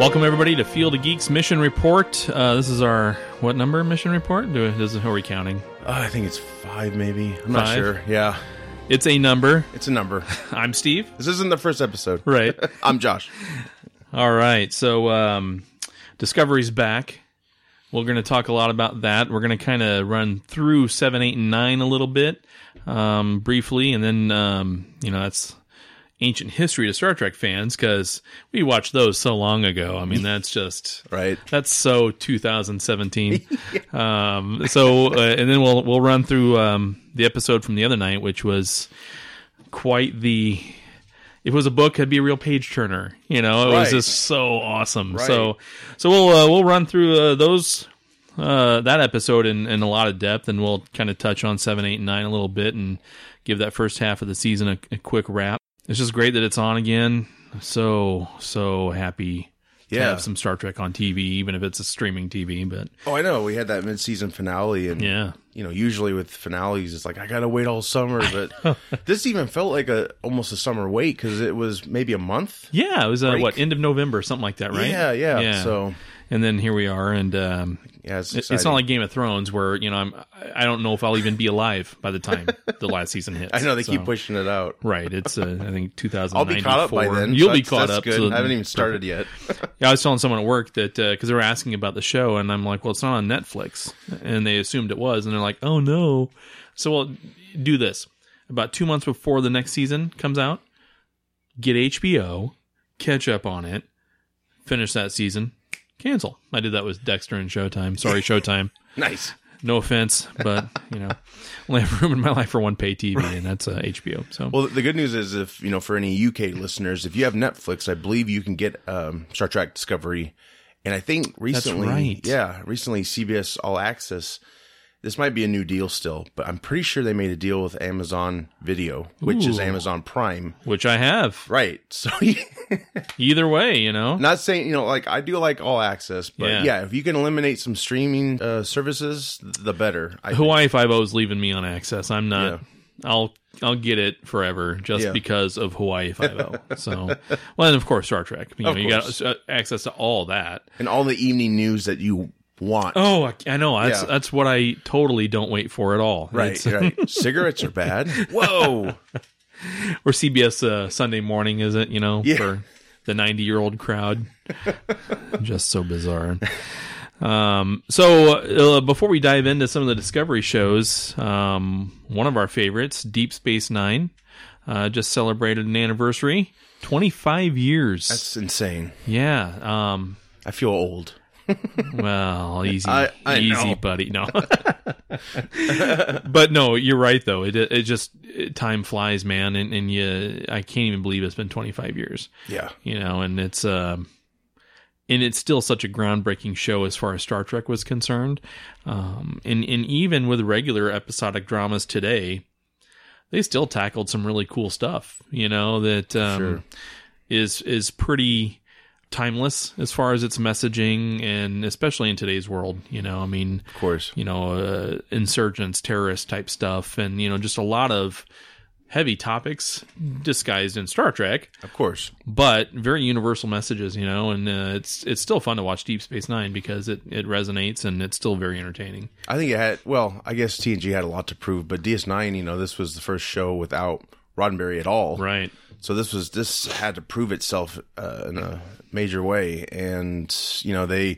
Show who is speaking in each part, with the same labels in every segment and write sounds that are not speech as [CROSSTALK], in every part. Speaker 1: Welcome everybody to Field of Geeks Mission Report. Uh, this is our what number mission report? Do does are we counting?
Speaker 2: Uh, I think it's five, maybe. I'm not
Speaker 1: Five?
Speaker 2: sure. Yeah,
Speaker 1: It's a number.
Speaker 2: it's
Speaker 1: [LAUGHS]
Speaker 2: a number.
Speaker 1: I'm Steve.
Speaker 2: this isn't the first episode.
Speaker 1: Right.
Speaker 2: I'm Josh.
Speaker 1: All right. So um, Discovery's back. We're going to talk a lot about that. We're going to kind of run through seven, eight, and nine a little bit um, briefly, and then um, you know that's ancient history to Star Trek fans because we watched those so long ago. I mean, that's just
Speaker 2: Right.
Speaker 1: That's so 2017. um, so, uh, and then we'll we'll run through um, the episode from the other night, which was quite the. If it was a book, it'd be a real page turner. You know, it was
Speaker 2: Right.
Speaker 1: just so awesome. So, so we'll uh, we'll run through uh, those uh, that episode in, in a lot of depth, and we'll kind of touch on seven, eight, and nine a little bit, and give that first half of the season a, a quick wrap. It's just great that it's on again. So so happy to
Speaker 2: Yeah.
Speaker 1: have some Star Trek on TV, even if it's a streaming TV. But
Speaker 2: Oh, I know. We had that mid-season finale, and
Speaker 1: yeah,
Speaker 2: you know, usually with finales, it's like I gotta wait all summer. But [LAUGHS] this even felt like a almost a summer wait because it was maybe a month.
Speaker 1: yeah, it was uh,
Speaker 2: Break.
Speaker 1: what end of November, something like that, right?
Speaker 2: Yeah, yeah. So
Speaker 1: and then here we are, and um,
Speaker 2: yeah, it's,
Speaker 1: it- it's
Speaker 2: exciting.
Speaker 1: not like Game of Thrones where you know I'm I don't know if I'll even be alive by the time the last
Speaker 2: [LAUGHS]
Speaker 1: season hits.
Speaker 2: I know they
Speaker 1: So-
Speaker 2: keep pushing it out.
Speaker 1: Right, it's uh, I think 2000.
Speaker 2: [LAUGHS] I'll be caught up by then.
Speaker 1: You'll be
Speaker 2: That's-
Speaker 1: caught
Speaker 2: that's
Speaker 1: up.
Speaker 2: Good.
Speaker 1: so-
Speaker 2: I haven't even started yet. [LAUGHS]
Speaker 1: Yeah, I was telling someone at work that because they were asking about the show, and I'm like, "Well, it's not on Netflix," and they assumed it was, and they're like, "Oh no!" So we'll do this about two months before the next season comes out. Get HBO, catch up on it, finish that season, cancel. I did that with Dexter and Showtime.
Speaker 2: [LAUGHS]
Speaker 1: Sorry, Showtime.
Speaker 2: nice.
Speaker 1: No offense, but you know, [LAUGHS] only have room in my life for one pay TV, and that's uh, HBO. So
Speaker 2: Well, the good news is, if you know, for any UK listeners, if you have Netflix, I believe you can get um, Star Trek Discovery, and I think recently,
Speaker 1: right.
Speaker 2: yeah, recently CBS All Access. This might be a new deal still, but I'm pretty sure they made a deal with Amazon Video, which is
Speaker 1: Ooh.
Speaker 2: Amazon Prime,
Speaker 1: which I have.
Speaker 2: right? [LAUGHS] So,
Speaker 1: Either way, you know,
Speaker 2: not saying you know, like I do like All Access, but
Speaker 1: Yeah.
Speaker 2: yeah, if you can eliminate some streaming uh, services, the better. I
Speaker 1: Hawaii Five O is leaving me on access. I'm not.
Speaker 2: Yeah.
Speaker 1: I'll I'll get it forever just
Speaker 2: Yeah.
Speaker 1: because of Hawaii Five O. so, well, and of course Star Trek. You know,
Speaker 2: Of
Speaker 1: you got
Speaker 2: course.
Speaker 1: uh, access to all that.
Speaker 2: and all the evening news that you want.
Speaker 1: Oh, I, I know. That's
Speaker 2: Yeah.
Speaker 1: that's what I totally don't wait for at all.
Speaker 2: Right,
Speaker 1: It's-
Speaker 2: right. Cigarettes
Speaker 1: [LAUGHS]
Speaker 2: are bad. Whoa.
Speaker 1: or CBS uh, Sunday morning, is it? You know,
Speaker 2: Yeah.
Speaker 1: for the ninety-year-old
Speaker 2: [LAUGHS]
Speaker 1: crowd, just so bizarre. Um, so uh, before we dive into some of the Discovery shows, um, one of our favorites, Deep Space Nine, uh, just celebrated an anniversary, twenty-five years.
Speaker 2: That's insane.
Speaker 1: yeah. Um,
Speaker 2: I feel old.
Speaker 1: well, easy,
Speaker 2: I- I
Speaker 1: easy,
Speaker 2: know.
Speaker 1: buddy.
Speaker 2: [LAUGHS]
Speaker 1: No, but no, you're right though. It it just it, time flies, man, and and you, I can't even believe it's been 25 years.
Speaker 2: Yeah.
Speaker 1: You know, and it's um, and it's still such a groundbreaking show as far as Star Trek was concerned, um, and and even with regular episodic dramas today, they still tackled some really cool stuff. You know that um,
Speaker 2: Sure.
Speaker 1: is is pretty timeless as far as its messaging, and especially in today's world. You know, I mean,
Speaker 2: Of course.
Speaker 1: you know, uh, insurgents, terrorist type stuff, and you know, just a lot of heavy topics disguised in Star Trek,
Speaker 2: Of course.
Speaker 1: but very universal messages, you know, and uh, it's it's still fun to watch Deep Space Nine because it it resonates and it's still very entertaining.
Speaker 2: I think it had, well, I guess TNG had a lot to prove, but DS9, you know, this was the first show without Roddenberry at all.
Speaker 1: Right.
Speaker 2: So this was, this had to prove itself uh, in a major way. And, you know, they, I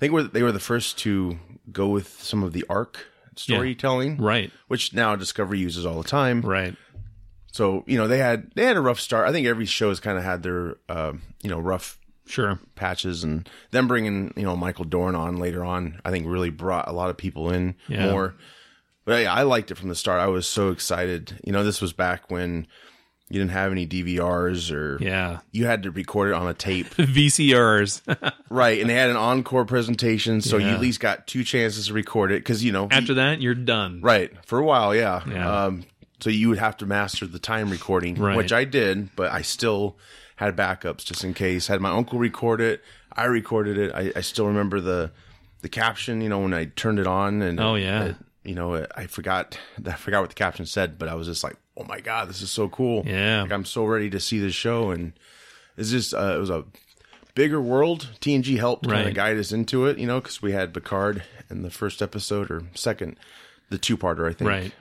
Speaker 2: think were, they were the first to go with some of the arc storytelling,
Speaker 1: Right.
Speaker 2: which now Discovery uses all the time.
Speaker 1: Right.
Speaker 2: So, you know, they had, they had a rough start. I think every show has kind of had their, um, you know, rough
Speaker 1: Sure.
Speaker 2: patches and them bringing you know Michael Dorn on later on I think really brought a lot of people in
Speaker 1: Yeah.
Speaker 2: more. But yeah, I liked it from the start. I was so excited. You know, this was back when you didn't have any DVRs or
Speaker 1: Yeah.
Speaker 2: you had to record it on a tape,
Speaker 1: [LAUGHS]
Speaker 2: [LAUGHS]
Speaker 1: VCRs
Speaker 2: right? And they had an encore presentation, so you
Speaker 1: Yeah.
Speaker 2: at least got two chances to record it because you know
Speaker 1: after that, you're done.
Speaker 2: Right. For a while, yeah.
Speaker 1: Mm. Yeah.
Speaker 2: Um, so you would have to master the time recording,
Speaker 1: Right.
Speaker 2: which I did, but I still had backups just in case. Had my uncle record it. I recorded it. I, I still remember the the caption, you know, when I turned it on and
Speaker 1: Oh, yeah.
Speaker 2: it- you know, it, I forgot [LAUGHS] I forgot what the caption said, but I was just like, "Oh my god, this is so cool!"
Speaker 1: Yeah.
Speaker 2: like I'm so ready to see this show, and it's just uh, it was a bigger world. TNG helped kind
Speaker 1: Right.
Speaker 2: of guide us into it, you know, because we had Picard in the first episode or second, the two parter, I think.
Speaker 1: Right.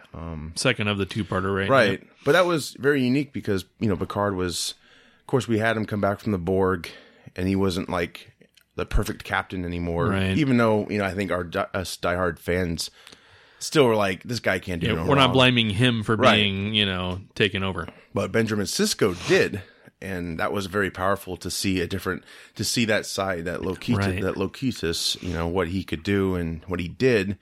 Speaker 1: Second of the two parter, right?
Speaker 2: Um, Right. But that was very unique because, you know, Picard was, of course, we had him come back from the Borg and he wasn't like the perfect captain anymore.
Speaker 1: Right.
Speaker 2: Even though, you know, I think our di- us diehard fans still were like, this guy can't do
Speaker 1: Yeah,
Speaker 2: no
Speaker 1: we're not
Speaker 2: wrong.
Speaker 1: blaming him for
Speaker 2: Right.
Speaker 1: being, you know, taken over.
Speaker 2: But Benjamin Sisko did. And that was very powerful to see a different, to see that side, that Locutus,
Speaker 1: Right.
Speaker 2: that Locutus, you know, what he could do and what he did,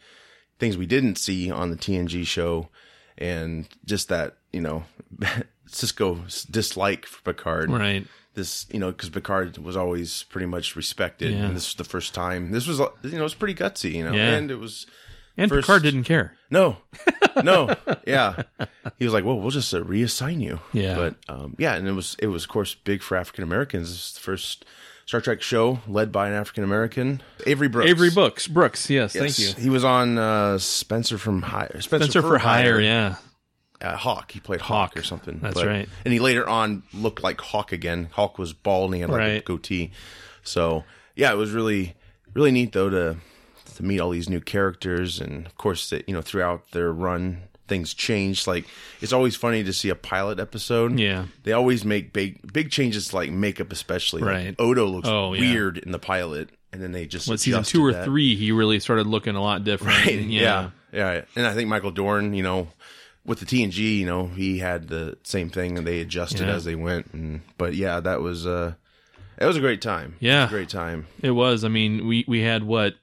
Speaker 2: things we didn't see on the TNG show, and just that, you know, [LAUGHS] Cisco's dislike for Picard.
Speaker 1: Right.
Speaker 2: This, you know, because Picard was always pretty much respected,
Speaker 1: Yeah.
Speaker 2: and this was the first time. This was, you know, it was pretty gutsy, you know,
Speaker 1: Yeah.
Speaker 2: and it was
Speaker 1: And
Speaker 2: First-
Speaker 1: Picard didn't care. [LAUGHS]
Speaker 2: no, no, yeah. He was like, "Well, we'll just uh, reassign you."
Speaker 1: Yeah.
Speaker 2: but um, yeah, and it was it was of course big for African Americans. This is the first Star Trek show led by an African American, Avery Brooks.
Speaker 1: Avery Brooks. Brooks, yes, thank you.
Speaker 2: Yes, He was on uh, Spencer from Hire. Spencer,
Speaker 1: Spencer for hire, yeah.
Speaker 2: Uh, Hawk. He played Hawk, or something.
Speaker 1: That's right.
Speaker 2: And he later on looked like Hawk again. Hawk was bald and he had like a
Speaker 1: Right.
Speaker 2: goatee. So yeah, it was really really neat though to to meet all these new characters and of course that you know throughout their run things changed. Like it's always funny to see a pilot episode.
Speaker 1: Yeah.
Speaker 2: They always make big big changes to like makeup especially. Like,
Speaker 1: Right.
Speaker 2: Odo looks
Speaker 1: Oh, yeah.
Speaker 2: weird in the pilot and then they just
Speaker 1: But season
Speaker 2: adjusted
Speaker 1: two or
Speaker 2: that.
Speaker 1: three, he really started looking a lot different.
Speaker 2: Right.
Speaker 1: and,
Speaker 2: Yeah. yeah. And I think Michael Dorn, you know, with the TNG, you know, he had the same thing and they adjusted
Speaker 1: Yeah.
Speaker 2: as they went. And but yeah, that was uh it was a great time.
Speaker 1: Yeah.
Speaker 2: It was a great time.
Speaker 1: It was. I mean, we, we had what?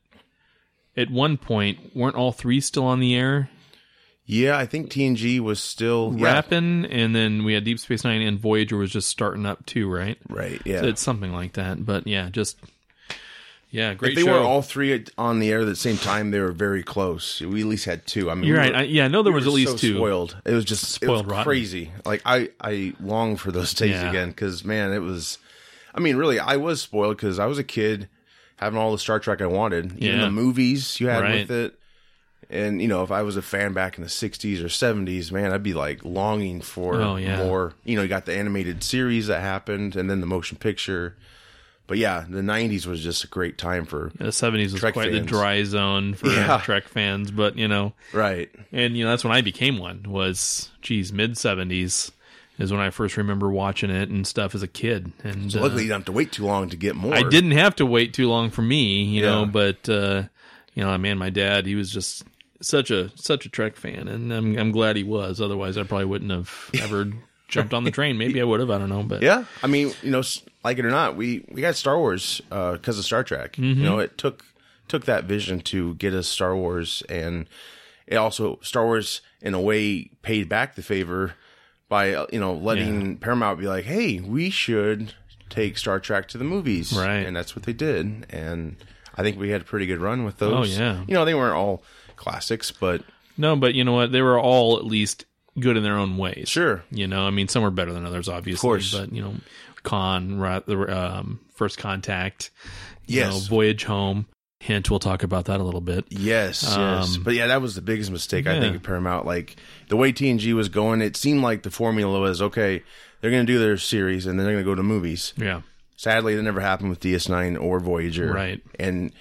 Speaker 1: At one point, weren't all three still on the air?
Speaker 2: Yeah, I think TNG was still
Speaker 1: Rapping, and then we had Deep Space Nine and Voyager was just starting up too, right?
Speaker 2: Yeah, right. Yeah.
Speaker 1: It's something like that. But yeah, just yeah, great
Speaker 2: if they
Speaker 1: show.
Speaker 2: were all three at- on the air at the same time, they were very close. We at least had two. I mean,
Speaker 1: You're
Speaker 2: we
Speaker 1: right.
Speaker 2: were-
Speaker 1: I, yeah, I know there
Speaker 2: we
Speaker 1: was
Speaker 2: were
Speaker 1: at least
Speaker 2: so
Speaker 1: two.
Speaker 2: Spoiled. It was just it was
Speaker 1: Spoiled rotten.
Speaker 2: crazy. Like I I long for those days
Speaker 1: Yeah.
Speaker 2: again because man, it was. I mean, really, I was spoiled because I was a kid having all the Star Trek I wanted, even
Speaker 1: Yeah.
Speaker 2: the movies you had
Speaker 1: Right.
Speaker 2: with it. And you know, if I was a fan back in the '60s or '70s, man, I'd be like longing for
Speaker 1: Oh, yeah.
Speaker 2: more. You know, you got the animated series that happened, and then the motion picture. But yeah, the '90s was just a great time for
Speaker 1: The seventies was
Speaker 2: Trek
Speaker 1: quite the
Speaker 2: fans.
Speaker 1: dry zone for
Speaker 2: Yeah.
Speaker 1: [LAUGHS] Trek fans, but you know,
Speaker 2: right.
Speaker 1: and you know that's when I became one. Was geez, mid seventies is when I first remember watching it and stuff as a kid. And uh,
Speaker 2: Luckily, you don't have to wait too long to get more.
Speaker 1: I didn't have to wait too long for me, you know.
Speaker 2: Yeah.
Speaker 1: But uh, you know, man, my dad, he was just such a such a Trek fan, and I'm I'm glad he was. Otherwise, I probably wouldn't have
Speaker 2: [LAUGHS]
Speaker 1: ever jumped on the train. Maybe I would have. I don't know, but
Speaker 2: Yeah, I mean, you know, s- like it or not, we we got Star Wars because of Star Trek.
Speaker 1: Mm-hmm.
Speaker 2: You know, it took took that vision to get us Star Wars, and it also Star Wars in a way paid back the favor by uh, you know letting Paramount be like, hey, we should take Star Trek to the movies,
Speaker 1: Right.
Speaker 2: And that's what they did, and I think we had a pretty good run with those.
Speaker 1: Oh, yeah.
Speaker 2: you know, they weren't all classics, but
Speaker 1: no, but you know what? They were all at least good in their own ways.
Speaker 2: sure,
Speaker 1: You know, I mean, some were better than others, obviously.
Speaker 2: course.
Speaker 1: But, you know, Con, Ra- the, um, First Contact, you
Speaker 2: Yes.
Speaker 1: know, Voyage Home. Hint, we'll talk about that a little bit.
Speaker 2: Yes, yes.
Speaker 1: Um,
Speaker 2: But yeah, that was the biggest mistake I
Speaker 1: Yeah.
Speaker 2: think of Paramount. Like the way TNG was going, it seemed like the formula was okay, they're going to do their series and then they're going to go to movies.
Speaker 1: Yeah.
Speaker 2: Sadly, that never happened with DS9 or Voyager.
Speaker 1: Right.
Speaker 2: And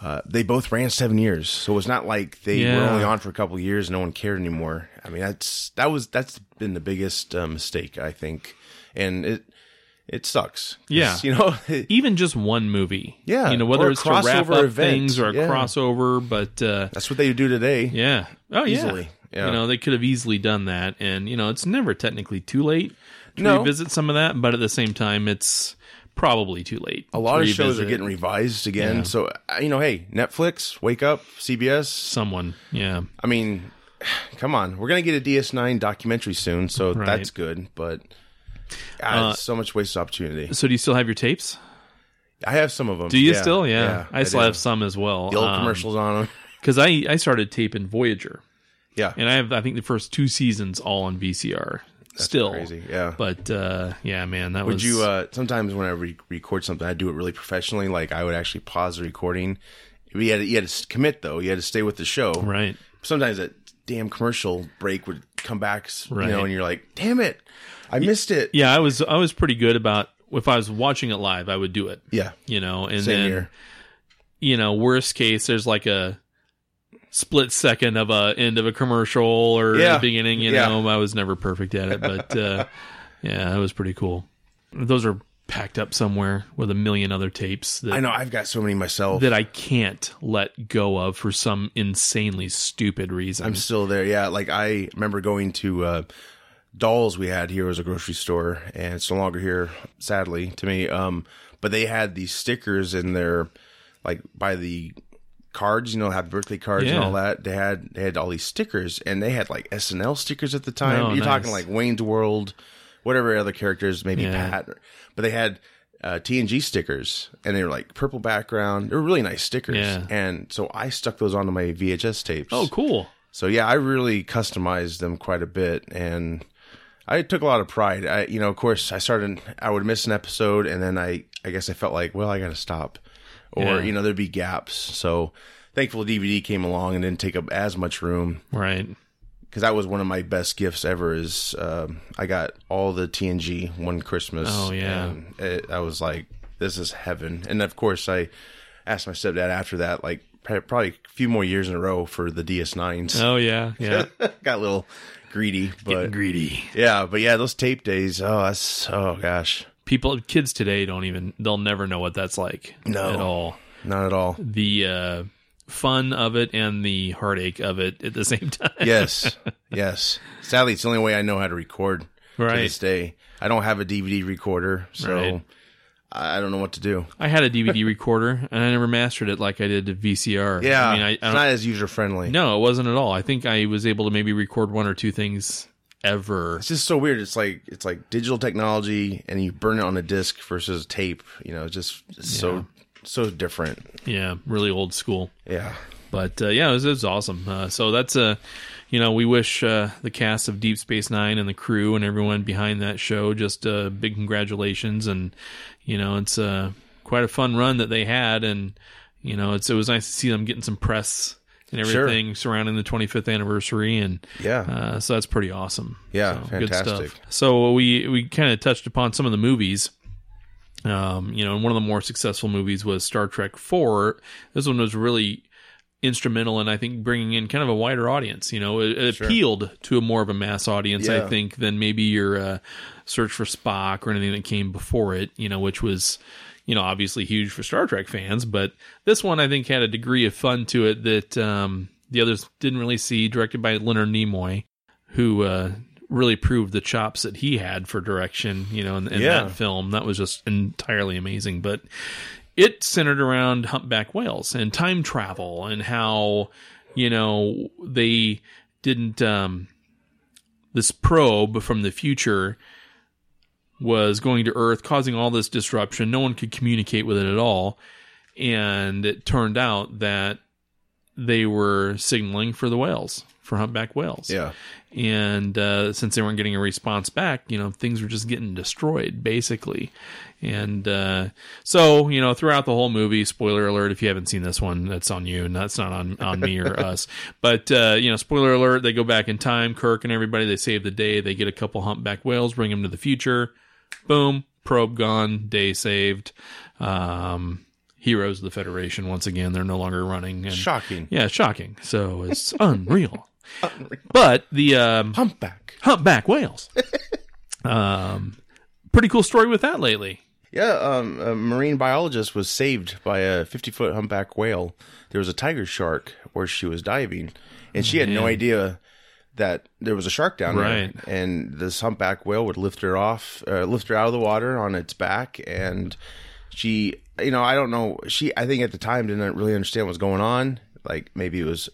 Speaker 2: uh, they both ran seven years, so it's not like they were
Speaker 1: Yeah.
Speaker 2: only on for a couple of years. and No one cared anymore. I mean, that's that was that's been the biggest uh, mistake I think, and it it sucks. 'Cause,
Speaker 1: Yeah.
Speaker 2: [LAUGHS] you know,
Speaker 1: Even just one movie.
Speaker 2: Yeah,
Speaker 1: You know, whether
Speaker 2: or a
Speaker 1: it's to wrap
Speaker 2: crossover
Speaker 1: up
Speaker 2: event.
Speaker 1: things or a
Speaker 2: Yeah.
Speaker 1: crossover, but, uh,
Speaker 2: that's what they do today.
Speaker 1: yeah. Oh, yeah.
Speaker 2: Easily, yeah.
Speaker 1: You know, they could have easily done that. And, you know, it's never technically too late to
Speaker 2: No.
Speaker 1: revisit some of that, but at the same time, it's probably too late.
Speaker 2: A lot of shows are getting revised again. So, uh, you know, hey, Netflix, wake up, CBS.
Speaker 1: someone. Yeah.
Speaker 2: I mean, [SIGHS] come on. We're going to get a DS9 documentary soon, so
Speaker 1: Right. Uh,
Speaker 2: that's good, but God, it's so much wasted opportunity.
Speaker 1: So do you still have your tapes?
Speaker 2: I have some of them.
Speaker 1: Do you still? Yeah, I still
Speaker 2: do.
Speaker 1: have some as well.
Speaker 2: the old
Speaker 1: Um,
Speaker 2: commercials on them.
Speaker 1: because I I started taping Voyager,
Speaker 2: [LAUGHS] Yeah.
Speaker 1: and I have I think the first two seasons all on VCR still.
Speaker 2: Crazy. Yeah.
Speaker 1: But uh, yeah, man, that
Speaker 2: Would
Speaker 1: was
Speaker 2: you uh sometimes when I re- record something I do it really professionally like I would actually pause the recording. You had to, you had to s- commit though. You had to stay with the show.
Speaker 1: right.
Speaker 2: sometimes that damn commercial break would come back, s- you
Speaker 1: Right.
Speaker 2: know, and you're like, damn it, I missed it.
Speaker 1: Yeah, I was I was pretty good about if I was watching it live, I would do it.
Speaker 2: Yeah.
Speaker 1: You know, and
Speaker 2: Same
Speaker 1: then
Speaker 2: here.
Speaker 1: you know, worst case, there's like a split second of a end of a commercial or
Speaker 2: Yeah.
Speaker 1: the beginning. You
Speaker 2: Yeah.
Speaker 1: know, I was never perfect at it, but uh, [LAUGHS] yeah, that was pretty cool. Those are packed up somewhere with a million other tapes that
Speaker 2: I know I've got so many myself.
Speaker 1: that I can't let go of for some insanely stupid reason.
Speaker 2: I'm still there. Yeah, like I remember going to uh, Dolls we had here was a grocery store, and it's no longer here, sadly to me. Um, but they had these stickers in their like by the cards, you know, happy birthday cards and
Speaker 1: Yeah.
Speaker 2: all that. They had they had all these stickers, and they had like SNL stickers at the time.
Speaker 1: Oh,
Speaker 2: You're
Speaker 1: nice.
Speaker 2: talking like Wayne's World, whatever other characters, maybe
Speaker 1: Yeah.
Speaker 2: Pat, but they had. Uh, TNG stickers, and they were like purple background. They were really nice stickers,
Speaker 1: Yeah.
Speaker 2: and so I stuck those onto my VHS tapes.
Speaker 1: oh, cool.
Speaker 2: So yeah, I really customized them quite a bit, and I took a lot of pride. I, you know, of course, I started. I would miss an episode, and then I, I guess I felt like, well, I got to stop, or
Speaker 1: Yeah.
Speaker 2: you know, there'd be gaps. So thankfully, DVD came along and didn't take up as much room
Speaker 1: Right.
Speaker 2: because that was one of my best gifts ever. Is um, I got all the TNG one Christmas.
Speaker 1: Oh, yeah.
Speaker 2: and it, I was like, this is heaven. And of course, I asked my stepdad after that, like pr- probably a few more years in a row for the DS nines
Speaker 1: Oh yeah, yeah.
Speaker 2: got a little
Speaker 1: [LAUGHS]
Speaker 2: greedy, [LAUGHS] but
Speaker 1: greedy.
Speaker 2: yeah, but yeah, those tape days. Oh, that's oh gosh,
Speaker 1: People, kids today don't even. They'll never know what that's like.
Speaker 2: No.
Speaker 1: at all.
Speaker 2: not at all.
Speaker 1: The uh, fun of it and the heartache of it at the [LAUGHS] same time. [LAUGHS]
Speaker 2: Yes, yes. Sadly, it's the only way I know how to record to
Speaker 1: Right.
Speaker 2: this day. I don't have a DVD recorder, so
Speaker 1: Right.
Speaker 2: I I don't know what to do.
Speaker 1: I had a DVD recorder and I never mastered it like I did a VCR.
Speaker 2: Yeah,
Speaker 1: I mean, I, I
Speaker 2: it's
Speaker 1: don't,
Speaker 2: not as user friendly.
Speaker 1: no, it wasn't at all. I think I was able to maybe record one or two things ever.
Speaker 2: It's just so weird. It's like it's like digital technology, and you burn it on a disc versus tape. You know, it's just it's so so different.
Speaker 1: Yeah, really old school.
Speaker 2: Yeah.
Speaker 1: But uh, yeah, it was, it was awesome. Uh, so that's uh, you know, we wish uh, the cast of Deep Space Nine and the crew and everyone behind that show just uh, big congratulations. And you know, it's uh, quite a fun run that they had, and you know, it's it was nice to see them getting some press and
Speaker 2: Sure.
Speaker 1: everything surrounding the 25th anniversary, and
Speaker 2: Yeah.
Speaker 1: uh, so that's pretty awesome.
Speaker 2: Yeah,
Speaker 1: So,
Speaker 2: fantastic.
Speaker 1: So we we kind of touched upon some of the movies. Um, you know, and one of the more successful movies was Star Trek Four. This one was really instrumental in I think bringing in kind of a wider audience. You know, it, it appealed to a more of a mass audience,
Speaker 2: Yeah.
Speaker 1: I think, than maybe your uh, search for Spock or anything that came before it. You know, which was you know obviously huge for Star Trek fans, but this one I think had a degree of fun to it that um, the others didn't really see. Directed by Leonard Nimoy, who uh, really proved the chops that he had for direction. You know, in, in
Speaker 2: Yeah.
Speaker 1: that film, that was just entirely amazing. But it centered around humpback whales and time travel and how you know they didn't um this probe from the future was going to earth causing all this disruption no one could communicate with it at all and it turned out that they were signaling for the whales for humpback whales
Speaker 2: Yeah.
Speaker 1: and uh, since they weren't getting a response back, you know, things were just getting destroyed basically. And uh, so, you know, throughout the whole movie, spoiler alert: if you haven't seen this one, that's on you, and that's not on on me or us. But uh, you know, spoiler alert: they go back in time. Kirk and everybody they save the day. They get a couple humpback whales, bring them to the future. Boom, probe gone, day saved. Um, heroes of the Federation once again. They're no longer running. And,
Speaker 2: Shocking.
Speaker 1: Yeah, shocking. So
Speaker 2: [LAUGHS]
Speaker 1: it's unreal. But the um,
Speaker 2: Humpback.
Speaker 1: humpback whales.
Speaker 2: [LAUGHS]
Speaker 1: um, pretty cool story with that lately.
Speaker 2: Yeah, um, a marine biologist was saved by a 50 foot humpback whale. There was a tiger shark where she was diving, and she had no idea that there was a shark down
Speaker 1: Right.
Speaker 2: there. And this humpback whale would lift her off, uh, lift her out of the water on its back, and she, you know, I don't know, she, I think at the time didn't really understand what was going on. Like maybe it was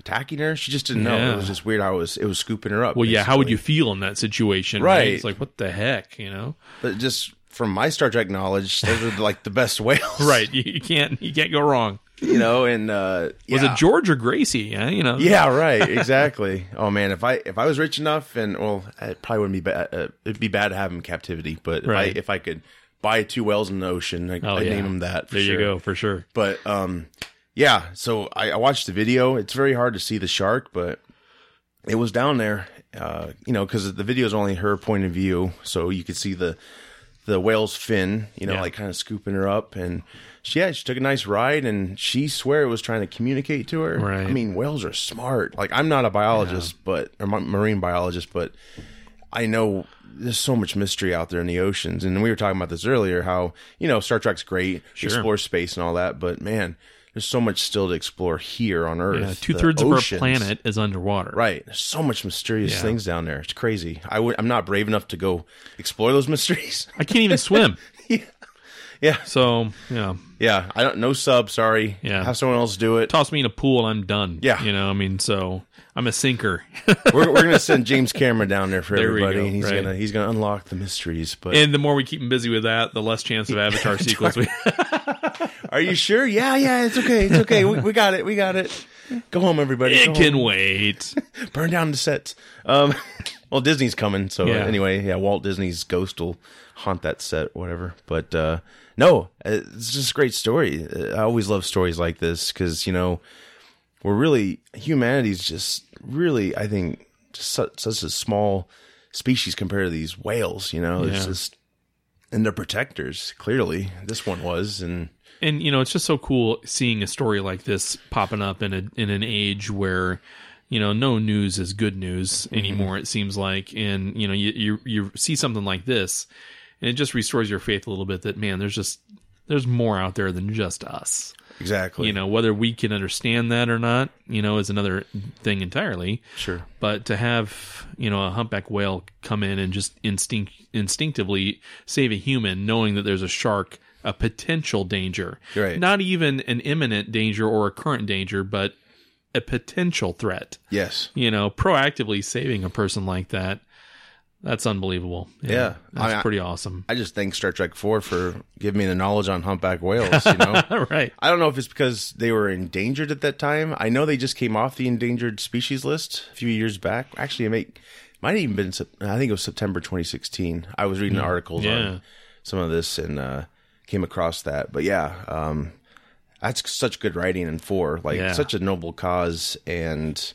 Speaker 2: attacking her. She just didn't know.
Speaker 1: Yeah.
Speaker 2: It was just weird how it was, it was scooping her up.
Speaker 1: Well, yeah, how would you feel in that situation?
Speaker 2: Right.
Speaker 1: It's like, what the heck, you know?
Speaker 2: But just from my Star Trek knowledge, those are like the best
Speaker 1: [LAUGHS]
Speaker 2: whales,
Speaker 1: Right. You, you can't you can't go wrong.
Speaker 2: you know, and uh, yeah.
Speaker 1: Was it George or Gracie? Yeah, you know. [LAUGHS]
Speaker 2: yeah, right, exactly. oh man, if I if I was rich enough, and well, it probably wouldn't be bad. Uh, it'd be bad to have him in captivity, but
Speaker 1: Right.
Speaker 2: if, I, if I could buy two whales in the ocean, I,
Speaker 1: Oh,
Speaker 2: I'd
Speaker 1: yeah.
Speaker 2: name him that. For
Speaker 1: There you
Speaker 2: sure.
Speaker 1: go, for sure.
Speaker 2: But um, yeah. So I, I watched the video. It's very hard to see the shark, but it was down there. Uh, you know, because the video is only her point of view, so you could see the the whale's fin, you know,
Speaker 1: Yeah.
Speaker 2: like kind of scooping her up, and she yeah, she took a nice ride, and she swear it was trying to communicate to her.
Speaker 1: Right.
Speaker 2: I mean, whales are smart. Like I'm not a biologist, but or mi- marine biologist, but I know there's so much mystery out there in the oceans, and we were talking about this earlier. How you know Star Trek's great, explore space and all that, but man, there's so much still to explore here on Earth.
Speaker 1: Yeah,
Speaker 2: The
Speaker 1: two thirds of our
Speaker 2: oceans.
Speaker 1: planet is underwater.
Speaker 2: Right. There's so much mysterious
Speaker 1: Yeah.
Speaker 2: things down there. It's crazy. I would I'm not brave enough to go explore those [LAUGHS] mysteries.
Speaker 1: I can't even swim.
Speaker 2: [LAUGHS] yeah.
Speaker 1: So yeah,
Speaker 2: Yeah. I don't no sub, sorry.
Speaker 1: Yeah.
Speaker 2: Have someone else do it.
Speaker 1: toss me in a pool and I'm done.
Speaker 2: Yeah.
Speaker 1: you know, I mean, so I'm a sinker.
Speaker 2: we're
Speaker 1: [LAUGHS]
Speaker 2: we're gonna send James Cameron down there for
Speaker 1: There we
Speaker 2: everybody.
Speaker 1: go,
Speaker 2: and he's
Speaker 1: right.
Speaker 2: gonna he's gonna unlock the mysteries. But
Speaker 1: and the more we keep him busy with that, the less chance of Avatar sequels. We-
Speaker 2: are you sure? Yeah, yeah, it's okay. It's okay. we, we got it. We got it. Go home everybody. Go
Speaker 1: it
Speaker 2: home.
Speaker 1: [LAUGHS] can wait.
Speaker 2: burn down the sets. Um [LAUGHS] well Disney's coming, so
Speaker 1: Yeah.
Speaker 2: anyway, yeah, Walt Disney's ghost will haunt that set whatever. But uh no, it's just a great story. Uh, I always love stories like this cuz you know we're really humanity's just really I think just such, such a small species compared to these whales, you know. It's
Speaker 1: Yeah.
Speaker 2: just and they're protectors, clearly. This one was and
Speaker 1: and you know it's just so cool seeing a story like this popping up in a in an age where you know no news is good news anymore it seems like and you know you you, you see something like this and it just restores your faith a little bit that man there's just there's more out there than just us
Speaker 2: exactly.
Speaker 1: you know whether we can understand that or not you know is another thing entirely
Speaker 2: Sure.
Speaker 1: but to have you know a humpback whale come in and just instinct instinctively save a human knowing that there's a shark a potential danger
Speaker 2: Right.
Speaker 1: not even an imminent danger or a current danger but a potential threat
Speaker 2: Yes.
Speaker 1: you know proactively saving a person like that that's unbelievable
Speaker 2: Yeah.
Speaker 1: that's
Speaker 2: I- I-
Speaker 1: pretty awesome [LAUGHS]
Speaker 2: I just thank Star Trek Four for giving me the knowledge on humpback whales. You
Speaker 1: [LAUGHS]
Speaker 2: know,
Speaker 1: all right
Speaker 2: I don't know if it's because they were endangered at that time. I know they just came off the endangered species list a few years back. Actually, it may, might have even been. Sep- I think it was September 2016. I was reading articles
Speaker 1: Hmm. Yeah.
Speaker 2: on some of this and uh, came across that. But yeah, um, that's such good writing in four. Like
Speaker 1: Yeah.
Speaker 2: such a noble cause and.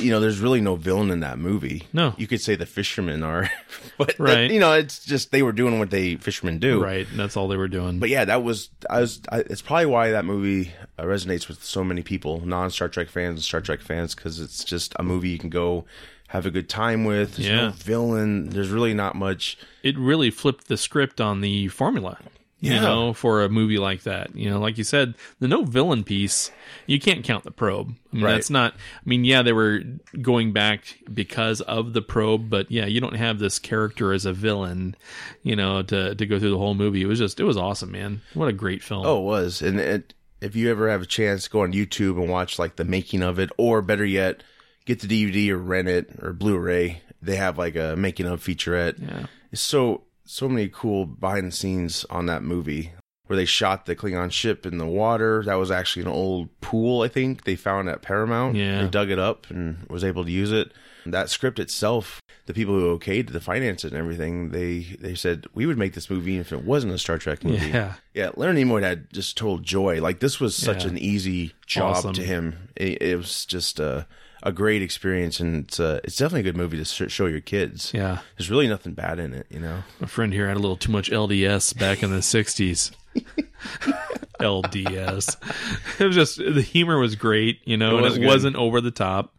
Speaker 2: You know, there's really no villain in that movie.
Speaker 1: No.
Speaker 2: you could say the fishermen are, [LAUGHS] but that-
Speaker 1: Right.
Speaker 2: you know, it's just they were doing what they fishermen do.
Speaker 1: right that's all they were doing
Speaker 2: But yeah, that was I was. I, it's probably why that movie uh, resonates with so many people, non Star Trek fans and Star Trek fans, because it's just a movie you can go have a good time with. There's
Speaker 1: Yeah.
Speaker 2: no villain. There's really not much.
Speaker 1: it really flipped the script on the formula you
Speaker 2: Yeah.
Speaker 1: know for a movie like that you know like you said the no villain piece you can't count the probe i mean
Speaker 2: Right.
Speaker 1: that's not i mean yeah they were going back because of the probe but yeah you don't have this character as a villain you know to to go through the whole movie it was just it was awesome man what a great film
Speaker 2: Oh, it was. And it, if you ever have a chance, go on YouTube and watch like the making of it, or better yet, get the DVD or rent it or Blu-ray. They have like a making of featurette.
Speaker 1: yeah
Speaker 2: It's so so many cool behind the scenes on that movie where they shot the Klingon ship in the water. That was actually an old pool, I think they found at Paramount.
Speaker 1: Yeah.
Speaker 2: they dug it up and was able to use it. That script itself, the people who okayed the finance and everything, they they said we would make this movie if it wasn't a Star Trek movie.
Speaker 1: [LAUGHS] yeah
Speaker 2: Yeah, Leonard Nimoy had just total joy. Like this was such
Speaker 1: Yeah.
Speaker 2: an easy job
Speaker 1: Awesome.
Speaker 2: to him. It, it was just a a great experience, and it's uh it's definitely a good movie to sh- show your kids.
Speaker 1: yeah
Speaker 2: There's really nothing bad in it, you know.
Speaker 1: my friend here had a little too much lds back in the [LAUGHS] 60s LDS. It was just the humor was great, you know,
Speaker 2: It was
Speaker 1: and it
Speaker 2: good.
Speaker 1: wasn't over the top.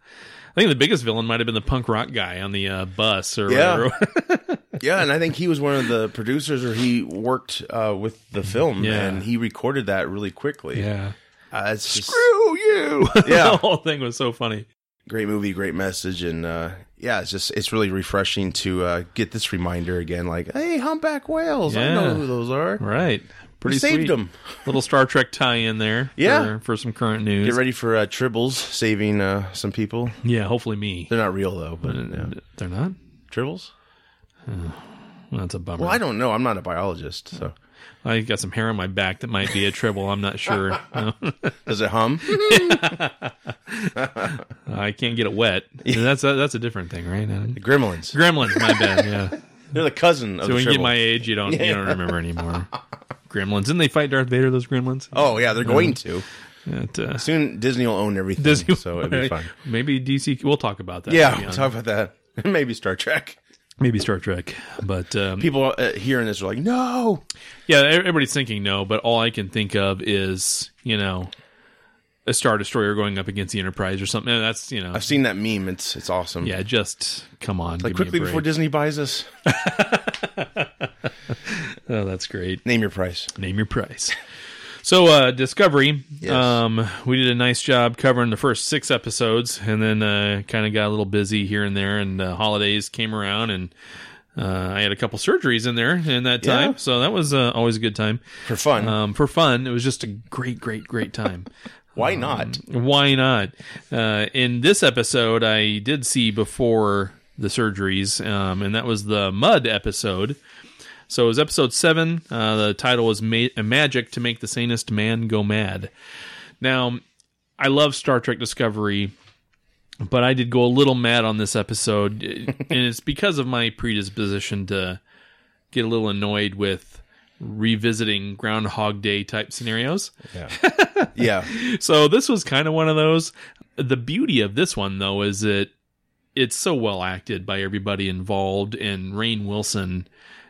Speaker 1: I think the biggest villain might have been the punk rock guy on the uh, bus or
Speaker 2: Yeah.
Speaker 1: whatever. [LAUGHS]
Speaker 2: Yeah, and I think he was one of the producers, or he worked uh, with the film,
Speaker 1: Mm-hmm. Yeah.
Speaker 2: and he recorded that really quickly.
Speaker 1: yeah.
Speaker 2: Uh, it's just, Screw you!
Speaker 1: [LAUGHS] the
Speaker 2: yeah,
Speaker 1: whole thing was so funny.
Speaker 2: great movie, great message, and uh, yeah, it's just it's really refreshing to uh, get this reminder again. Like, hey, humpback whales! I
Speaker 1: Yeah.
Speaker 2: know who those are.
Speaker 1: Right. Pretty
Speaker 2: We saved
Speaker 1: sweet.
Speaker 2: them.
Speaker 1: Little Star Trek tie in there.
Speaker 2: Yeah.
Speaker 1: For, for some current news.
Speaker 2: Get ready for uh, Tribbles saving uh, some people.
Speaker 1: Yeah, hopefully me.
Speaker 2: They're not real though, but
Speaker 1: They're,
Speaker 2: yeah.
Speaker 1: not?
Speaker 2: Tribbles.
Speaker 1: Well, that's a bummer.
Speaker 2: Well, I don't know. I'm not a biologist, so
Speaker 1: I got some hair on my back that might be a tribble. I'm not sure.
Speaker 2: [LAUGHS]
Speaker 1: No.
Speaker 2: does it hum?
Speaker 1: I can't get it
Speaker 2: [LAUGHS]
Speaker 1: wet. That's a, that's a different thing, right? Adam?
Speaker 2: Gremlins.
Speaker 1: Gremlins, my
Speaker 2: [LAUGHS]
Speaker 1: bad. Yeah.
Speaker 2: They're the cousin of
Speaker 1: So
Speaker 2: the
Speaker 1: when you get
Speaker 2: Tribbles.
Speaker 1: my age, you don't you don't remember anymore.
Speaker 2: [LAUGHS]
Speaker 1: Gremlins. Didn't they fight Darth Vader? Those gremlins.
Speaker 2: Oh yeah, they're going to.
Speaker 1: But, uh,
Speaker 2: Soon Disney will own everything,
Speaker 1: Mm. Disney- [LAUGHS]
Speaker 2: so it'll be fine.
Speaker 1: Maybe DC. We'll talk about that.
Speaker 2: Yeah,
Speaker 1: Yeah.
Speaker 2: [LAUGHS] we'll talk about that. Maybe Star Trek.
Speaker 1: Maybe Star Trek, but um,
Speaker 2: People uh, hearing this are like, no.
Speaker 1: yeah, e- everybody's thinking no. But all I can think of is you know a Star Destroyer going up against the Enterprise or something. And That's you know
Speaker 2: I've seen that meme. It's it's awesome.
Speaker 1: yeah, just come on,
Speaker 2: Like
Speaker 1: give me a
Speaker 2: quickly before
Speaker 1: break.
Speaker 2: Disney buys us,
Speaker 1: Oh, that's great.
Speaker 2: name your price.
Speaker 1: Name your price. So uh Discovery,
Speaker 2: Yes.
Speaker 1: um we did a nice job covering the first 6 episodes and then uh kind of got a little busy here and there and uh, holidays came around and uh, I had a couple surgeries in there in that
Speaker 2: Yeah.
Speaker 1: time, so that was uh, always a good time
Speaker 2: For fun.
Speaker 1: um, for fun. It was just a great, great, great time.
Speaker 2: Why not?
Speaker 1: Why not? Uh, in this episode, I did see before the surgeries, um, and that was the mud episode. So it was episode seven. Uh, the title was Ma- "Magic to Make the Sanest Man Go Mad." Now, I love Star Trek Discovery, but I did go a little mad on this episode, [LAUGHS] and it's because of my predisposition to get a little annoyed with revisiting Groundhog Day type scenarios.
Speaker 2: [LAUGHS] Yeah.
Speaker 1: So this was kind of one of those. The beauty of this one though is that it's so well acted by everybody involved, and Rain Wilson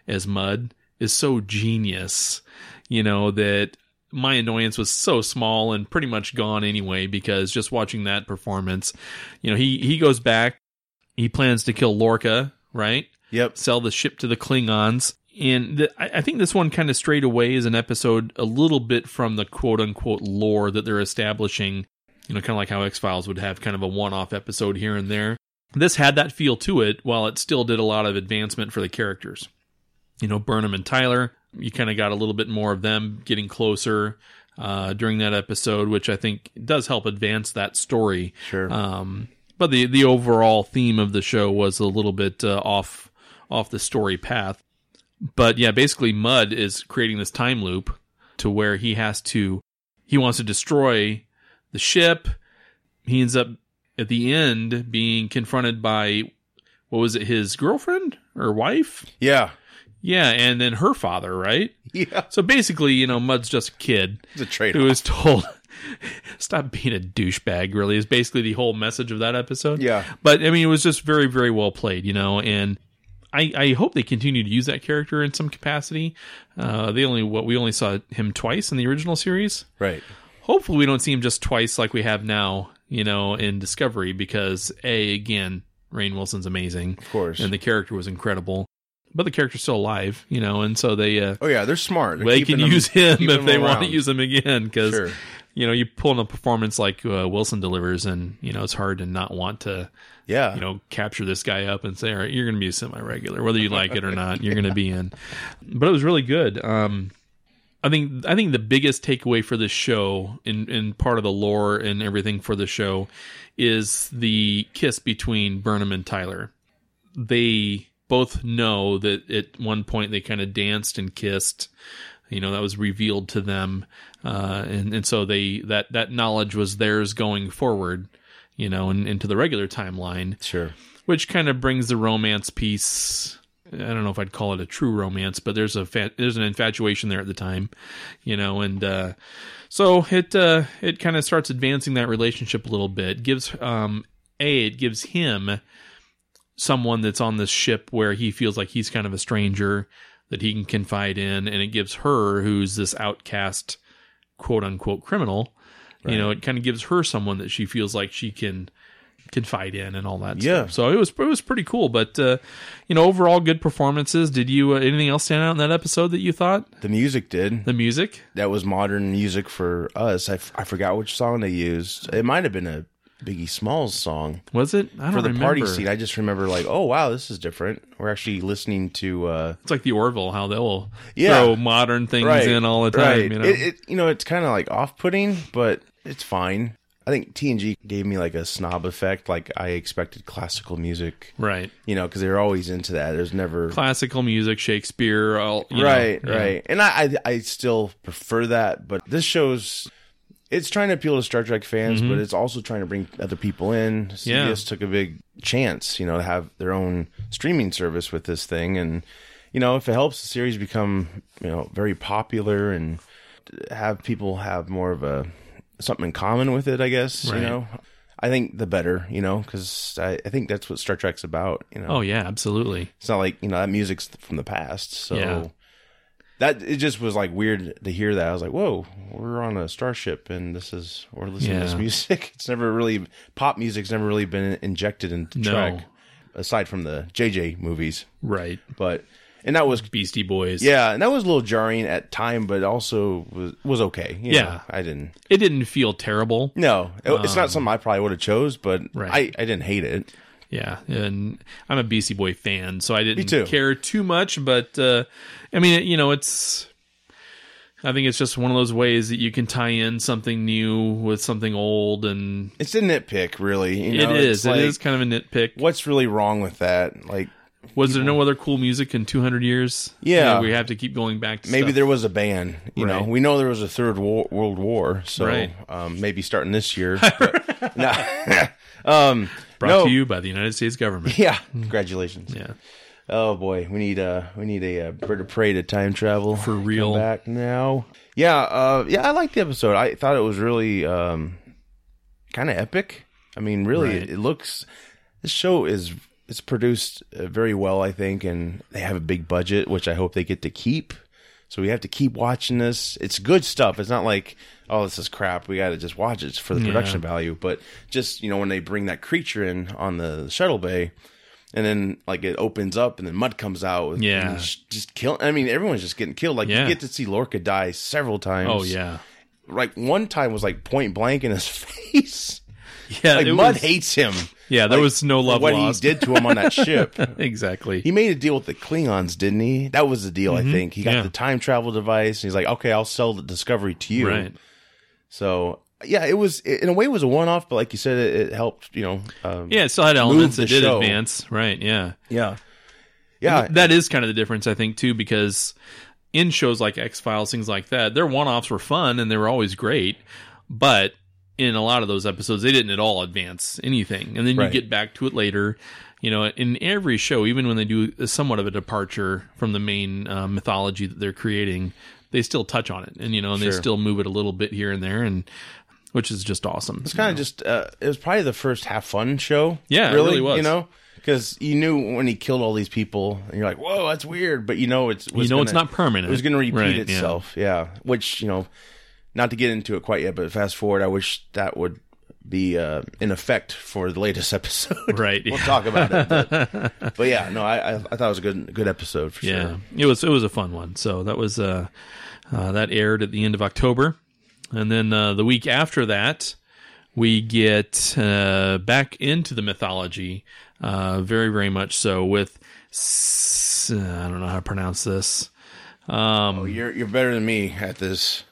Speaker 1: as Mud is so genius, you know that my annoyance was so small and pretty much gone anyway because just watching that performance, you know, he he goes back, he plans to kill Lorca, right?
Speaker 2: Yep.
Speaker 1: sell the ship to the Klingons. And the, I, I think this one kind of strayed away as an episode a little bit from the quote unquote lore that they're establishing, you know, kind of like how X Files would have kind of a one off episode here and there. This had that feel to it while it still did a lot of advancement for the characters. You know, Burnham and Tyler, you kind of got a little bit more of them getting closer uh, during that episode, which I think does help advance that story.
Speaker 2: Sure.
Speaker 1: Um, but the the overall theme of the show was a little bit uh, off off the story path. But yeah, basically, Mud is creating this time loop to where he has to he wants to destroy the ship. He ends up at the end being confronted by what was it his girlfriend or wife?
Speaker 2: yeah. [LAUGHS]
Speaker 1: Yeah, and then her father, right?
Speaker 2: Yeah.
Speaker 1: So basically, you know, Mud's just a kid
Speaker 2: It's a trade
Speaker 1: who
Speaker 2: off.
Speaker 1: was told [LAUGHS] stop being a douchebag really is basically the whole message of that episode
Speaker 2: Yeah.
Speaker 1: but i mean it was just very very well played you know and i i hope they continue to use that character in some capacity uh they only what we only saw him twice in the original series
Speaker 2: Right.
Speaker 1: hopefully we don't see him just twice like we have now you know in discovery because a again rain wilson's amazing
Speaker 2: Of course.
Speaker 1: and the character was incredible but the character's still alive you know and so they uh
Speaker 2: oh, yeah. They're smart. They're
Speaker 1: they
Speaker 2: keeping
Speaker 1: can
Speaker 2: them-
Speaker 1: use him
Speaker 2: [LAUGHS] keeping
Speaker 1: if
Speaker 2: them
Speaker 1: they want to
Speaker 2: around.
Speaker 1: use him again because
Speaker 2: Sure.
Speaker 1: you know you pull in a performance like uh, Wilson delivers, and you know it's hard to not want to
Speaker 2: Yeah.
Speaker 1: you know capture this guy up and say, all right, you're going to be a semi-regular, whether you like it or not, you're going to be in. But it was really good. Um, I think I think the biggest takeaway for this show, in in part of the lore and everything for the show, is the kiss between Burnham and Tyler. They both know that at one point they kind of danced and kissed you know that was revealed to them uh, and and so they that that knowledge was theirs going forward you know and into the regular timeline
Speaker 2: Sure.
Speaker 1: which kind of brings the romance piece I don't know if I'd call it a true romance, but there's a fa- there's an infatuation there at the time, you know, and uh, so it uh, it kind of starts advancing that relationship a little bit. Gives um, a it gives him someone that's on this ship where he feels like he's kind of a stranger that he can confide in, and it gives her who's this outcast quote unquote criminal, you know, it kind of gives her someone that she feels like she can confide in and all that
Speaker 2: Yeah.
Speaker 1: stuff. So it was it was pretty cool, but uh, you know, overall good performances. Did you uh, anything else stand out in that episode that you thought?
Speaker 2: The music did.
Speaker 1: The music?
Speaker 2: that was modern music for us. I, f- I forgot which song they used. It might have been a Biggie Smalls song
Speaker 1: Was it? I don't
Speaker 2: for the
Speaker 1: remember.
Speaker 2: party scene. I just remember like, oh wow, this is different. We're actually listening to uh,
Speaker 1: It's like the Orville, how they'll
Speaker 2: Yeah.
Speaker 1: throw modern things in all the time.
Speaker 2: Right.
Speaker 1: You know?
Speaker 2: It, it, you know, it's kind of like off-putting, but it's fine. I think TNG gave me like a snob effect. Like I expected classical music,
Speaker 1: right.
Speaker 2: you know, because they were always into that. There's never
Speaker 1: Classical music, Shakespeare, all you know,
Speaker 2: right,
Speaker 1: yeah.
Speaker 2: right. And I, I, I still prefer that, but this shows it's trying to appeal to Star Trek fans, but it's also trying to bring other people in. CBS
Speaker 1: Mm-hmm. Yeah.
Speaker 2: took a big chance, you know, to have their own streaming service with this thing, and you know, if it helps the series become, you know, very popular and have people have more of a something in common with it, I guess.
Speaker 1: Right.
Speaker 2: You know, I think the better, you know, because I, I think that's what Star Trek's about. You know,
Speaker 1: Oh yeah, absolutely.
Speaker 2: it's not like you know that music's from the past, so
Speaker 1: Yeah.
Speaker 2: that it just was like weird to hear that. I was like, whoa, we're on a starship, and this is we're listening to this
Speaker 1: Yeah.
Speaker 2: music. [LAUGHS] It's never really pop music's never really been injected into
Speaker 1: No.
Speaker 2: Trek, aside from the JJ movies,
Speaker 1: Right.
Speaker 2: but and that was
Speaker 1: Beastie Boys.
Speaker 2: yeah, and that was a little jarring at time, but also was was okay. you
Speaker 1: Yeah.
Speaker 2: know, I didn't.
Speaker 1: It didn't feel terrible.
Speaker 2: No, it- it's not something I probably would have chose, but
Speaker 1: Um, Right.
Speaker 2: I, I didn't hate it.
Speaker 1: Yeah, and I'm a Beastie Boy fan, so I didn't
Speaker 2: too.
Speaker 1: care too much. But uh, I mean, you know, it's. I think it's just one of those ways that you can tie in something new with something old, and
Speaker 2: It's a nitpick, really. You know,
Speaker 1: it
Speaker 2: It's
Speaker 1: is.
Speaker 2: like,
Speaker 1: it is kind of a nitpick.
Speaker 2: What's really wrong with that? Like
Speaker 1: Was there no other cool music in 200 years?
Speaker 2: Yeah.
Speaker 1: You know, we have to keep going back. to
Speaker 2: maybe
Speaker 1: stuff.
Speaker 2: there was a ban. You know,
Speaker 1: Right.
Speaker 2: we know there was a third war, world war, so
Speaker 1: Right.
Speaker 2: um, maybe starting this
Speaker 1: [LAUGHS]
Speaker 2: year. but- no, um,
Speaker 1: brought
Speaker 2: no.
Speaker 1: to you by the United States government.
Speaker 2: [LAUGHS] Yeah, congratulations.
Speaker 1: yeah,
Speaker 2: Oh boy, we need uh we need a uh, bird of prey to time travel for
Speaker 1: real.
Speaker 2: back now. Yeah, uh, yeah, I liked the episode. I thought it was really um, kind of epic. I mean, really,
Speaker 1: Right.
Speaker 2: it, it looks. This show is it's produced uh, very well, I think, and they have a big budget, which I hope they get to keep. So we have to keep watching this. It's good stuff. It's not like oh, this is crap. We got to just watch it for the production value. But just you know, when they bring that creature in on the shuttle bay. And then, like it opens up, and then mud comes out. and
Speaker 1: Yeah.
Speaker 2: it's just kill. I mean, everyone's just getting killed. Like you
Speaker 1: Yeah.
Speaker 2: get to see Lorca die several times.
Speaker 1: Oh yeah,
Speaker 2: Like one time was like point blank in his [LAUGHS] face.
Speaker 1: yeah.
Speaker 2: Like
Speaker 1: it
Speaker 2: Mud
Speaker 1: was-
Speaker 2: hates him.
Speaker 1: Yeah, there
Speaker 2: Like,
Speaker 1: was no
Speaker 2: for
Speaker 1: love
Speaker 2: What
Speaker 1: lost.
Speaker 2: he did to him
Speaker 1: [LAUGHS]
Speaker 2: on that ship.
Speaker 1: exactly.
Speaker 2: He made a deal with the Klingons, didn't he? That was the deal. I think he got
Speaker 1: Mm-hmm. Yeah.
Speaker 2: the time travel device. And he's like, okay, I'll sell the Discovery to you.
Speaker 1: right.
Speaker 2: So yeah, it was in a way it was a one off, but like you said, it, it helped. You know. Um,
Speaker 1: Yeah, it still had elements
Speaker 2: the
Speaker 1: that did
Speaker 2: show.
Speaker 1: advance. Right. Yeah.
Speaker 2: Yeah. Yeah.
Speaker 1: that is kind of the difference, I think, too, because in shows like X Files, things like that, their one offs were fun and they were always great, but in a lot of those episodes, they didn't at all advance anything. And then
Speaker 2: Right.
Speaker 1: you get back to it later. You know, in every show, even when they do somewhat of a departure from the main uh, mythology that they're creating, they still touch on it, and you know, and they
Speaker 2: Sure.
Speaker 1: still move it a little bit here and there, and which is just awesome.
Speaker 2: It's kind of just uh, it was probably the first half fun show.
Speaker 1: Yeah, it really was.
Speaker 2: You know, because you knew when he killed all these people, and you're like, "Whoa, that's weird," but you know it's
Speaker 1: you
Speaker 2: was
Speaker 1: know, it's
Speaker 2: gonna-
Speaker 1: not permanent.
Speaker 2: It was going to repeat
Speaker 1: Right, yeah.
Speaker 2: itself. Yeah. which you know, not to get into it quite yet, but fast forward, I wish that would be uh, in effect for the latest [LAUGHS] episode.
Speaker 1: Right.
Speaker 2: we'll talk about it. But,
Speaker 1: [LAUGHS]
Speaker 2: but yeah, no, I, I I thought it was a good good episode for
Speaker 1: Yeah,
Speaker 2: sure.
Speaker 1: it was it was a fun one. So that was uh, uh, that aired at the end of October, and then uh, the week after that, we get uh, back into the mythology, uh, very very much so with S- uh, I don't know how to pronounce this. Um,
Speaker 2: Oh, You're you're better than me at this.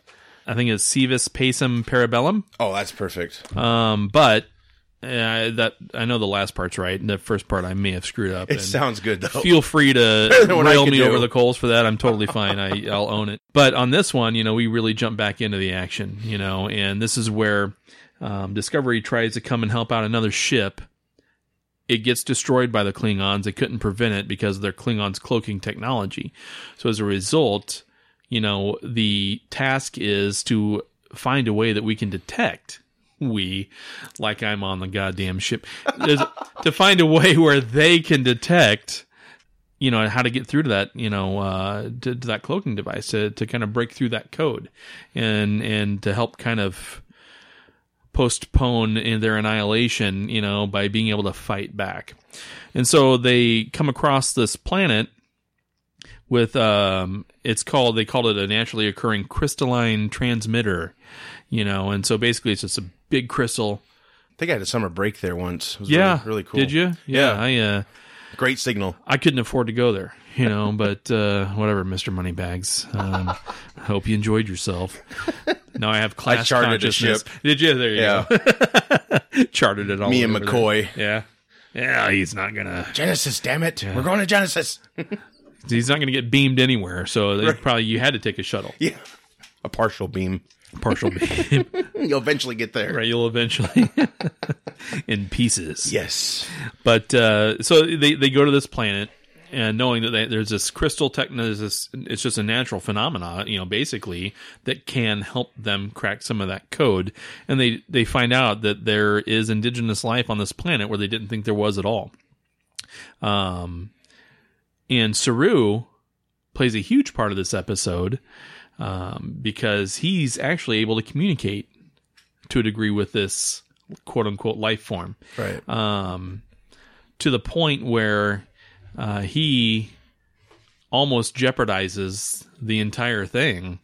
Speaker 1: I think it's Sevis Pacem Parabellum.
Speaker 2: Oh, that's perfect.
Speaker 1: Um, but uh, that I know the last part's right. and The first part I may have screwed up.
Speaker 2: It sounds good though.
Speaker 1: feel free to
Speaker 2: [LAUGHS] Better than what Oh. I
Speaker 1: rail
Speaker 2: could
Speaker 1: me
Speaker 2: do.
Speaker 1: over the coals for that. I'm totally fine. I, I'll own it. But on this one, you know, we really jump back into the action, you know, and this is where um, Discovery tries to come and help out another ship. It gets destroyed by the Klingons. They couldn't prevent it because of their Klingons cloaking technology. So as a result, you know, the task is to find a way that we can detect we like I'm on the goddamn ship There's- to find a way where they can detect you know how to get through to that you know uh, to, to that cloaking device to, to kind of break through that code and and to help kind of postpone in their annihilation you know by being able to fight back and so they come across this planet with um it's called they called it a naturally occurring crystalline transmitter you know and so basically it's just a big crystal
Speaker 2: I think I had a summer break there once. It was
Speaker 1: yeah
Speaker 2: really, really cool.
Speaker 1: did you
Speaker 2: Yeah.
Speaker 1: i uh
Speaker 2: Great signal.
Speaker 1: I couldn't afford to go there, you know, [LAUGHS] but uh, whatever, Mr. Moneybags. Um, [LAUGHS] I hope you enjoyed yourself. Now I have class
Speaker 2: chartered a
Speaker 1: consciousness.
Speaker 2: ship.
Speaker 1: Did you? There you
Speaker 2: Yeah.
Speaker 1: go. Chartered it all.
Speaker 2: [LAUGHS] Me and
Speaker 1: over
Speaker 2: McCoy.
Speaker 1: there. Yeah. Yeah, he's not gonna.
Speaker 2: Genesis, damn it. We're going to Genesis. [LAUGHS]
Speaker 1: He's not gonna get beamed anywhere. So they probably you had to take a shuttle,
Speaker 2: Yeah. A partial beam.
Speaker 1: partial beam.
Speaker 2: [LAUGHS] You'll eventually get there.
Speaker 1: right, you'll eventually [LAUGHS] in pieces.
Speaker 2: Yes.
Speaker 1: But uh, so they they go to this planet and knowing that they, there's this crystal tech, there's this, it's just a natural phenomena, you know, basically that can help them crack some of that code. And they, they find out that there is indigenous life on this planet where they didn't think there was at all. Um, and Saru plays a huge part of this episode um, because he's actually able to communicate to a degree with this quote unquote life form
Speaker 2: Right.
Speaker 1: um, to the point where uh, he almost jeopardizes the entire thing,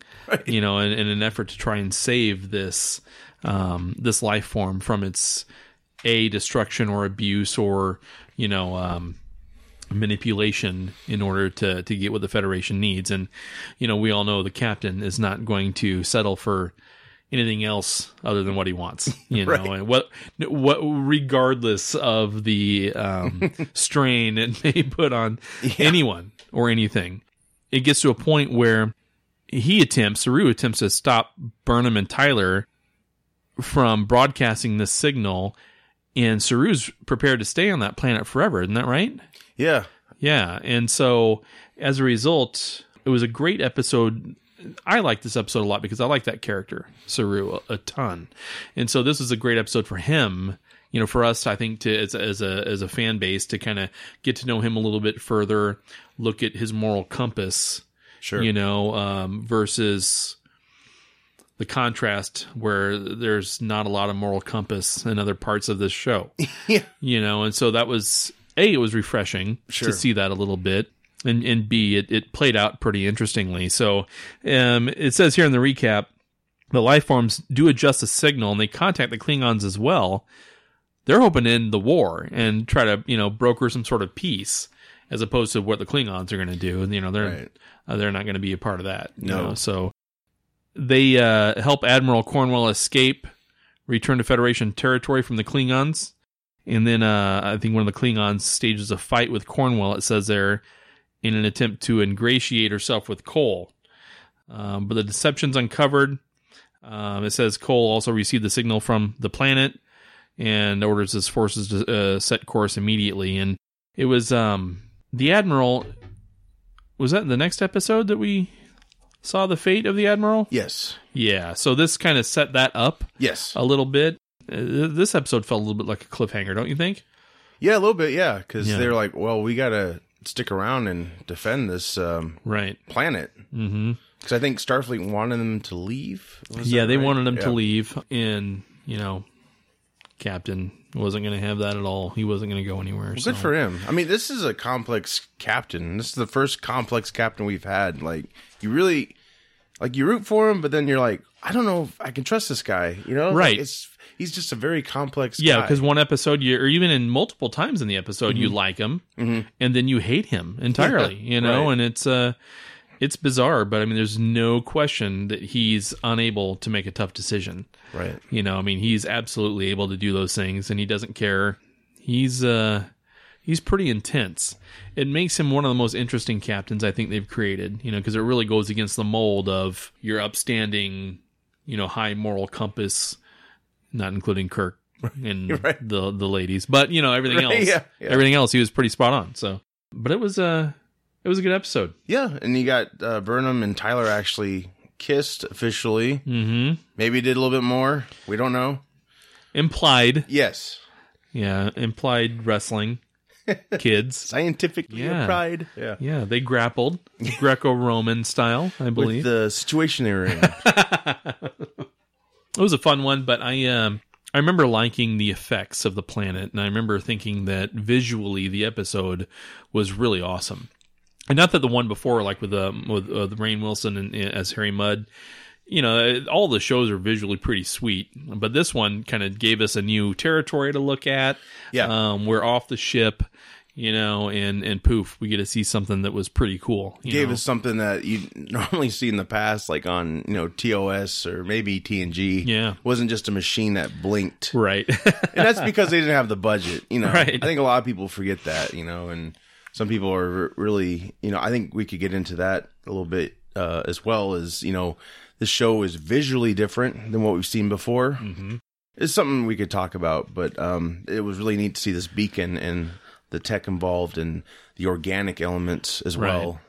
Speaker 1: you know, in, in an effort to try and save this um, this life form from its a destruction or abuse or you know um, manipulation in order to to get what the Federation needs. And you know, we all know the captain is not going to settle for anything else other than what he wants. You know, and what what regardless of the um, strain it may put on anyone or anything, it gets to a point where he attempts, Saru attempts to stop Burnham and Tyler from broadcasting this signal. And Saru's prepared to stay on that planet forever, isn't that right?
Speaker 2: yeah.
Speaker 1: Yeah, and so as a result, it was a great episode. I like this episode a lot because I like that character Saru a, a ton, and so this was a great episode for him. You know, for us, I think to as, as a as a fan base to kind of get to know him a little bit further, look at his moral compass,
Speaker 2: Sure.
Speaker 1: you know, um, versus the contrast where there's not a lot of moral compass in other parts of this show.
Speaker 2: [LAUGHS] Yeah.
Speaker 1: You know, and so that was A, it was refreshing
Speaker 2: Sure.
Speaker 1: to see that a little bit. And and B, it, it played out pretty interestingly. So um it says here in the recap, the life forms do adjust the signal and they contact the Klingons as well. They're hoping to end the war and try to, you know, broker some sort of peace as opposed to what the Klingons are going to do. And, you know, they're
Speaker 2: Right.
Speaker 1: uh, they're not going to be a part of that. you
Speaker 2: No.
Speaker 1: know, So they uh, help Admiral Cornwell escape, return to Federation territory from the Klingons. And then uh, I think one of the Klingons stages a fight with Cornwell, it says there, in an attempt to ingratiate herself with Cole. Um, but the deception's uncovered. Um, it says Cole also received the signal from the planet and orders his forces to uh, set course immediately. And it was um, the Admiral. Was that the next episode that we saw the fate of the Admiral?
Speaker 2: Yes.
Speaker 1: Yeah. So this kind of set that up
Speaker 2: Yes.
Speaker 1: a little bit. Uh, this episode felt a little bit like a cliffhanger, don't you think?
Speaker 2: Yeah, a little bit. Yeah, because
Speaker 1: Yeah.
Speaker 2: they're like, well, we gotta stick around and defend this um,
Speaker 1: Right.
Speaker 2: planet.
Speaker 1: Mm-hmm.
Speaker 2: Because I think Starfleet wanted them to leave. Was
Speaker 1: yeah,
Speaker 2: that
Speaker 1: they
Speaker 2: right?
Speaker 1: wanted him
Speaker 2: Yeah.
Speaker 1: to leave, and you know, Captain wasn't going to have that at all. He wasn't going to go anywhere.
Speaker 2: Well,
Speaker 1: so.
Speaker 2: Good for him. I mean, this is a complex captain. This is the first complex captain we've had. Like, you really, like, you root for him, but then you're like, I don't know if I can trust this guy. You know, Like,
Speaker 1: Right.
Speaker 2: it's he's just a very complex.
Speaker 1: Yeah,
Speaker 2: guy. Mm-hmm.
Speaker 1: because one episode, you, or even in multiple times in the episode, you like him, and then you hate him entirely. you know,
Speaker 2: right.
Speaker 1: and it's uh, it's bizarre, but I mean, there's no question that he's unable to make a tough decision.
Speaker 2: right.
Speaker 1: You know, I mean, he's absolutely able to do those things, and he doesn't care. He's uh, he's pretty intense. It makes him one of the most interesting captains I think they've created. You know, because it really goes against the mold of your upstanding, you know, high moral compass, not including
Speaker 2: [LAUGHS]
Speaker 1: Kirk and
Speaker 2: Right.
Speaker 1: the the ladies, but you know everything
Speaker 2: Right,
Speaker 1: else.
Speaker 2: [LAUGHS] yeah, yeah.
Speaker 1: Everything else, he was pretty spot on. So, but it was uh, it was a good episode.
Speaker 2: Yeah, and you got uh, Burnham and Tyler actually kissed officially.
Speaker 1: Mm-hmm.
Speaker 2: Maybe did a little bit more. We don't know.
Speaker 1: Implied,
Speaker 2: Yes,
Speaker 1: yeah, implied
Speaker 2: [LAUGHS]
Speaker 1: wrestling, kids.
Speaker 2: scientifically
Speaker 1: Yeah.
Speaker 2: applied. Yeah.
Speaker 1: Yeah, they
Speaker 2: [LAUGHS]
Speaker 1: grappled Greco-Roman style, I
Speaker 2: With
Speaker 1: believe.
Speaker 2: the situation they were in.
Speaker 1: it was a fun one, but I um I remember liking the effects of the planet, and I remember thinking that visually the episode was really awesome. And not that the one before, like with um, with uh, the Rain Wilson and, and as Harry Mudd, you know, uh, all the shows are visually pretty sweet. But this one kind of gave us a new territory to look at.
Speaker 2: Yeah.
Speaker 1: um, we're off the ship, you know, and and poof, we get to see something that was pretty cool. you
Speaker 2: Gave
Speaker 1: know?
Speaker 2: us something that you [LAUGHS] normally see in the past, like on you know TOS or maybe TNG.
Speaker 1: Yeah.
Speaker 2: wasn't just a machine that blinked,
Speaker 1: right. [LAUGHS]
Speaker 2: and that's because they didn't have the budget. You know,
Speaker 1: Right.
Speaker 2: I think a lot of people forget that. You know, and some people are r- really, you know, I think we could get into that a little bit uh, as well as you know, the show is visually different than what we've seen before.
Speaker 1: Mm-hmm.
Speaker 2: It's something we could talk about, but um, it was really neat to see this beacon and the tech involved and the organic elements as well.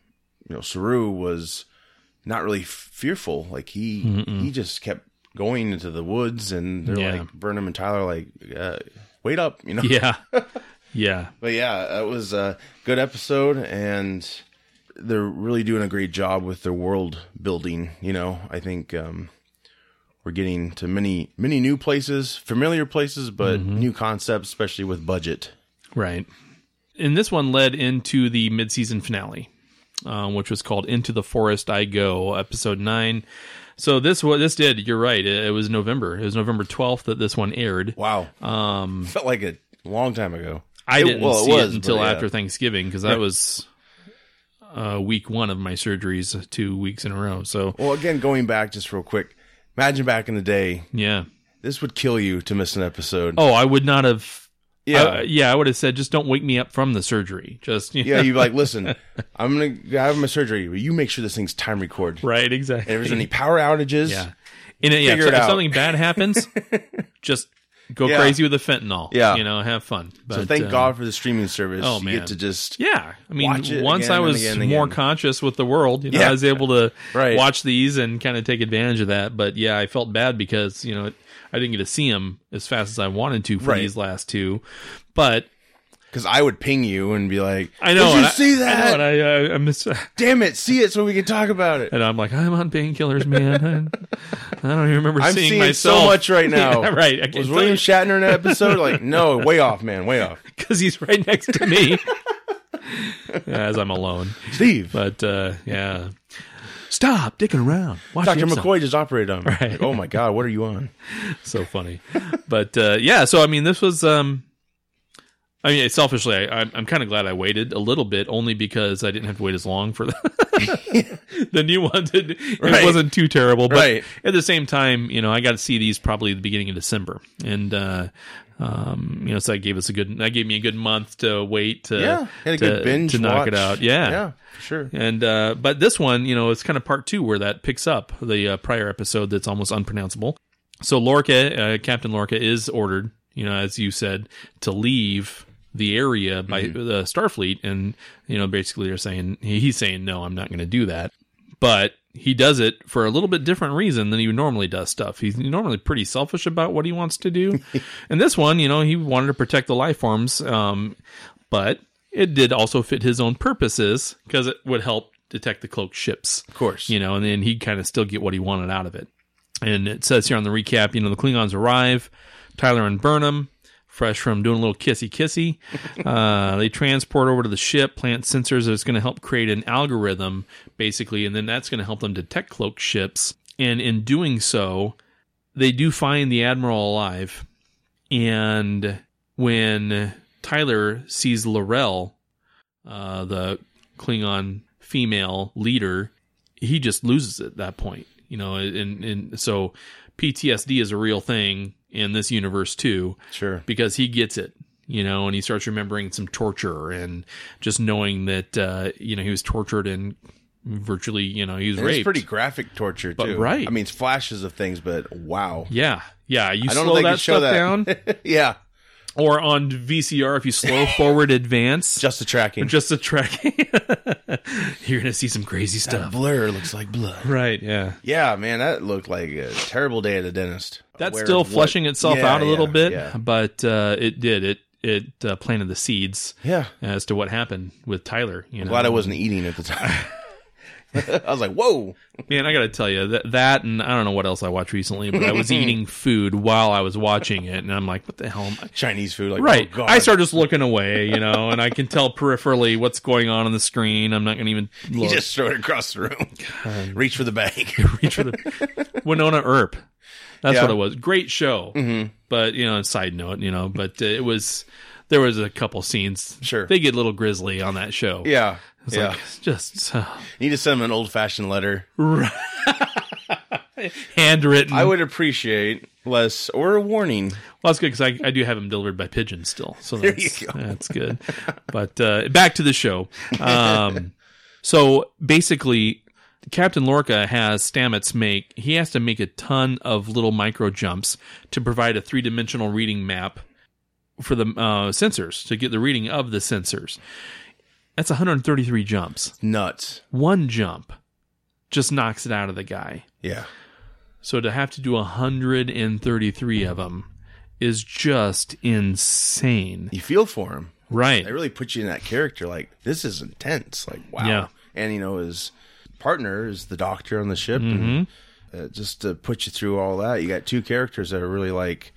Speaker 2: You know, Saru was not really fearful. Like he he just kept going into the woods, and they're
Speaker 1: Yeah.
Speaker 2: like Burnham and Tyler, are like uh, wait up, you know.
Speaker 1: Yeah. yeah.
Speaker 2: But yeah, that was a good episode, and they're really doing a great job with their world building. You know, I think um, we're getting to many many new places, familiar places, but
Speaker 1: Mm-hmm.
Speaker 2: new concepts, especially with budget.
Speaker 1: Right. And this one led into the mid-season finale, um, which was called "Into the Forest I Go," episode nine. So this what this did. You're right. It, it was November. It was November 12th that this one aired.
Speaker 2: Wow, um, [LAUGHS] felt like a long time ago.
Speaker 1: I
Speaker 2: It-
Speaker 1: didn't
Speaker 2: well, it
Speaker 1: see
Speaker 2: was,
Speaker 1: it until
Speaker 2: but yeah.
Speaker 1: after Thanksgiving because that was uh, week one of my surgeries, two weeks in a row. So
Speaker 2: Well, again, going back just real quick, imagine back in the day,
Speaker 1: yeah.
Speaker 2: this would kill you to miss an episode.
Speaker 1: Oh, I would not have.
Speaker 2: yeah,
Speaker 1: I- yeah, I would have said just don't wake me up from the surgery. Just [LAUGHS]
Speaker 2: yeah. You'd be like, listen, I'm gonna go have my surgery, but you make sure this thing's time record.
Speaker 1: right, exactly.
Speaker 2: And if there's any power outages,
Speaker 1: Yeah. And uh, yeah,
Speaker 2: Figure
Speaker 1: if,
Speaker 2: it
Speaker 1: if
Speaker 2: out.
Speaker 1: something bad
Speaker 2: [LAUGHS]
Speaker 1: happens, just go
Speaker 2: Yeah.
Speaker 1: crazy with the fentanyl.
Speaker 2: Yeah.
Speaker 1: You know, have fun. But,
Speaker 2: So thank
Speaker 1: uh,
Speaker 2: God for the streaming service.
Speaker 1: oh,
Speaker 2: you
Speaker 1: man.
Speaker 2: get to just
Speaker 1: Yeah. I mean,
Speaker 2: Watch it
Speaker 1: once
Speaker 2: again
Speaker 1: I
Speaker 2: and
Speaker 1: was
Speaker 2: again and
Speaker 1: more
Speaker 2: again.
Speaker 1: conscious with the world, you know,
Speaker 2: Yeah.
Speaker 1: I was able to
Speaker 2: Right.
Speaker 1: watch these and kind of take advantage of that. But yeah, I felt bad because, you know, it, I didn't get to see them as fast as I wanted to for
Speaker 2: Right.
Speaker 1: these last two. But
Speaker 2: because I would ping you and be like,
Speaker 1: I know.
Speaker 2: Did
Speaker 1: and
Speaker 2: you
Speaker 1: I-
Speaker 2: see
Speaker 1: I know,
Speaker 2: that?
Speaker 1: and I, I, I miss, [LAUGHS]
Speaker 2: Damn it, see it so we can talk about it.
Speaker 1: and I'm like, I'm on painkillers, man. I, I don't even remember
Speaker 2: I'm
Speaker 1: seeing,
Speaker 2: seeing,
Speaker 1: myself.
Speaker 2: so much right
Speaker 1: [LAUGHS]
Speaker 2: now.
Speaker 1: Yeah, right. I
Speaker 2: Was
Speaker 1: can't
Speaker 2: William Shatner in an episode? Like, no, way off, man,
Speaker 1: [LAUGHS]
Speaker 2: way off.
Speaker 1: because he's right next to me [LAUGHS] as I'm alone.
Speaker 2: Steve,
Speaker 1: But uh, yeah, stop dicking around. Watch
Speaker 2: Doctor
Speaker 1: Ipsum.
Speaker 2: McCoy just operated on me. Like, oh my God, what are you on?
Speaker 1: So funny. But uh, yeah, so I mean, this was. Um, I mean, selfishly, I, I'm, I'm kind of glad I waited a little bit, only because I didn't have to wait as long for [LAUGHS] the, the new ones. It, it
Speaker 2: Right.
Speaker 1: wasn't too terrible, but
Speaker 2: Right.
Speaker 1: at the same time, you know, I got to see these probably the beginning of December, and uh, um, you know, so that gave us a good, that gave me a good month to wait [LAUGHS] to
Speaker 2: Yeah, had
Speaker 1: to,
Speaker 2: a good binge
Speaker 1: to knock
Speaker 2: watch.
Speaker 1: it out. Yeah,
Speaker 2: yeah, for sure.
Speaker 1: and uh, but this one, you know, it's kind of part two where that picks up the uh, prior episode that's almost unpronounceable. So Lorca, uh, Captain Lorca, is ordered, you know, as you said, to leave the area by the Starfleet, and you know, basically they're saying he- he's saying no, I'm not going to do that, but he does it for a little bit different reason than he normally does stuff. He's normally pretty selfish about what he wants to do, and this one, you know, he wanted to protect the life forms. Um, but it did also fit his own purposes because it would help detect the cloaked ships,
Speaker 2: Of course.
Speaker 1: you know, and then he'd kind of still get what he wanted out of it. And it says here on the recap, you know, the Klingons arrive, Tyler and Burnham, fresh from doing a little kissy kissy. uh, they transport over to the ship, plant sensors that's going to help create an algorithm, basically, and then that's going to help them detect cloaked ships. And in doing so, they do find the Admiral alive. And when Tyler sees Laurel, uh, the Klingon female leader, he just loses it at that point. You know, and, and so PTSD is a real thing in this universe too,
Speaker 2: Sure.
Speaker 1: because he gets it, you know, and he starts remembering some torture and just knowing that, uh, you know, he was tortured and virtually, you know, he was
Speaker 2: And
Speaker 1: raped.
Speaker 2: It's pretty graphic torture too.
Speaker 1: right.
Speaker 2: I mean, it's flashes of things, but wow. [LAUGHS]
Speaker 1: yeah. Yeah. You
Speaker 2: I
Speaker 1: slow
Speaker 2: don't know if they
Speaker 1: that
Speaker 2: can show
Speaker 1: stuff
Speaker 2: that. [LAUGHS]
Speaker 1: down
Speaker 2: yeah,
Speaker 1: or on VCR, if you slow forward advance,
Speaker 2: [LAUGHS] just the tracking.
Speaker 1: just the tracking, [LAUGHS] you're going to see some crazy stuff.
Speaker 2: blur looks like blood.
Speaker 1: Right. Yeah.
Speaker 2: Yeah, man, that looked like a terrible day at the dentist.
Speaker 1: that's
Speaker 2: Aware
Speaker 1: still
Speaker 2: of what-
Speaker 1: flushing itself
Speaker 2: Yeah,
Speaker 1: out a little
Speaker 2: yeah,
Speaker 1: bit,
Speaker 2: Yeah.
Speaker 1: but uh, it did it it uh, planted the seeds
Speaker 2: yeah.
Speaker 1: as to what happened with Tyler. You know,
Speaker 2: Glad I wasn't eating at the time. [LAUGHS] I was like, whoa.
Speaker 1: man, I got to tell you that that and I don't know what else I watched recently, but I
Speaker 2: [LAUGHS]
Speaker 1: was eating food while I was watching it, and I'm like, what the hell? Am I?
Speaker 2: Chinese food. Like,
Speaker 1: Right.
Speaker 2: oh, God.
Speaker 1: I start just looking away, you know, and I can tell peripherally what's going on on the screen. I'm not going to
Speaker 2: [LAUGHS]
Speaker 1: even
Speaker 2: He
Speaker 1: look.
Speaker 2: just threw it across the room. Reach for the bag.
Speaker 1: [LAUGHS]
Speaker 2: [LAUGHS]
Speaker 1: reach for the [LAUGHS] Winona Earp. That's
Speaker 2: Yeah. Mm-hmm.
Speaker 1: what it was. Great show, but you know, side note, you know, but uh, it was there was a couple scenes.
Speaker 2: Sure.
Speaker 1: they get a little grisly on that show.
Speaker 2: yeah.
Speaker 1: it's
Speaker 2: yeah.
Speaker 1: like it's just uh,
Speaker 2: Need to send him an old fashioned letter.
Speaker 1: Mm-hmm. handwritten.
Speaker 2: I would appreciate less or a warning.
Speaker 1: Well, that's good because I, I do have them delivered by pigeon still, so
Speaker 2: There
Speaker 1: that's,
Speaker 2: you go.
Speaker 1: that's good. But uh, back to the show. Um, [LAUGHS] so basically, Captain Lorca has Stamets make he has to make a ton of little micro jumps to provide a three dimensional reading map for the uh, sensors to get the reading of the sensors. That's 133 jumps.
Speaker 2: Nuts.
Speaker 1: One jump just knocks it out of the guy.
Speaker 2: Yeah.
Speaker 1: So to have to do 133 of them is just insane.
Speaker 2: You feel for him.
Speaker 1: Right.
Speaker 2: They really put you in that character. Like this is intense. Like wow.
Speaker 1: Yeah.
Speaker 2: And you know his partner is the doctor on the ship,
Speaker 1: Mm-hmm.
Speaker 2: and uh, just to put you through all that, you got two characters that are really like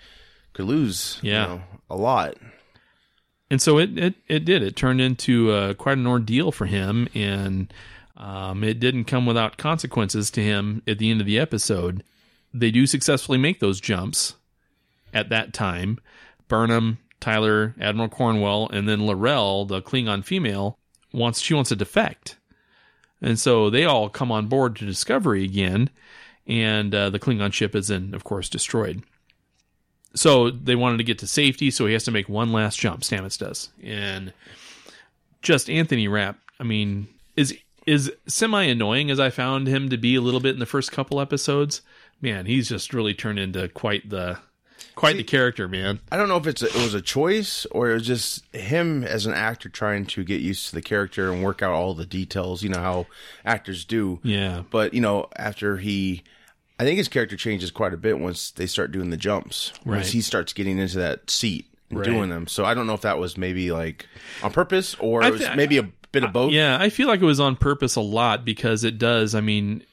Speaker 2: could lose.
Speaker 1: Yeah.
Speaker 2: You know, a lot.
Speaker 1: and so it, it it did it turned into uh, quite an ordeal for him and um, it didn't come without consequences to him at the end of the episode they do successfully make those jumps at that time burnham tyler admiral cornwell and then laurel the klingon female wants she wants to defect and so they all come on board to discovery again and uh, the klingon ship is then of course destroyed so they wanted to get to safety, so he has to make one last jump. Stamets does, and just Anthony Rapp. I mean, is is semi annoying as I found him to be a little bit in the first couple episodes. Man, he's just really turned into quite the quite the character, man.
Speaker 2: I don't know if it's a, it was a choice or it was just him as an actor trying to get used to the character and work out all the details. You know how actors do.
Speaker 1: Yeah,
Speaker 2: But you know, after he, I think his character changes quite a bit once they start doing the jumps. Once
Speaker 1: Right.
Speaker 2: he starts getting into that seat and
Speaker 1: Right.
Speaker 2: doing them. So I don't know if that was maybe like on purpose or
Speaker 1: I
Speaker 2: it was
Speaker 1: thi-
Speaker 2: maybe a bit of both.
Speaker 1: yeah. I feel like it was on purpose a lot because it does. I mean,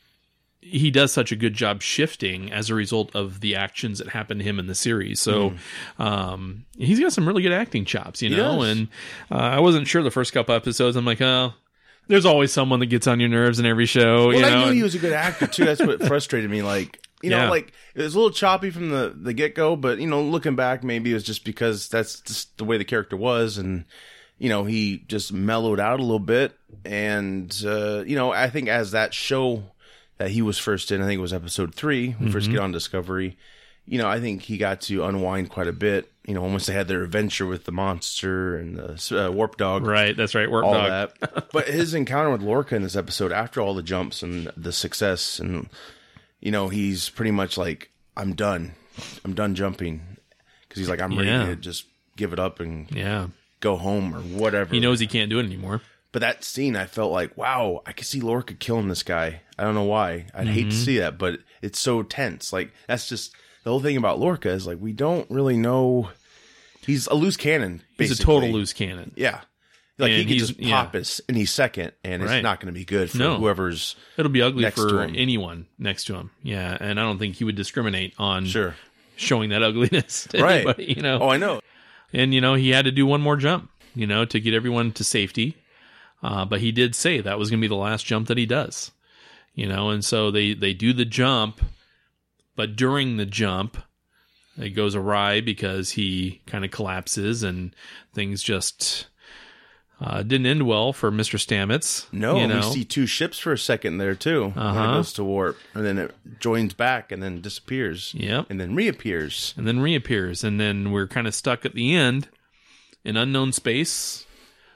Speaker 1: he does such a good job shifting as a result of the actions that happened to him in the series. So um, he's got some really good acting chops, you know.
Speaker 2: Hmm. does.
Speaker 1: And uh, I wasn't sure the first couple episodes. I'm like, oh, there's always someone that gets on your nerves in every show,
Speaker 2: Well,
Speaker 1: you
Speaker 2: I
Speaker 1: know.
Speaker 2: knew
Speaker 1: and-
Speaker 2: he was a good actor too. That's what frustrated me. Like you
Speaker 1: Yeah.
Speaker 2: know, like it was a little choppy from the the get go, but you know, looking back, maybe it was just because that's just the way the character was, and you know, he just mellowed out a little bit. And uh, you know, I think as that show that he was first in, I think it was episode three, we first
Speaker 1: Mm-hmm.
Speaker 2: get on Discovery. You know, I think he got to unwind quite a bit. You know, once they had their adventure with the monster and the uh, warp dog,
Speaker 1: right, that's right. Warp
Speaker 2: all
Speaker 1: dog.
Speaker 2: that. [LAUGHS] But his encounter with Lorca in this episode, after all the jumps and the success, and you know, he's pretty much like, "I'm done. I'm done jumping," because he's like, "I'm ready
Speaker 1: Yeah.
Speaker 2: to just give it up and
Speaker 1: Yeah,
Speaker 2: go home or whatever."
Speaker 1: he knows he can't do it anymore.
Speaker 2: But that scene, I felt like, "Wow, I could see Lorca killing this guy." I don't know why. I'd hate
Speaker 1: Mm-hmm.
Speaker 2: to see that, but it's so tense. Like that's just the whole thing about Lorca is like we don't really know. He's a loose cannon. Basically.
Speaker 1: He's a total loose cannon.
Speaker 2: Yeah. Like
Speaker 1: And
Speaker 2: he can
Speaker 1: he's-
Speaker 2: just pop
Speaker 1: yeah.
Speaker 2: his any second and it's
Speaker 1: Right.
Speaker 2: not going to be good for
Speaker 1: No.
Speaker 2: whoever's
Speaker 1: It'll be ugly
Speaker 2: Next
Speaker 1: for
Speaker 2: to him.
Speaker 1: anyone next to him. Yeah, and I don't think he would discriminate on
Speaker 2: sure.
Speaker 1: showing that ugliness to
Speaker 2: Right.
Speaker 1: anybody, you know.
Speaker 2: Oh, I know.
Speaker 1: And you know, he had to do one more jump, you know, to get everyone to safety. Uh, but he did say that was going to be the last jump that he does, you know. And so they they do the jump, but during the jump, it goes awry because he kind of collapses and things just uh, didn't end well for Mister Stamets.
Speaker 2: No,
Speaker 1: you
Speaker 2: and
Speaker 1: know?
Speaker 2: we see two ships for a second there too. When
Speaker 1: Uh-huh.
Speaker 2: it goes to warp and then it joins back and then disappears
Speaker 1: yep.
Speaker 2: and then reappears.
Speaker 1: and then reappears and then we're kind of stuck at the end in unknown space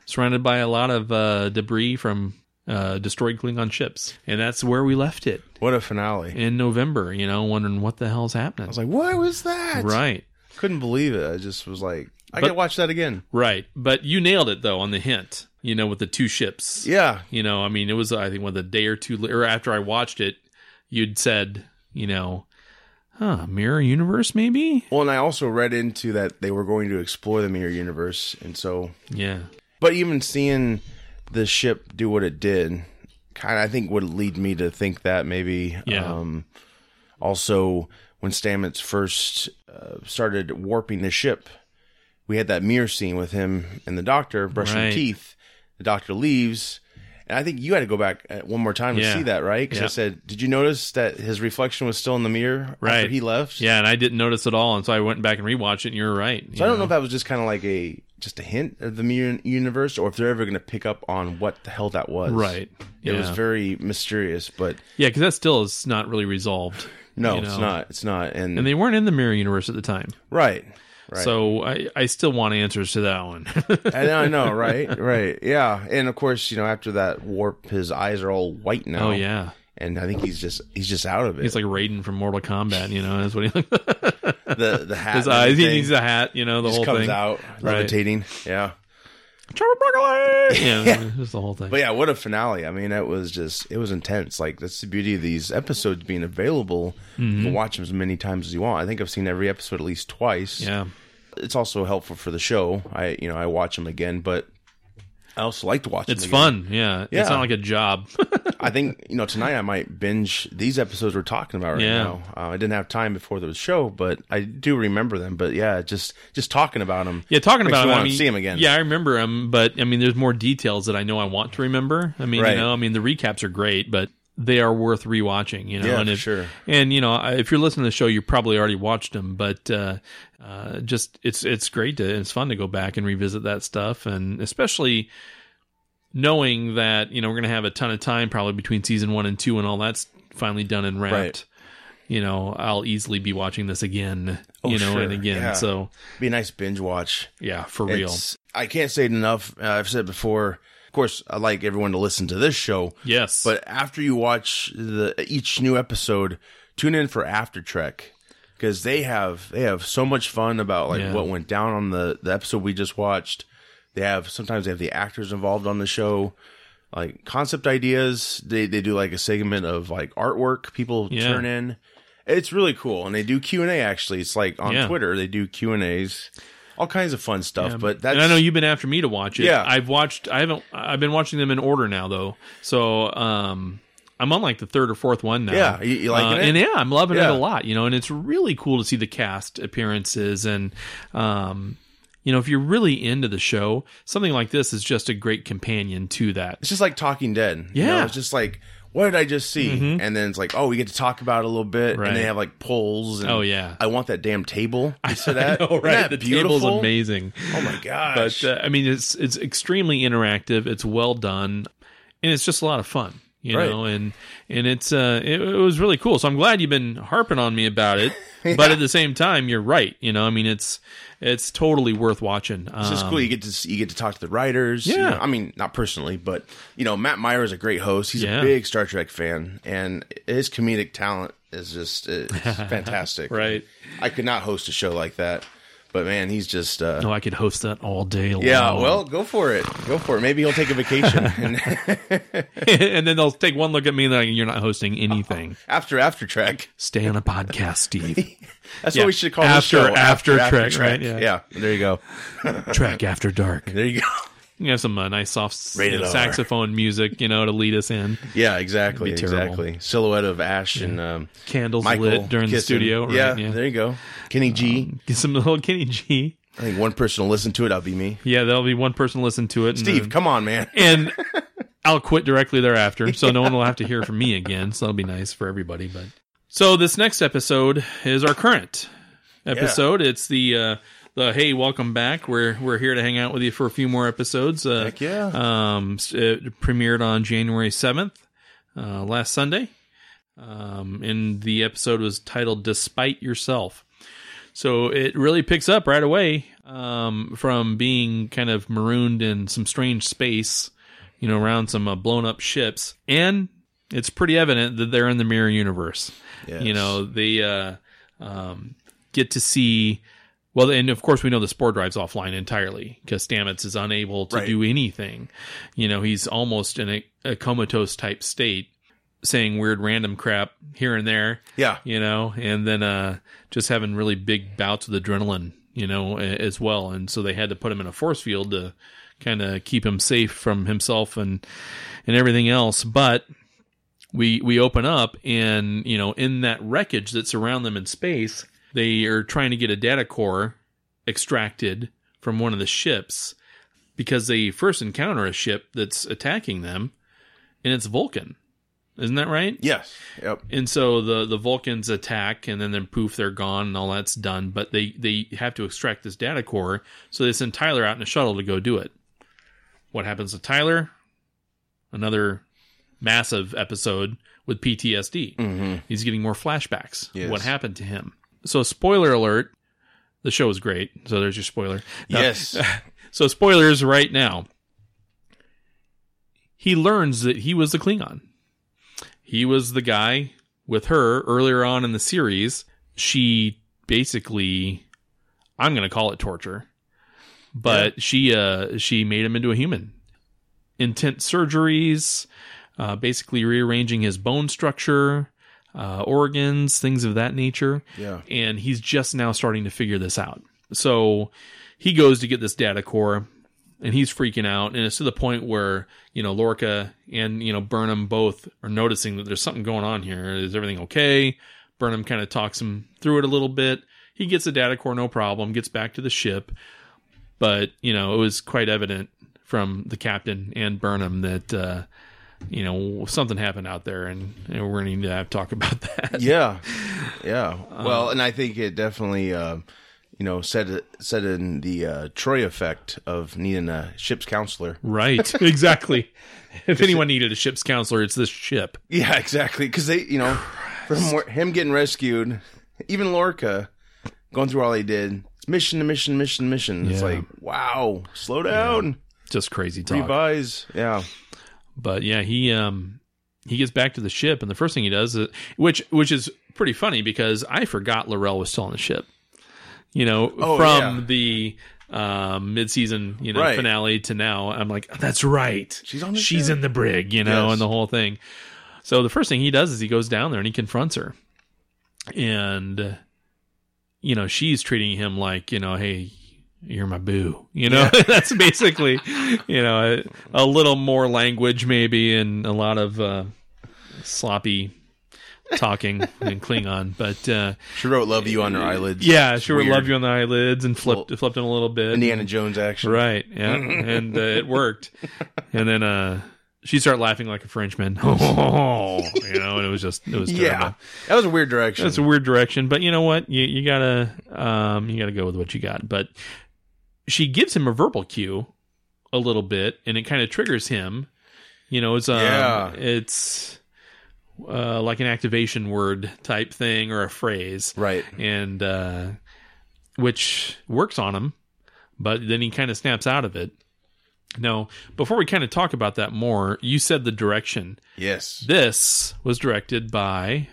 Speaker 1: surrounded by a lot of uh, debris from uh, destroyed klingon ships and that's where we left it
Speaker 2: What a finale. I
Speaker 1: in november you know wondering what the hell's happening
Speaker 2: was like, "What was that?"
Speaker 1: right
Speaker 2: Couldn't believe it. I just was like, I
Speaker 1: But-
Speaker 2: got to watch that again.
Speaker 1: right but you nailed it though on the hint you know with the two ships
Speaker 2: Yeah.
Speaker 1: you know i mean it was i think with a day or two later after i watched it you'd said you know huh mirror universe maybe
Speaker 2: Well, and I also read into that they were going to explore the mirror universe and so
Speaker 1: yeah
Speaker 2: But even seeing the ship do what it did, kind of, I think would lead me to think that maybe.
Speaker 1: Yeah.
Speaker 2: Um, also, when Stamets first uh, started warping the ship, we had that mirror scene with him and the doctor brushing
Speaker 1: Right.
Speaker 2: teeth. The doctor leaves. And I think you had to go back uh, one more time to
Speaker 1: Yeah.
Speaker 2: see that, right? Because
Speaker 1: Yeah.
Speaker 2: I said, did you notice that his reflection was still in the mirror
Speaker 1: Right.
Speaker 2: after he left?
Speaker 1: yeah and i didn't notice at all and so i went back and rewatched it and you were right you
Speaker 2: So I don't know if that was just kind of like a just a hint of the mirror universe, or if they're ever going to pick up on what the hell that was.
Speaker 1: Right. Yeah.
Speaker 2: It was very mysterious, but
Speaker 1: yeah, because that still is not really resolved.
Speaker 2: no,
Speaker 1: you
Speaker 2: it's
Speaker 1: know.
Speaker 2: not. It's not. And,
Speaker 1: And they weren't in the mirror universe at the time.
Speaker 2: right, right. Oh,
Speaker 1: So I, I still want answers to that one. [LAUGHS]
Speaker 2: I know, I know, right, right, yeah. And of course, you know, after that warp, his eyes are all white now.
Speaker 1: oh, yeah.
Speaker 2: and I think he's just he's just out of it.
Speaker 1: He's like Raiden from Mortal Kombat, you know. That's
Speaker 2: [LAUGHS]
Speaker 1: what he
Speaker 2: the the
Speaker 1: [LAUGHS]
Speaker 2: hat,
Speaker 1: his
Speaker 2: and
Speaker 1: eyes. He
Speaker 2: everything
Speaker 1: needs a hat, you know. The
Speaker 2: just
Speaker 1: whole
Speaker 2: comes
Speaker 1: thing.
Speaker 2: out levitating. Yeah,
Speaker 1: Trevor
Speaker 2: [LAUGHS]
Speaker 1: Broccoli. Yeah, just the whole thing.
Speaker 2: but yeah, what a finale! I mean, it was just it was intense. Like that's the beauty of these episodes being available. You
Speaker 1: Mm-hmm.
Speaker 2: can watch them as many times as you want. I think I've seen every episode at least twice.
Speaker 1: yeah,
Speaker 2: it's also helpful for the show. I you know I watch them again, but I also like to watch.
Speaker 1: it's
Speaker 2: them again.
Speaker 1: fun. Yeah. it's
Speaker 2: Yeah.
Speaker 1: not like a job.
Speaker 2: I think you know tonight I might binge these episodes we're talking about right
Speaker 1: Yeah.
Speaker 2: now. Uh, I didn't have time before the show, but I do remember them. But yeah, just just talking about them.
Speaker 1: yeah, talking
Speaker 2: Makes
Speaker 1: about
Speaker 2: you
Speaker 1: him, I
Speaker 2: wanna
Speaker 1: mean,
Speaker 2: see him again.
Speaker 1: Yeah, I remember him, but I mean, there's more details that I know I want to remember. I mean, you
Speaker 2: Right.
Speaker 1: know, I mean, the recaps are great, but they are worth rewatching. You know,
Speaker 2: Yeah,
Speaker 1: and
Speaker 2: for
Speaker 1: if,
Speaker 2: sure.
Speaker 1: And you know, I- if you're listening to the show, you probably already watched them, but uh, uh, just it's it's great to it's fun to go back and revisit that stuff, and especially knowing that you know we're gonna have a ton of time probably between season one and two, and all that's finally done and wrapped.
Speaker 2: Right.
Speaker 1: You know, I'll easily be watching this again,
Speaker 2: Oh,
Speaker 1: you know,
Speaker 2: sure.
Speaker 1: and again.
Speaker 2: Yeah.
Speaker 1: So,
Speaker 2: Be a nice binge watch.
Speaker 1: yeah, for real.
Speaker 2: It's- I can't say it enough. Uh, I've said it before. Of course, I like everyone to listen to this show,
Speaker 1: Yes.
Speaker 2: but after you watch the each new episode, tune in for After Trek because they have they have so much fun about like
Speaker 1: Yeah.
Speaker 2: what went down on the the episode we just watched. They have sometimes they have the actors involved on the show, like concept ideas. They they do like a segment of like artwork people
Speaker 1: Yeah.
Speaker 2: turn in. It's really cool, and they do Q and A. Actually, it's like on
Speaker 1: Yeah.
Speaker 2: Twitter they do Q and A's, all kinds of fun stuff. But that's
Speaker 1: and I know you've been after me to watch it.
Speaker 2: Yeah.
Speaker 1: I've watched. I haven't. I've been watching them in order now, though. So um, I'm on like the third or fourth one now.
Speaker 2: Yeah, you- you liking
Speaker 1: Uh,
Speaker 2: it?
Speaker 1: And yeah, I'm loving it
Speaker 2: Yeah.
Speaker 1: a lot. You know, and it's really cool to see the cast appearances and. Um, you know, if you're really into the show, something like this is just a great companion to that.
Speaker 2: it's just like Talking Dead. you
Speaker 1: Yeah. Mm-hmm.
Speaker 2: know? it's just like what did I just see? And then it's like, oh, we get to talk about it a little bit,
Speaker 1: Right.
Speaker 2: and they have like polls. And
Speaker 1: Oh, yeah.
Speaker 2: I want that
Speaker 1: [LAUGHS]
Speaker 2: damn table. You said that,
Speaker 1: Oh,
Speaker 2: Isn't that
Speaker 1: the
Speaker 2: beautiful?
Speaker 1: table's amazing.
Speaker 2: Oh my gosh!
Speaker 1: But uh, I mean, it's it's extremely interactive. It's well done, and it's just a lot of fun, you
Speaker 2: Right.
Speaker 1: know. And and it's uh, it, it was really cool. So I'm glad you've been harping on me about
Speaker 2: [LAUGHS]
Speaker 1: it. But at the same time, you're right. You know, I mean, it's it's totally worth watching.
Speaker 2: it's just
Speaker 1: Um,
Speaker 2: cool. You get to see- you get to talk to the writers. you
Speaker 1: Yeah.
Speaker 2: know, I mean, not personally, but you know, Matt Meyer is a great host. He's
Speaker 1: Yeah.
Speaker 2: a big Star Trek fan, and his comedic talent is
Speaker 1: [LAUGHS]
Speaker 2: just it's fantastic.
Speaker 1: Right.
Speaker 2: I could not host a show like that, but man, he's just uh,
Speaker 1: No, I could host that all day long.
Speaker 2: yeah. Well, go for it. Go for it. Maybe he'll take a vacation.
Speaker 1: [LAUGHS]
Speaker 2: and
Speaker 1: and then they'll take one look at me and they're like, you're not hosting
Speaker 2: [LAUGHS]
Speaker 1: anything.
Speaker 2: after after track.
Speaker 1: Stay on a podcast, Steve.
Speaker 2: [LAUGHS] That's
Speaker 1: Yeah.
Speaker 2: what we should call
Speaker 1: After-
Speaker 2: the show.
Speaker 1: after track, right? Yeah.
Speaker 2: Yeah. there you go.
Speaker 1: Track after dark.
Speaker 2: There you go. [LAUGHS]
Speaker 1: You have some uh, nice soft s-
Speaker 2: Rated R.
Speaker 1: saxophone music, you know, to lead us in.
Speaker 2: Yeah, exactly,
Speaker 1: That'd be terrible.
Speaker 2: exactly. Silhouette of Ash and um,
Speaker 1: Candles
Speaker 2: Michael
Speaker 1: lit during the
Speaker 2: kissing.
Speaker 1: studio. Right? Um,
Speaker 2: Yeah, there you go. Kenny G.
Speaker 1: Get some little Kenny G.
Speaker 2: I think one person will listen to it. That'll be me.
Speaker 1: Yeah, there'll be one person listen to it. and
Speaker 2: Steve, come on, man. [LAUGHS]
Speaker 1: then- and I'll quit directly thereafter, so no one will have to hear from me again. So that'll be nice for everybody. But so this next episode is our current episode. It's the uh, the hey, welcome back. We're we're here to hang out with you for a few more episodes. Uh,
Speaker 2: Heck yeah.
Speaker 1: Um, s- it premiered on January seventh, uh, last Sunday. Um, and the episode was titled "Despite Yourself." So it really picks up right away um, from being kind of marooned in some strange space, you know, around some uh, blown up ships, and it's pretty evident that they're in the mirror universe.
Speaker 2: Yes.
Speaker 1: You know, they uh, um, get to see. Well, and of course we know the spore drive's offline entirely because Stamets is unable to
Speaker 2: Right.
Speaker 1: do anything. You know, he's almost in a, a comatose type state, saying weird random crap here and there
Speaker 2: Yeah,
Speaker 1: you know, and then uh, just having really big bouts of adrenaline, you know, a- as well. And so they had to put him in a force field to kind of keep him safe from himself and and everything else. But we we open up and you know, in that wreckage that's around them in space, they are trying to get a data core extracted from one of the ships because they first encounter a ship that's attacking them, and it's Vulcan. Isn't that right?
Speaker 2: yes, yep.
Speaker 1: and so the the Vulcans attack, and then then poof, they're gone, and all that's done. But they they have to extract this data core, so they send Tyler out in a shuttle to go do it. What happens to Tyler? Another massive episode with PTSD.
Speaker 2: Mm-hmm.
Speaker 1: He's getting more flashbacks.
Speaker 2: Mm. Yes.
Speaker 1: What happened to him? So spoiler alert. The show is great, so there's your spoiler. No, [LAUGHS]
Speaker 2: yes.
Speaker 1: So spoilers right now. He learns that he was the Klingon. He was the guy with her earlier on in the series. She basically, I'm going to call it torture, but she uh, she made him into a human. Intent surgeries, uh, basically rearranging his bone structure, uh, organs, things of that nature
Speaker 2: Yeah.
Speaker 1: and he's just now starting to figure this out. So he goes to get this data core and he's freaking out and it's to the point where, you know, Lorca and, you know, Burnham both are noticing that there's something going on here. Is everything okay? Burnham kind of talks him through it a little bit. He gets the data core no problem, gets back to the ship. But, you know, it was quite evident from the captain and Burnham that uh you know something happened out there and, and we're going to need to have talk [LAUGHS] about that.
Speaker 2: yeah yeah
Speaker 1: Uh,
Speaker 2: well and i think it definitely uh, you know said said in the uh, troy effect of needing a ship's counselor
Speaker 1: [LAUGHS] Right, exactly. if anyone needed a ship's counselor, it's this ship.
Speaker 2: yeah exactly because they you know from where, him getting rescued even lorca going through all he did it's mission to mission mission mission it's
Speaker 1: Yeah.
Speaker 2: like wow slow down
Speaker 1: Just crazy talk.
Speaker 2: revise yeah
Speaker 1: But yeah, he um he gets back to the ship, and the first thing he does, is, which which is pretty funny because I forgot Laurel was still on the ship. You know,
Speaker 2: Oh,
Speaker 1: from
Speaker 2: yeah.
Speaker 1: the um mid-season you know
Speaker 2: Right.
Speaker 1: finale to now, I'm like, that's right.
Speaker 2: She's on the
Speaker 1: She's
Speaker 2: ship."
Speaker 1: in the brig, you know,
Speaker 2: Yes.
Speaker 1: and the whole thing. So the first thing he does is he goes down there and he confronts her, and you know she's treating him like you know, hey, you're my boo. You know, [LAUGHS] that's basically you know a, a little more language maybe and a lot of uh, sloppy talking in Klingon, but uh,
Speaker 2: she wrote love you on her eyelids
Speaker 1: yeah,
Speaker 2: It's
Speaker 1: she would
Speaker 2: weird.
Speaker 1: love you on the eyelids and flipped flipped him a little bit.
Speaker 2: indiana jones action
Speaker 1: Right.
Speaker 2: [LAUGHS]
Speaker 1: Yeah. and uh, it worked. And then uh, she started laughing like a Frenchman. [LAUGHS] you know, and it was just it was terrible.
Speaker 2: Oh. yeah that was a weird direction
Speaker 1: That's a weird direction, but you know what? You you gotta um you gotta go with what you got. But she gives him a verbal cue a little bit, and it kind of triggers him. You know, it's um,
Speaker 2: Yeah.
Speaker 1: it's uh, like an activation word type thing or a phrase
Speaker 2: right
Speaker 1: and uh, which works on him, but then he kind of snaps out of it. Now, before we kind of talk about that more, you said the direction.
Speaker 2: yes
Speaker 1: This was directed by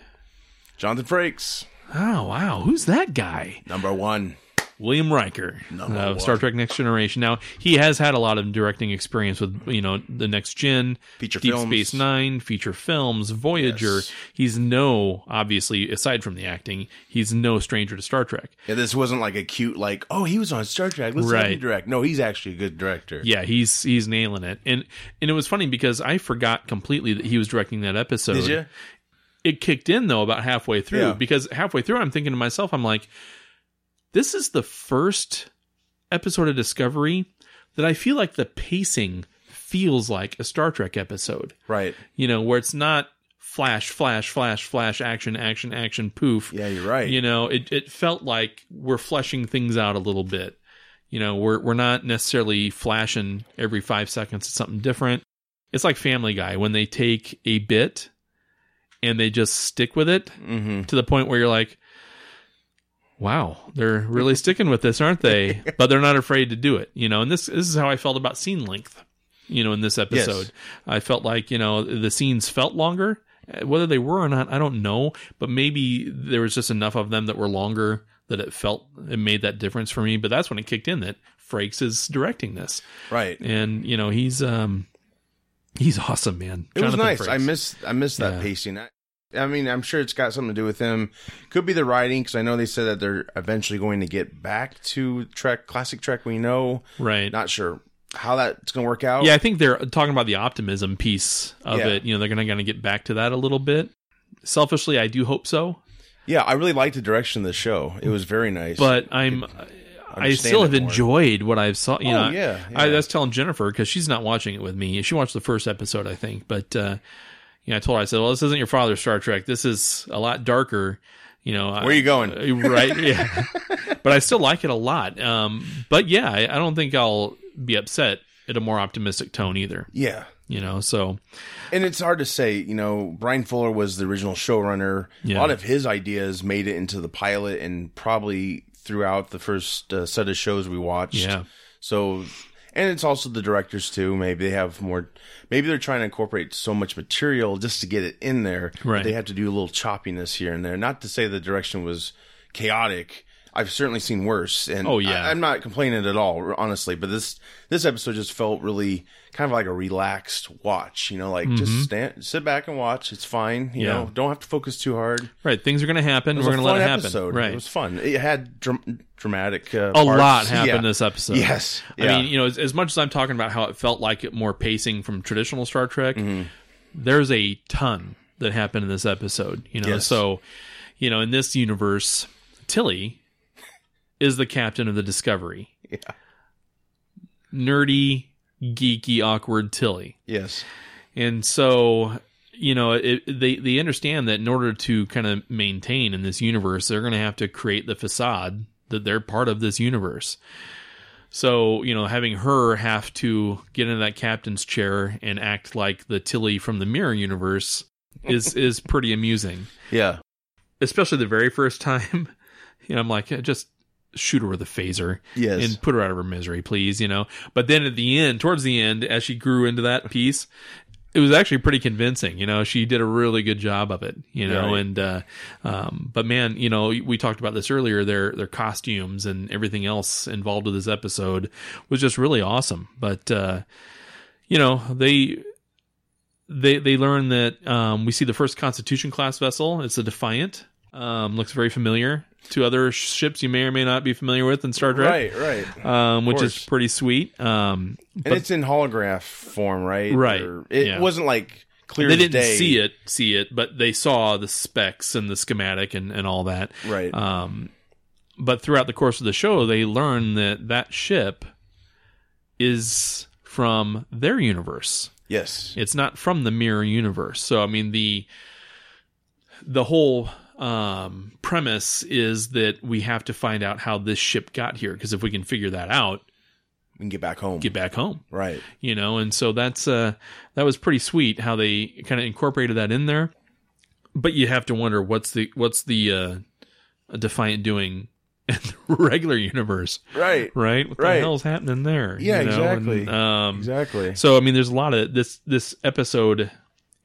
Speaker 2: jonathan frakes
Speaker 1: oh wow, who's that guy?
Speaker 2: number one
Speaker 1: William Riker
Speaker 2: Number
Speaker 1: of
Speaker 2: one.
Speaker 1: Star Trek Next Generation. Now he has had a lot of directing experience with you know the Next Gen,
Speaker 2: Feature
Speaker 1: Deep
Speaker 2: films.
Speaker 1: Space Nine, feature films, Voyager.
Speaker 2: Yes.
Speaker 1: He's no obviously aside from the acting, he's no stranger to Star Trek.
Speaker 2: Yeah, this wasn't like a cute like, oh, he was on Star Trek. Let's have him
Speaker 1: Right.
Speaker 2: direct. No, he's actually a good director.
Speaker 1: Yeah, he's he's nailing it. And and it was funny because I forgot completely that he was directing that episode.
Speaker 2: Did you?
Speaker 1: It kicked in though about halfway through
Speaker 2: Yeah.
Speaker 1: because halfway through I'm thinking to myself, I'm like, this is the first episode of Discovery that I feel like the pacing feels like a Star Trek episode.
Speaker 2: Right.
Speaker 1: You know, where it's not flash, flash, flash, flash, action, action, action, poof.
Speaker 2: Yeah, you're right.
Speaker 1: You know, it, it felt like we're fleshing things out a little bit. You know, we're we're not necessarily flashing every five seconds at something different. It's like Family Guy when they take a bit and they just stick with it
Speaker 2: mm-hmm.
Speaker 1: to the point where you're like, Wow, they're really
Speaker 2: [LAUGHS]
Speaker 1: sticking with this, aren't they? But they're not afraid to do it, you know. And this this is how I felt about scene length, you know, in this episode. I felt like, you know, the scenes felt longer. Uh, Whether they were or not, I don't know. But maybe there was just enough of them that were longer that it felt it made that difference for me. But that's when it kicked in that Frakes is directing this.
Speaker 2: Right.
Speaker 1: And, you know, he's um he's awesome, man.
Speaker 2: It was
Speaker 1: Jonathan
Speaker 2: nice.
Speaker 1: Frakes.
Speaker 2: I miss I miss that
Speaker 1: Yeah.
Speaker 2: pacing. I, I mean, I'm sure it's got something to do with him. Could be the writing because I know they said that they're eventually going to get back to Trek, classic Trek. We know.
Speaker 1: right.
Speaker 2: Not sure how that's going to work out.
Speaker 1: Yeah, I think they're talking about the optimism piece of
Speaker 2: Oh. Yeah.
Speaker 1: it. You know, they're going to get back to that a little bit. Selfishly, I do hope so,
Speaker 2: Yeah, I really liked the direction of the show. It was very nice.
Speaker 1: but I'm I
Speaker 2: understand
Speaker 1: still
Speaker 2: it
Speaker 1: have
Speaker 2: more.
Speaker 1: enjoyed what I've saw. You
Speaker 2: Oh,
Speaker 1: know,
Speaker 2: yeah,
Speaker 1: I,
Speaker 2: yeah.
Speaker 1: I was telling Jennifer because she's not watching it with me. She watched the first episode, I think, but uh, you know, I told her I said, "Well, this isn't your father's Star Trek. This is a lot darker." You know,
Speaker 2: where are you going?
Speaker 1: Uh, [LAUGHS] right yeah but i still like it a lot um but yeah I, I don't think i'll be upset at a more optimistic tone either
Speaker 2: yeah.
Speaker 1: you know so
Speaker 2: And it's hard to say, you know, Brian Fuller was the original showrunner.
Speaker 1: Yeah.
Speaker 2: A lot of his ideas made it into the pilot and probably throughout the first uh, set of shows we watched.
Speaker 1: yeah
Speaker 2: So, and it's also the directors too. Maybe they have more. Maybe they're trying to incorporate so much material just to get it in there. that
Speaker 1: Right.
Speaker 2: They have to do a little choppiness here and there. Not to say the direction was chaotic. I've certainly seen worse. And
Speaker 1: Oh, yeah.
Speaker 2: I, am not complaining at all, honestly. But this this episode just felt really kind of like a relaxed watch. You know, like just stand, sit back and watch. It's fine. You
Speaker 1: Mm-hmm. Yeah.
Speaker 2: know, don't have to focus too hard.
Speaker 1: Right, things are going to happen. We're
Speaker 2: It
Speaker 1: going to
Speaker 2: was a
Speaker 1: let it
Speaker 2: fun
Speaker 1: happen.
Speaker 2: episode.
Speaker 1: Right,
Speaker 2: It was fun. It had dram- dramatic. Uh,
Speaker 1: a
Speaker 2: parts.
Speaker 1: lot happened
Speaker 2: Yeah.
Speaker 1: this episode.
Speaker 2: Yes.
Speaker 1: I
Speaker 2: Yeah.
Speaker 1: mean, you know, as, as much as I'm talking about how it felt like it more pacing from traditional Star Trek,
Speaker 2: Mm-hmm.
Speaker 1: there's a ton that happened in this episode. You know,
Speaker 2: Yes.
Speaker 1: so you know, in this universe, Tilly is the captain of the Discovery.
Speaker 2: Yeah.
Speaker 1: Nerdy, geeky, awkward Tilly.
Speaker 2: Yes.
Speaker 1: And so, you know, it, they they understand that in order to kind of maintain in this universe, they're going to have to create the facade that they're part of this universe. So, you know, having her have to get into that captain's chair and act like the Tilly from the Mirror universe is is pretty amusing,
Speaker 2: Yeah.
Speaker 1: especially the very first time. [LAUGHS] You know, I'm like, just shoot her with a phaser
Speaker 2: Yes.
Speaker 1: and put her out of her misery, please, you know. But then at the end, towards the end, as she grew into that piece, it was actually pretty convincing, you know. She did a really good job of it, you know.
Speaker 2: Right.
Speaker 1: And uh, um, but man, you know, we talked about this earlier. Their their costumes and everything else involved with this episode was just really awesome. But uh, you know, they they they learn that um, we see the first Constitution class vessel. It's a Defiant. Um, looks very familiar to other ships you may or may not be familiar with in Star Trek
Speaker 2: right. Right.
Speaker 1: um, which is
Speaker 2: course.
Speaker 1: pretty sweet. Um,
Speaker 2: and it's in holograph form, right?
Speaker 1: Right,
Speaker 2: Or- it
Speaker 1: yeah.
Speaker 2: wasn't like clear.
Speaker 1: they
Speaker 2: as
Speaker 1: didn't
Speaker 2: day.
Speaker 1: see it, see it, but they saw the specs and the schematic and, and all that.
Speaker 2: Right.
Speaker 1: Um, but throughout the course of the show, they learn that that ship is from their universe.
Speaker 2: yes.
Speaker 1: It's not from the mirror universe. So I mean the the whole um, premise is that we have to find out how this ship got here because if we can figure that out,
Speaker 2: We can get back home.
Speaker 1: get back home.
Speaker 2: right.
Speaker 1: you know and so that's uh that was pretty sweet how they kind of incorporated that in there but you have to wonder what's the what's the uh defiant doing [LAUGHS] in the regular universe
Speaker 2: Right.
Speaker 1: right what the
Speaker 2: Right.
Speaker 1: hell's happening there
Speaker 2: Yeah,
Speaker 1: you know?
Speaker 2: exactly.
Speaker 1: And, um
Speaker 2: Exactly.
Speaker 1: so i mean there's a lot of this this episode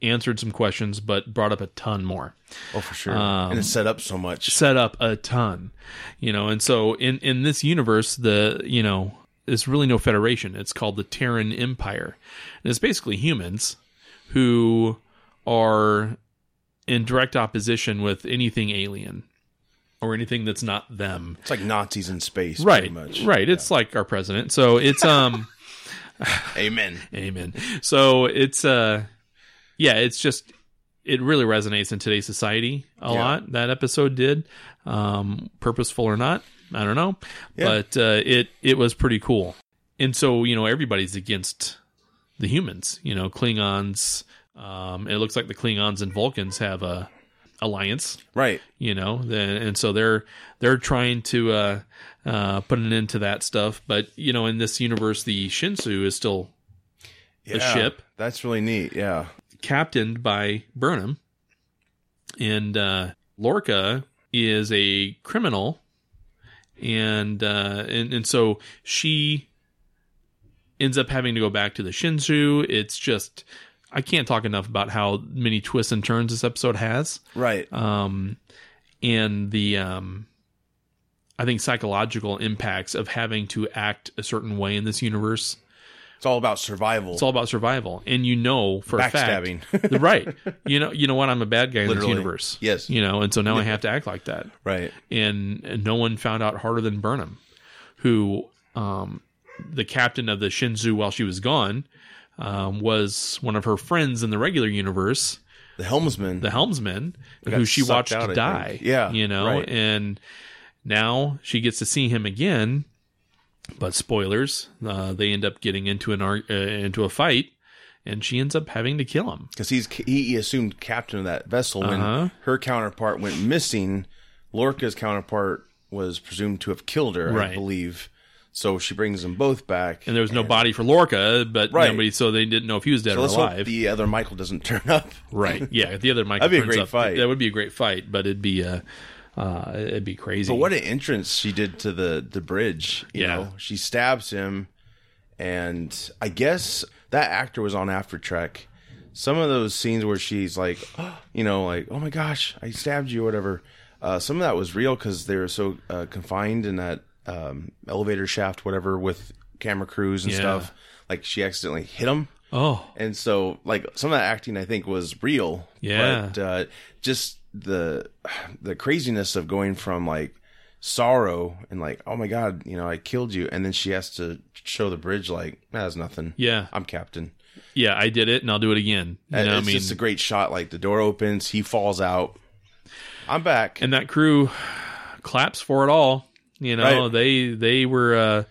Speaker 1: answered some questions but brought up a ton more
Speaker 2: Oh, for sure.
Speaker 1: Um,
Speaker 2: and it's set up so much.
Speaker 1: set up a ton you know and so in in this universe the you know there's really no federation it's called the terran empire and it's basically humans who are in direct opposition with anything alien or anything that's not them
Speaker 2: It's like Nazis in space.
Speaker 1: right
Speaker 2: Pretty much.
Speaker 1: right it's like our president so it's um
Speaker 2: Amen.
Speaker 1: Amen. So it's uh yeah, it's just it really resonates in today's society a
Speaker 2: Yeah.
Speaker 1: lot. That episode did, um, purposeful or not, I don't know,
Speaker 2: Yeah.
Speaker 1: but uh, it it was pretty cool. And so you know everybody's against the humans. You know Klingons. Um, it looks like the Klingons and Vulcans have a alliance
Speaker 2: Right.
Speaker 1: you know the, and so they're they're trying to uh uh put an end to that stuff but you know in this universe the shinsu is still
Speaker 2: Yeah.
Speaker 1: ship.
Speaker 2: That's really neat. Yeah.
Speaker 1: captained by burnham and uh lorca is a criminal and uh and, and so she ends up having to go back to the shinsu it's just i can't talk enough about how many twists and turns this episode has
Speaker 2: Right.
Speaker 1: um, and the um, I think psychological impacts of having to act a certain way in this universe.
Speaker 2: It's all about survival.
Speaker 1: It's all about survival, and you know for a fact,
Speaker 2: backstabbing.
Speaker 1: [LAUGHS] right? You know, you know what? I'm a bad guy in this
Speaker 2: [LAUGHS] Literally.
Speaker 1: universe.
Speaker 2: Yes.
Speaker 1: you know, and so now I have to act like that.
Speaker 2: right.
Speaker 1: And, and no one found out harder than Burnham, who um, the captain of the Shinzu while she was gone. Um, was one of her friends in the regular universe,
Speaker 2: The helmsman.
Speaker 1: the helmsman
Speaker 2: got
Speaker 1: who she
Speaker 2: sucked
Speaker 1: watched
Speaker 2: out, I
Speaker 1: die.
Speaker 2: think. Yeah,
Speaker 1: You know,
Speaker 2: right.
Speaker 1: and now she gets to see him again. But spoilers, uh, they end up getting into an ar- uh, into a fight, and she ends up having to kill him.
Speaker 2: because he's he, he assumed captain of that vessel when
Speaker 1: Uh-huh.
Speaker 2: her counterpart went missing. Lorca's counterpart was presumed to have killed her,
Speaker 1: Right.
Speaker 2: I believe. So she brings them both back,
Speaker 1: And there was no body for Lorca, but
Speaker 2: Right.
Speaker 1: nobody, so they didn't know if he was dead or
Speaker 2: Let's hope
Speaker 1: alive.
Speaker 2: the other Michael doesn't turn up. [LAUGHS]
Speaker 1: right? Yeah, the other Michael
Speaker 2: That'd be a
Speaker 1: turns
Speaker 2: great
Speaker 1: up.
Speaker 2: fight.
Speaker 1: That would be a great fight, but it'd be uh, uh, it'd be crazy.
Speaker 2: But what an entrance she did to the the bridge. You
Speaker 1: Yeah.
Speaker 2: know, she stabs him, and I guess that actor was on After Trek. Some of those scenes where she's like, [GASPS] you know, like, oh my gosh, I stabbed you, or whatever. Uh, some of that was real because they were so uh, confined in that um, elevator shaft, whatever, with camera crews and
Speaker 1: Yeah.
Speaker 2: stuff. Like she accidentally hit him,
Speaker 1: Oh,
Speaker 2: and so like some of that acting I think was real.
Speaker 1: Yeah.
Speaker 2: but uh, just the the craziness of going from like sorrow and like oh my god you know i killed you and then she has to show the bridge like that's nothing
Speaker 1: yeah,
Speaker 2: i'm captain
Speaker 1: yeah. I did it, and I'll do it again. You
Speaker 2: And
Speaker 1: know what I
Speaker 2: it's
Speaker 1: mean,
Speaker 2: just a great shot like the door opens he falls out i'm back
Speaker 1: and that crew claps for it all. You know,
Speaker 2: Right.
Speaker 1: they they were uh,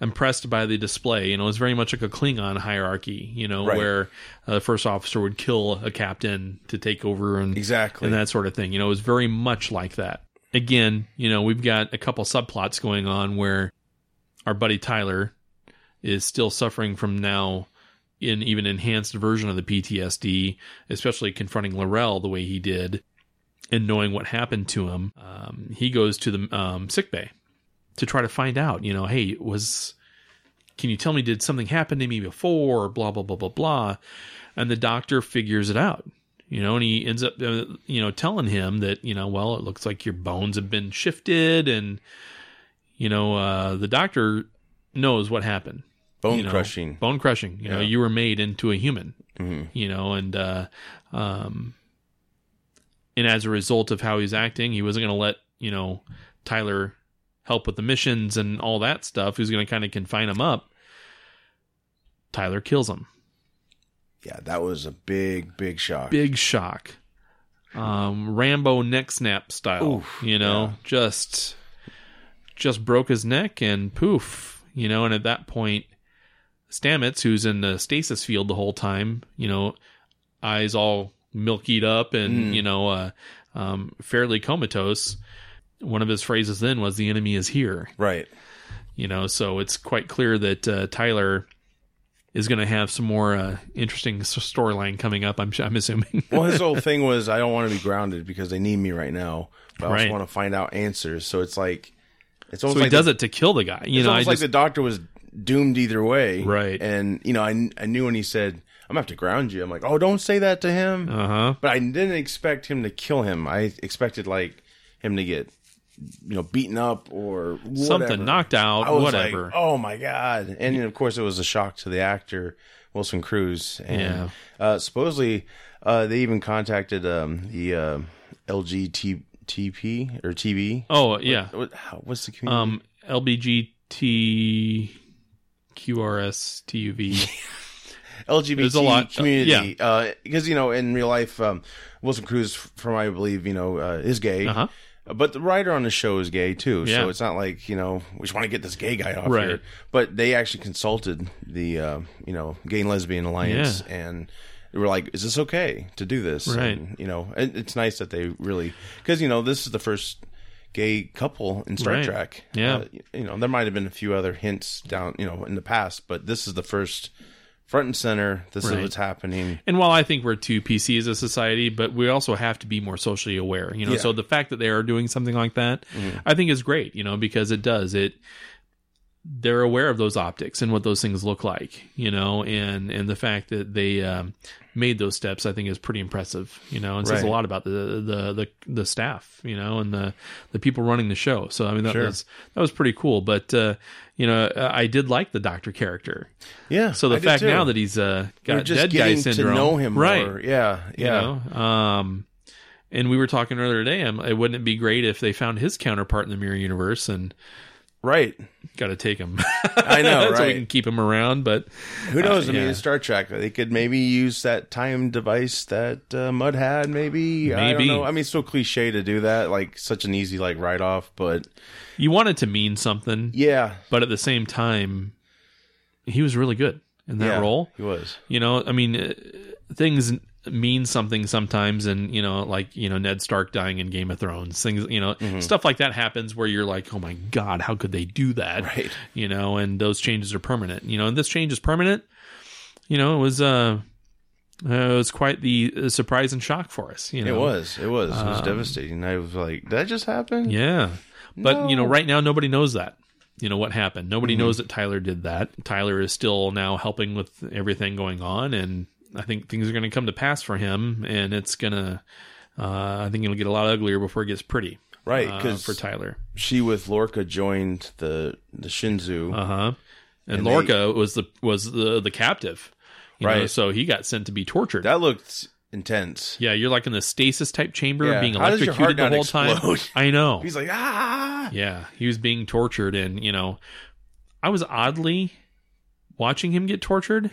Speaker 1: impressed by the display. You know, it's very much like a Klingon hierarchy. You know,
Speaker 2: Right.
Speaker 1: where uh, the first officer would kill a captain to take over and
Speaker 2: exactly
Speaker 1: and that sort of thing. You know, it was very much like that. Again, you know, we've got a couple subplots going on where our buddy Tyler is still suffering from now an even enhanced version of the PTSD, especially confronting Laurel the way he did and knowing what happened to him. Um, he goes to the um, sick bay to try to find out, you know, hey, was can you tell me did something happen to me before blah blah blah blah blah and the doctor figures it out you know and he ends up uh, you know telling him that you know well it looks like your bones have been shifted and you know uh the doctor knows what happened
Speaker 2: bone
Speaker 1: you know,
Speaker 2: crushing
Speaker 1: bone crushing you know
Speaker 2: Yeah.
Speaker 1: you were made into a human
Speaker 2: Mhm.
Speaker 1: you know and uh um and as a result of how he's acting he wasn't going to let you know tyler help with the missions and all that stuff who's going to kind of confine him up tyler kills him
Speaker 2: yeah that was a big big shock
Speaker 1: big shock um rambo neck snap style
Speaker 2: Oof,
Speaker 1: you know
Speaker 2: yeah.
Speaker 1: just just broke his neck and poof you know and at that point stamets who's in the stasis field the whole time you know eyes all milkied up and
Speaker 2: Mm.
Speaker 1: you know uh um fairly comatose one of his phrases then was the enemy is here
Speaker 2: right
Speaker 1: you know so it's quite clear that uh, tyler is going to have some more uh, interesting s- storyline coming up i'm, su- I'm assuming [LAUGHS]
Speaker 2: well his whole thing was i don't want to be grounded because they need me right now but i
Speaker 1: Right.
Speaker 2: also want to find out answers so it's like it's almost
Speaker 1: so he
Speaker 2: like the
Speaker 1: does it to kill the guy. You
Speaker 2: it's
Speaker 1: know, I
Speaker 2: almost
Speaker 1: just,
Speaker 2: like the doctor was doomed either way,
Speaker 1: Right.
Speaker 2: And you know, I, kn- I knew when he said, "I'm gonna have to ground you." I'm like, "Oh, don't say that to him."
Speaker 1: uh huh.
Speaker 2: But I didn't expect him to kill him. I expected like him to get you know beaten up or whatever.
Speaker 1: Something knocked out,
Speaker 2: I was
Speaker 1: whatever.
Speaker 2: like, "Oh my god!" And of course, it was a shock to the actor Wilson Cruz. And,
Speaker 1: Yeah.
Speaker 2: Uh, supposedly, uh, they even contacted um, the uh, LGTP or TB.
Speaker 1: oh, yeah.
Speaker 2: What, how, what's the community?
Speaker 1: Um, LBGT QRS TUV. There's
Speaker 2: LGBT
Speaker 1: a lot- uh,
Speaker 2: community. Because, you know, in real life, um, Wilson Cruz, from what I believe, you know, uh, is gay.
Speaker 1: Uh huh.
Speaker 2: But the writer on the show is gay, too.
Speaker 1: Yeah.
Speaker 2: So it's not like, you know, we just want to get this gay guy off
Speaker 1: Right.
Speaker 2: here. But they actually consulted the, uh, you know, Gay and Lesbian Alliance and. They were like, "Is this okay to do this?"
Speaker 1: Right.
Speaker 2: And, you know, it, it's nice that they really because you know this is the first gay couple in Star
Speaker 1: Right.
Speaker 2: Trek.
Speaker 1: Yeah.
Speaker 2: Uh, you know, there might have been a few other hints down, you know, in the past, but this is the first front and center. This
Speaker 1: Right.
Speaker 2: is what's happening.
Speaker 1: And while I think we're too PC as a society, but we also have to be more socially aware, you know.
Speaker 2: Yeah. Mm-hmm.
Speaker 1: So the fact that they are doing something like that, I think is great, you know, because it does it. They're aware of those optics and what those things look like, you know, and and the fact that they um, made those steps, I think, is pretty impressive, you know, and says a
Speaker 2: Right.
Speaker 1: lot about the the the, the staff, you know, and the the people running the show. So I mean, that
Speaker 2: Sure.
Speaker 1: was that was pretty cool. But uh, you know, I I did like the doctor character.
Speaker 2: Yeah.
Speaker 1: So the
Speaker 2: I did
Speaker 1: fact
Speaker 2: too.
Speaker 1: now that he's uh,
Speaker 2: We're
Speaker 1: got dead guy syndrome,
Speaker 2: to know him
Speaker 1: right?
Speaker 2: more. Yeah.
Speaker 1: you
Speaker 2: Yeah.
Speaker 1: know? um and we were talking earlier today um, it wouldn't it be great if they found his counterpart in the mirror universe and [LAUGHS]
Speaker 2: Right.
Speaker 1: got to take him [LAUGHS]
Speaker 2: I know.
Speaker 1: so we
Speaker 2: right.
Speaker 1: can keep him around but
Speaker 2: Who
Speaker 1: [LAUGHS]
Speaker 2: knows? I
Speaker 1: yeah.
Speaker 2: mean, in Star Trek, they could maybe use that time device that uh, Mud had. Maybe. I
Speaker 1: Maybe.
Speaker 2: don't know. I mean, it's so cliche to do that. Like such an easy like write off. But
Speaker 1: you want it to mean something
Speaker 2: yeah.
Speaker 1: but at the same time he was really good in that
Speaker 2: yeah,
Speaker 1: role
Speaker 2: He
Speaker 1: [LAUGHS]
Speaker 2: was.
Speaker 1: you know i mean uh, things mean something sometimes and you know like you know ned stark dying in game of thrones things you know
Speaker 2: Mm-hmm.
Speaker 1: stuff like that happens where you're like oh my god how could they do that
Speaker 2: Right.
Speaker 1: you know and those changes are permanent you know and this change is permanent you know it was uh uh, it was quite the uh, surprise and shock for us you know
Speaker 2: It was. It was.
Speaker 1: um,
Speaker 2: It was devastating. I was like, "Did that just happen?"
Speaker 1: yeah but you know
Speaker 2: No.
Speaker 1: right now nobody knows that you know what happened. Nobody
Speaker 2: Mm-hmm.
Speaker 1: knows that Tyler did that. Tyler is still now helping with everything going on, and I think things are going to come to pass for him, and it's gonna. Uh, I think it'll get a lot uglier before it gets pretty.
Speaker 2: Right,
Speaker 1: uh,
Speaker 2: 'cause-
Speaker 1: for Tyler,
Speaker 2: She with Lorca joined the the Shinzu.
Speaker 1: uh huh. And,
Speaker 2: And they-
Speaker 1: Lorca was the was the the captive, you know,
Speaker 2: Right.
Speaker 1: so he got sent to be tortured.
Speaker 2: that looked intense.
Speaker 1: yeah, you're like in the stasis type chamber,
Speaker 2: Yeah,
Speaker 1: being
Speaker 2: how does your heart
Speaker 1: electrocuted the
Speaker 2: not
Speaker 1: whole time.
Speaker 2: explode?
Speaker 1: [LAUGHS] I know.
Speaker 2: He's like ah.
Speaker 1: Yeah, he was being tortured, and you know, I was oddly watching him get
Speaker 2: [LAUGHS]
Speaker 1: tortured,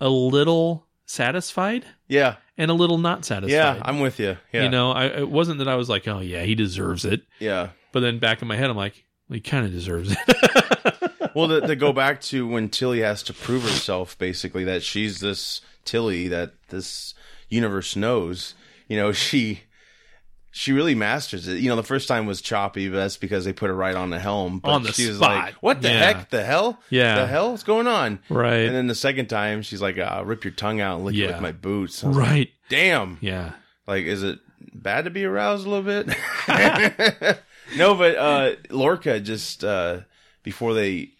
Speaker 1: a little satisfied
Speaker 2: Yeah,
Speaker 1: and a little not satisfied.
Speaker 2: yeah. I'm with you. Yeah,
Speaker 1: you know, I, it wasn't that I was like, oh yeah, he deserves it,
Speaker 2: yeah.
Speaker 1: but then back in my head, I'm like, well, he kind of deserves it. [LAUGHS]
Speaker 2: Well, to, to go back to when Tilly has to prove herself, basically that she's this Tilly that this universe knows. You know, [LAUGHS] she she really masters it. You know, the first time was choppy, but that's because they put her right on the helm. But
Speaker 1: On the
Speaker 2: she was
Speaker 1: spot.
Speaker 2: like, "What the
Speaker 1: Yeah.
Speaker 2: heck? The hell?
Speaker 1: Yeah.
Speaker 2: the hell's going on?"
Speaker 1: right,
Speaker 2: And then the second time, she's like, "Ah, "Rip your tongue out and lick it
Speaker 1: Yeah.
Speaker 2: with my boots." I was like,
Speaker 1: right,
Speaker 2: Damn.
Speaker 1: yeah,
Speaker 2: Like, is it bad to be aroused a little
Speaker 1: [LAUGHS]
Speaker 2: bit? [LAUGHS] no, but uh, Lorca just uh, before they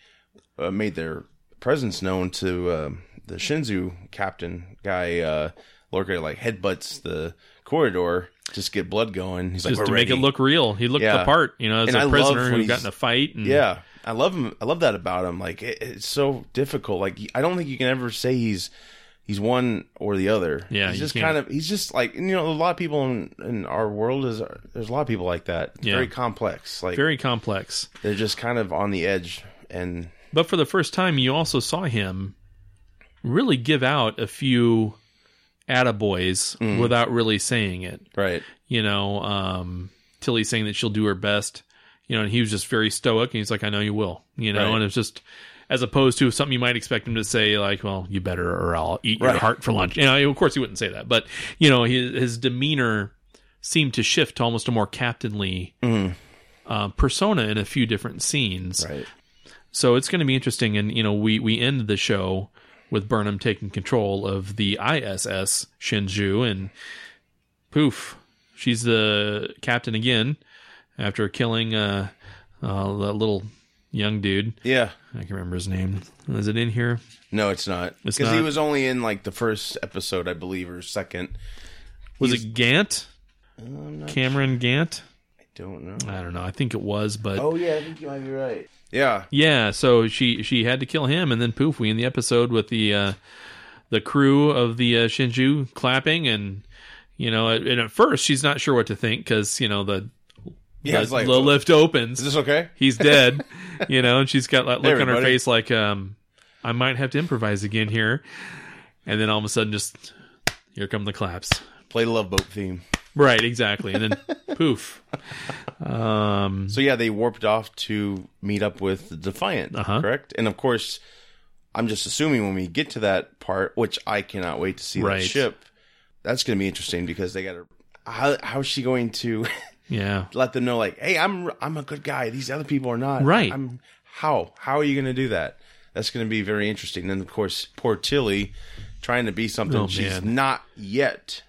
Speaker 2: uh, made their presence known to uh, the Shinzu captain guy, uh, Lorca like headbutts the corridor, just get blood going. He's
Speaker 1: just
Speaker 2: like,
Speaker 1: to
Speaker 2: "We're
Speaker 1: make it
Speaker 2: ready."
Speaker 1: look real. He looked
Speaker 2: Yeah.
Speaker 1: the part, you know, as
Speaker 2: And
Speaker 1: a
Speaker 2: I love
Speaker 1: prisoner
Speaker 2: when
Speaker 1: who
Speaker 2: he's-
Speaker 1: got in a fight. And,
Speaker 2: Yeah, I love him. I love that about him. Like it, it's so difficult. Like I don't think you can ever say he's he's one or the other.
Speaker 1: Yeah,
Speaker 2: he's
Speaker 1: you
Speaker 2: just
Speaker 1: can't.
Speaker 2: kind of he's just like you know a lot of people in, in our world is there's a lot of people like that. It's
Speaker 1: Yeah.
Speaker 2: Very complex. Like
Speaker 1: very complex.
Speaker 2: they're just kind of on the edge and
Speaker 1: But for the first time, you also saw him really give out a few attaboys
Speaker 2: Mm.
Speaker 1: without really saying it.
Speaker 2: right.
Speaker 1: You know, um, Tilly saying that she'll do her best, you know, and he was just very stoic and he's like, I know you will, you know,
Speaker 2: Right.
Speaker 1: and it's just as opposed to something you might expect him to say, like, well, you better or I'll eat your
Speaker 2: Right.
Speaker 1: heart for lunch. You know, of course he wouldn't say that, but, you know, his, his demeanor seemed to shift to almost a more captainly uh, persona in a few different scenes.
Speaker 2: Mm. Right.
Speaker 1: So it's going to be interesting. And, you know, we, we end the show with Burnham taking control of the ISS Shinju and poof, she's the captain again after killing uh, uh, that little young dude.
Speaker 2: Yeah.
Speaker 1: I can't remember his name. Is it in here?
Speaker 2: No, it's not.
Speaker 1: It's
Speaker 2: Because he
Speaker 1: not.
Speaker 2: was only in like the first episode, I believe, or second.
Speaker 1: Was it Gant? Cameron Gant?
Speaker 2: Don't know.
Speaker 1: I don't know. I think it was, but
Speaker 2: Oh yeah, I think you might be right. Yeah.
Speaker 1: yeah. So she she had to kill him, and then poof, we end the episode with the uh, the crew of the uh, Shinju clapping, and you know, and at first she's not sure what to think because you know the
Speaker 2: Yeah. It's
Speaker 1: the,
Speaker 2: like,
Speaker 1: the lift opens,
Speaker 2: is this okay?
Speaker 1: he's dead, you know, and she's got that look
Speaker 2: Hey,
Speaker 1: on her
Speaker 2: everybody.
Speaker 1: face like, um, I might have to improvise again here, and then all of a sudden, just here come the claps.
Speaker 2: Play the love boat theme.
Speaker 1: Right, exactly, and
Speaker 2: [LAUGHS]
Speaker 1: then poof. Um,
Speaker 2: So yeah, they warped off to meet up with the Defiant,
Speaker 1: Uh-huh.
Speaker 2: correct? And of course, I'm just assuming when we get to that part, which I cannot wait to see
Speaker 1: Right.
Speaker 2: that ship. That's going to be interesting because they got to how how is she going to
Speaker 1: yeah,
Speaker 2: let them know like, hey, I'm I'm a good guy. These other people are not.
Speaker 1: Right.
Speaker 2: I'm how how are you going to do that? That's going to be very interesting. And of course, poor Tilly trying to be something
Speaker 1: Oh,
Speaker 2: she's
Speaker 1: man.
Speaker 2: not yet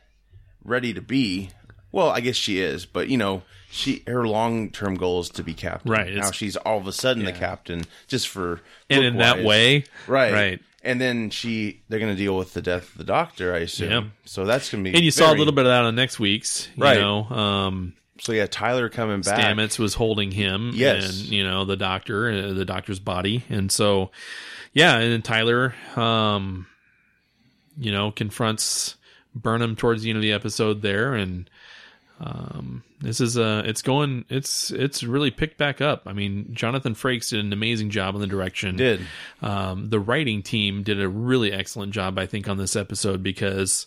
Speaker 2: ready to be. Well, I guess she is, but you know, she her long term goal is to be captain.
Speaker 1: Right,
Speaker 2: now,
Speaker 1: it's-
Speaker 2: she's all of a sudden the captain just for
Speaker 1: and in that
Speaker 2: look-wise.
Speaker 1: way,
Speaker 2: right,
Speaker 1: right.
Speaker 2: And then she they're going to deal with the death of the doctor, I assume.
Speaker 1: Yeah.
Speaker 2: So that's going to be
Speaker 1: And you saw a
Speaker 2: very-
Speaker 1: little bit of that on next week's, you
Speaker 2: Right.
Speaker 1: know. Um,
Speaker 2: So yeah, Tyler coming back.
Speaker 1: Stamets was holding him,
Speaker 2: Yes.
Speaker 1: and you know the doctor, uh, the doctor's body, and so yeah, and then Tyler, um, you know, confronts Burnham towards the end of the episode there, and um, this is uh it's going, it's it's really picked back up. I mean, Jonathan Frakes did an amazing job in the direction.
Speaker 2: did
Speaker 1: Um, the writing team did a really excellent job, I think, on this episode because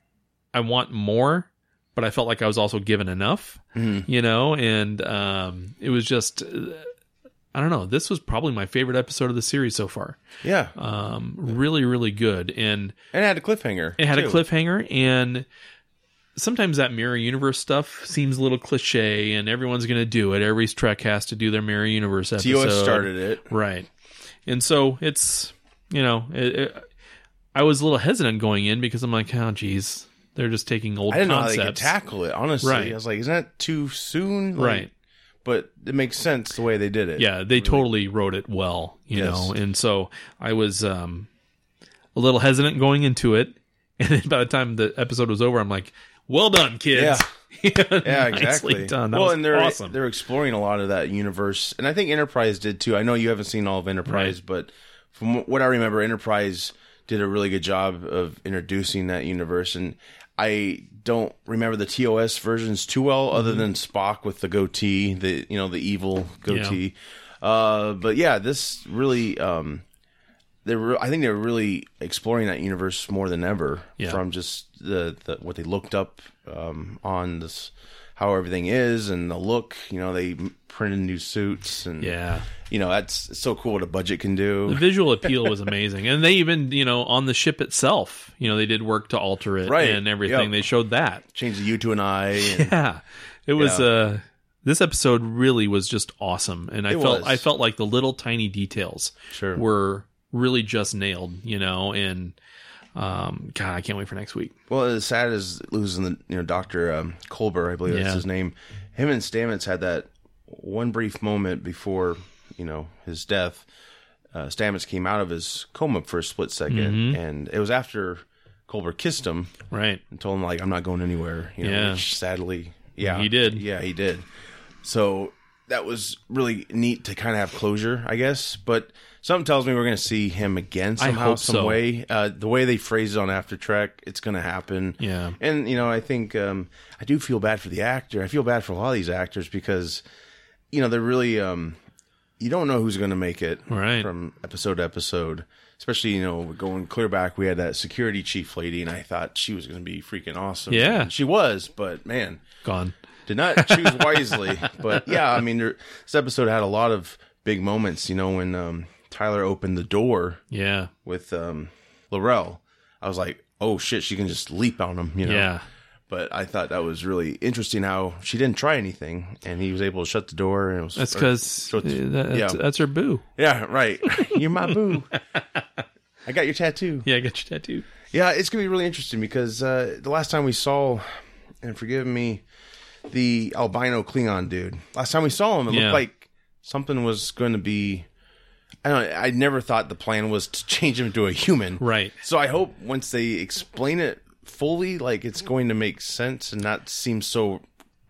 Speaker 1: I want more, but I felt like I was also given enough, you know, and um, it was just, uh, I don't know, this was probably my favorite episode of the series so far.
Speaker 2: yeah,
Speaker 1: Um, really, really good. And
Speaker 2: and it had a cliffhanger.
Speaker 1: it had
Speaker 2: too.
Speaker 1: a cliffhanger and sometimes that mirror universe stuff seems a little cliche and everyone's going to do it. Every Trek has to do their mirror universe episode.
Speaker 2: TOS started it.
Speaker 1: Right. And so it's, you know, it, it, I was a little hesitant going in because I'm like, oh, geez, they're just taking old
Speaker 2: I didn't know how
Speaker 1: concepts.
Speaker 2: they could tackle it. Honestly,
Speaker 1: Right.
Speaker 2: I was like, "Isn't that too soon?" Like,
Speaker 1: right.
Speaker 2: but it makes sense the way they did it.
Speaker 1: yeah they totally wrote it well you
Speaker 2: Yes.
Speaker 1: know and so i was um a little hesitant going into it [LAUGHS] and then by the time the episode was over i'm like well done kids [LAUGHS] yeah,
Speaker 2: Yeah,
Speaker 1: Nicely
Speaker 2: exactly.
Speaker 1: done. That
Speaker 2: well,
Speaker 1: was
Speaker 2: and they're
Speaker 1: awesome.
Speaker 2: they're exploring a lot of that universe, and I think Enterprise did too. I know you haven't seen all of Enterprise, but from what I remember, Enterprise did a really good job of introducing that universe. And I don't remember the TOS versions too well, other
Speaker 1: Mm-hmm.
Speaker 2: than Spock with the goatee, the you know the evil goatee. Uh, but yeah, this really. Um, they were, I think they were really exploring that universe more than ever
Speaker 1: Yeah.
Speaker 2: from just the, the what they looked up um, on this how everything is and the look. You know, they m- printed new suits and
Speaker 1: yeah
Speaker 2: you know that's it's so cool what a budget can
Speaker 1: the
Speaker 2: do.
Speaker 1: visual appeal was amazing and they even you know on the ship itself you know they did work to alter it
Speaker 2: Right.
Speaker 1: and everything
Speaker 2: Yep.
Speaker 1: they showed that
Speaker 2: Change the U to an I. And,
Speaker 1: [LAUGHS] yeah it was
Speaker 2: Yeah.
Speaker 1: uh this episode really was just awesome and i
Speaker 2: It
Speaker 1: felt
Speaker 2: was.
Speaker 1: i felt like the little tiny details
Speaker 2: sure.
Speaker 1: were really just nailed you know and um god i can't wait for next week
Speaker 2: Well, as sad as losing the you know Doctor um, Colbert, I believe
Speaker 1: Yeah.
Speaker 2: that's his name. Him and Stamets had that one brief moment before you know his death. Uh, Stamets came out of his coma for a split 2nd and it was after Colbert kissed him
Speaker 1: right
Speaker 2: and told him like I'm not going anywhere. You know,
Speaker 1: Yeah.
Speaker 2: which sadly, yeah,
Speaker 1: He did.
Speaker 2: Yeah, he did. So that was really neat to kind of have closure, I guess. But something tells me we're going to see him again somehow,
Speaker 1: hope
Speaker 2: some
Speaker 1: so.
Speaker 2: way. Uh, the way they phrase it on After Track, it's going to happen.
Speaker 1: Yeah.
Speaker 2: and you know, I think um, I do feel bad for the actor. I feel bad for a lot of these actors because you know they're really. Um, you don't know who's going to make it
Speaker 1: Right.
Speaker 2: from episode to episode. Especially, you know, going clear back, we had that security chief lady, and I thought she was going to be freaking awesome.
Speaker 1: Yeah.
Speaker 2: And she was, but man,
Speaker 1: gone
Speaker 2: did
Speaker 1: [LAUGHS]
Speaker 2: not choose wisely. but yeah, I mean, there, this episode had a lot of big moments. You know, when um, Tyler opened the door
Speaker 1: yeah
Speaker 2: with um, Laurel, I was like, oh shit, she can just leap on him. You know.
Speaker 1: yeah
Speaker 2: But I thought that was really interesting how she didn't try anything, and he was able to shut the door. And it was
Speaker 1: that's because
Speaker 2: so it's-
Speaker 1: that's,
Speaker 2: yeah.
Speaker 1: that's her boo
Speaker 2: yeah, right. [LAUGHS] You're my boo. I got your tattoo.
Speaker 1: yeah i got your tattoo
Speaker 2: Yeah, it's gonna be really interesting because uh, the last time we saw, and forgive me, the albino Klingon dude. Last time we saw him, it
Speaker 1: Yeah.
Speaker 2: looked like something was going to be. I don't. I never thought the plan was to [LAUGHS] change him to a human.
Speaker 1: right
Speaker 2: So I hope once they explain it fully, like it's going to make sense and not seem so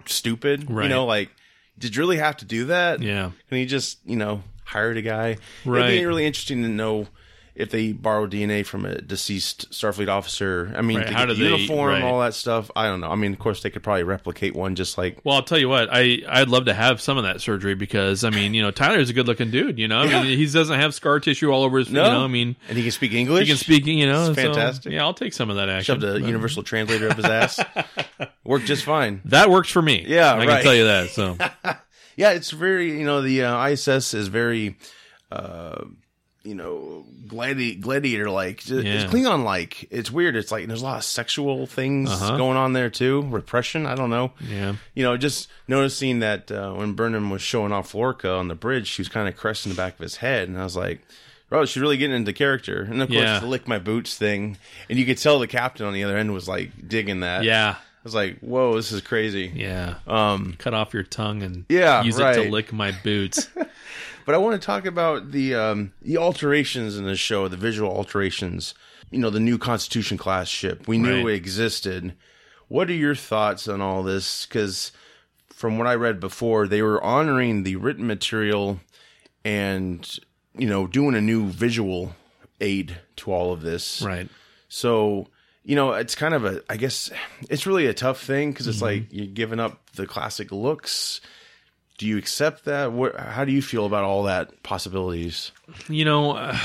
Speaker 2: stupid. You
Speaker 1: Right.
Speaker 2: know, like did you really have to do that?
Speaker 1: yeah
Speaker 2: And he just, you know, hired a guy. It'd
Speaker 1: Right.
Speaker 2: be really interesting to know if they borrowed DNA from a deceased Starfleet officer. I mean,
Speaker 1: Right,
Speaker 2: to
Speaker 1: how do
Speaker 2: get the
Speaker 1: they-
Speaker 2: uniform,
Speaker 1: right.
Speaker 2: all that stuff. I don't know. I mean, of course, they could probably replicate one just like.
Speaker 1: well, I'll tell you what. I I'd love to have some of that surgery because I mean, you know, Tyler's a good-looking dude. You know, I mean, he doesn't have scar tissue all over his.
Speaker 2: No.
Speaker 1: You know, I mean,
Speaker 2: And he can speak English.
Speaker 1: he can speak. You know,
Speaker 2: It's
Speaker 1: so-
Speaker 2: fantastic.
Speaker 1: yeah, I'll take some of that action.
Speaker 2: Shoved a universal translator up
Speaker 1: [LAUGHS]
Speaker 2: his ass. Worked just fine.
Speaker 1: that works for me.
Speaker 2: Yeah,
Speaker 1: I
Speaker 2: right.
Speaker 1: can tell you that.
Speaker 2: [LAUGHS]
Speaker 1: So
Speaker 2: Yeah, it's very, you know, the uh, ISS is very, uh, you know, gladi- gladiator like.
Speaker 1: Yeah.
Speaker 2: It's Klingon like. It's weird. It's like there's a lot of sexual things
Speaker 1: Uh-huh.
Speaker 2: going on there too. Repression. I don't know.
Speaker 1: yeah,
Speaker 2: you know, just noticing that uh, when Burnham was showing off Lorca on the bridge, she was kind of cresting the back of his head, and I was like, "Oh, she's really getting into character." And of course,
Speaker 1: Yeah.
Speaker 2: the lick my boots thing, and you could tell the captain on the other end was like digging that.
Speaker 1: yeah,
Speaker 2: I was like, "Whoa, this is crazy."
Speaker 1: yeah.
Speaker 2: Um,
Speaker 1: cut off your tongue and
Speaker 2: Yeah,
Speaker 1: use it
Speaker 2: right.
Speaker 1: to lick my
Speaker 2: [LAUGHS]
Speaker 1: boots.
Speaker 2: but I want to talk about the um, the alterations in the show, the visual alterations. You know, the new Constitution class ship. We knew
Speaker 1: Right.
Speaker 2: it existed. What are your thoughts on all this? Because from what I read before, they were honoring the written material and you know doing a new visual aid to all of this.
Speaker 1: right.
Speaker 2: So, you know, it's kind of a, I guess, it's really a tough thing because it's like you're giving up the classic looks. Do you accept that? What, how do you feel about all that possibilities?
Speaker 1: You know, uh,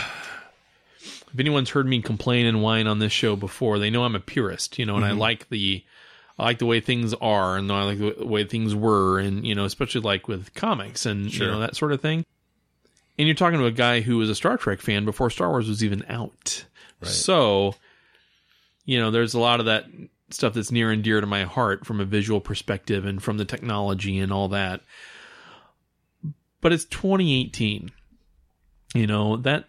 Speaker 1: if anyone's heard me complain and whine on this show before, they know I'm a purist, you know, and I like the I like the way things are and I like the w- way things were and you know, especially like with comics and
Speaker 2: Sure.
Speaker 1: you know that sort of thing. And you're talking to a guy who was a Star Trek fan before Star Wars was even out. So, you know, there's a lot of that stuff that's near and dear to my heart from a visual perspective and from the technology and all that. But it's 2018. You know, that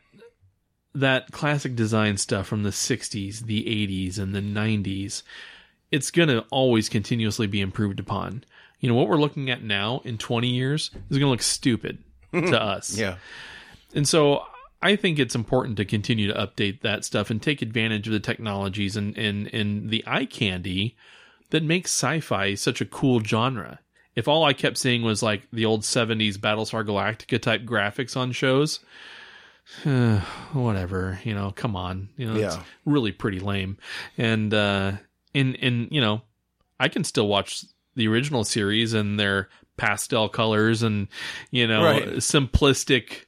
Speaker 1: that classic design stuff from the 60s, the 80s and the 90s, it's going to always continuously be improved upon. you know, what we're looking at now in 20 years is going to look stupid to us.
Speaker 2: Yeah.
Speaker 1: And so I think it's important to continue to update that stuff and take advantage of the technologies and, and, and the eye candy that makes sci fi such a cool genre. If all I kept seeing was like the old 70s Battlestar Galactica type graphics on shows, [SIGHS] whatever, you know, come on. You know, it's
Speaker 2: Yeah.
Speaker 1: really pretty lame. And, uh, and, and, you know, I can still watch the original series and their pastel colors and, you know,
Speaker 2: Right.
Speaker 1: simplistic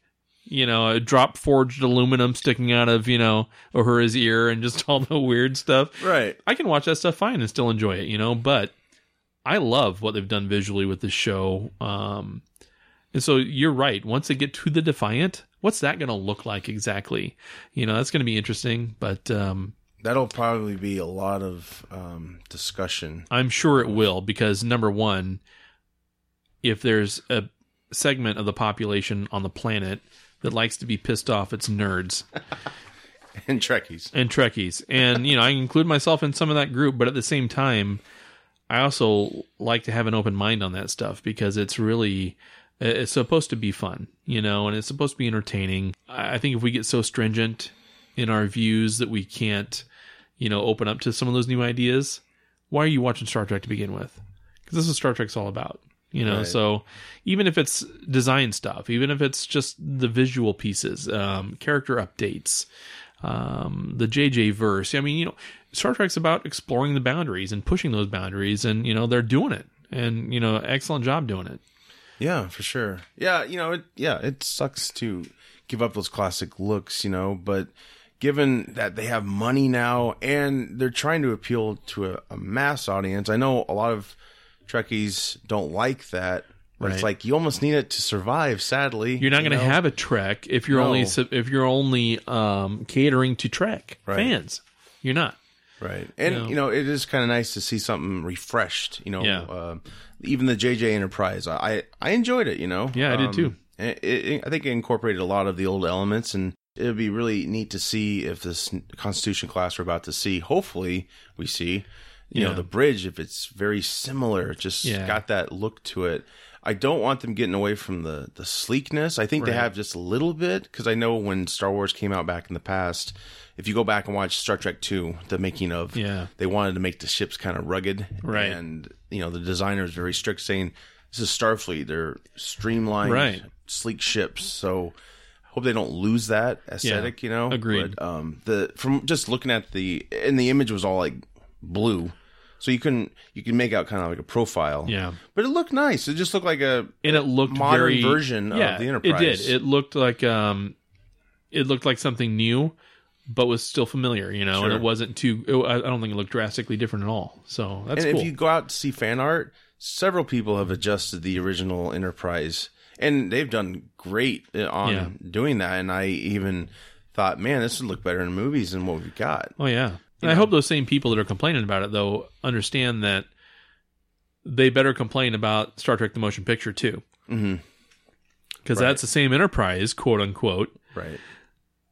Speaker 1: you know, a drop forged aluminum sticking out of, you know, Uhura's ear and just [LAUGHS] all the weird stuff.
Speaker 2: Right.
Speaker 1: I can watch that stuff fine and still enjoy it, you know, but I love what they've done visually with this show. Um and so you're right. Once they get to the Defiant, what's that gonna look like exactly? You know, that's gonna be interesting, but um
Speaker 2: That'll probably be a lot of um, discussion. [LAUGHS]
Speaker 1: I'm sure it will because number one, if there's a segment of the population on the planet that likes to be pissed off, it's nerds.
Speaker 2: And Trekkies.
Speaker 1: and Trekkies. And, you know, I include myself in some of that group, but at the same time, I also like to have an open mind on that stuff because it's really, it's supposed to be fun, you know, and it's supposed to be entertaining. I I think if we get so stringent in our views that we can't, you know, open up to some of those new ideas, why are you watching Star Trek to begin with? Because this is what Star Trek's all about. You know,
Speaker 2: Right.
Speaker 1: so even if it's design stuff, even if it's just the visual pieces, um, character updates, um, the JJ verse. I mean, you know, Star Trek's about exploring the boundaries and pushing those boundaries, and you know they're doing it, and you know, excellent job doing it.
Speaker 2: Yeah, for sure. Yeah, you know, it, yeah, it sucks to give up those classic looks, you know, but given that they have money now and they're trying to appeal to a, a mass audience, I know a lot of Trekkies don't like that. But
Speaker 1: Right.
Speaker 2: It's like you almost need it to survive. Sadly,
Speaker 1: You're not
Speaker 2: you
Speaker 1: going to
Speaker 2: know?
Speaker 1: have a Trek if you're
Speaker 2: No.
Speaker 1: only only if you're only um, catering to Trek
Speaker 2: Right.
Speaker 1: fans. You're not.
Speaker 2: Right. And,
Speaker 1: Yeah.
Speaker 2: you know, it is kind of nice to see something refreshed, you know,
Speaker 1: Yeah.
Speaker 2: uh, even the JJ Enterprise. I, I enjoyed it, you know? Um,
Speaker 1: Yeah, I did too.
Speaker 2: It, it, I think it incorporated a lot of the old elements and it would be really neat to see if this Constitution class we're about to see, hopefully we see, you
Speaker 1: Yeah.
Speaker 2: know, the bridge, if it's very similar, just
Speaker 1: Yeah.
Speaker 2: got that look to it. I don't want them getting away from the, the sleekness. I think they
Speaker 1: Right.
Speaker 2: have just a little bit because I know when Star Wars came out back in the past, if you go back and watch Star Trek Two, the making of,
Speaker 1: Yeah.
Speaker 2: they wanted to make the ships kind of rugged,
Speaker 1: Right.
Speaker 2: And you know the designer is very strict, saying this is Starfleet. They're streamlined,
Speaker 1: Right.
Speaker 2: sleek ships. So hope they don't lose that aesthetic. You know,
Speaker 1: Agreed.
Speaker 2: But, um, the from just looking at the and the image was all like blue, so you can you can make out kind of like a profile.
Speaker 1: Yeah.
Speaker 2: but it looked nice. It just looked like a
Speaker 1: and it looked
Speaker 2: modern
Speaker 1: very-
Speaker 2: version of the
Speaker 1: It
Speaker 2: Enterprise.
Speaker 1: did. It looked like um, it looked like something new, but was still familiar. You know, and
Speaker 2: Sure.
Speaker 1: it wasn't too. It, I I don't think it looked drastically different at all. So that's
Speaker 2: and
Speaker 1: cool.
Speaker 2: if you go out to see fan art, several people have adjusted the original Enterprise, and they've done great uh, on
Speaker 1: Yeah.
Speaker 2: doing that. And I even thought, man, this would look better in movies than what we've got.
Speaker 1: Oh yeah. And I hope those same people that are complaining about it though understand that they better complain about Star Trek the Motion Picture too.
Speaker 2: Mhm.
Speaker 1: Cuz that's the same enterprise, quote unquote.
Speaker 2: Right.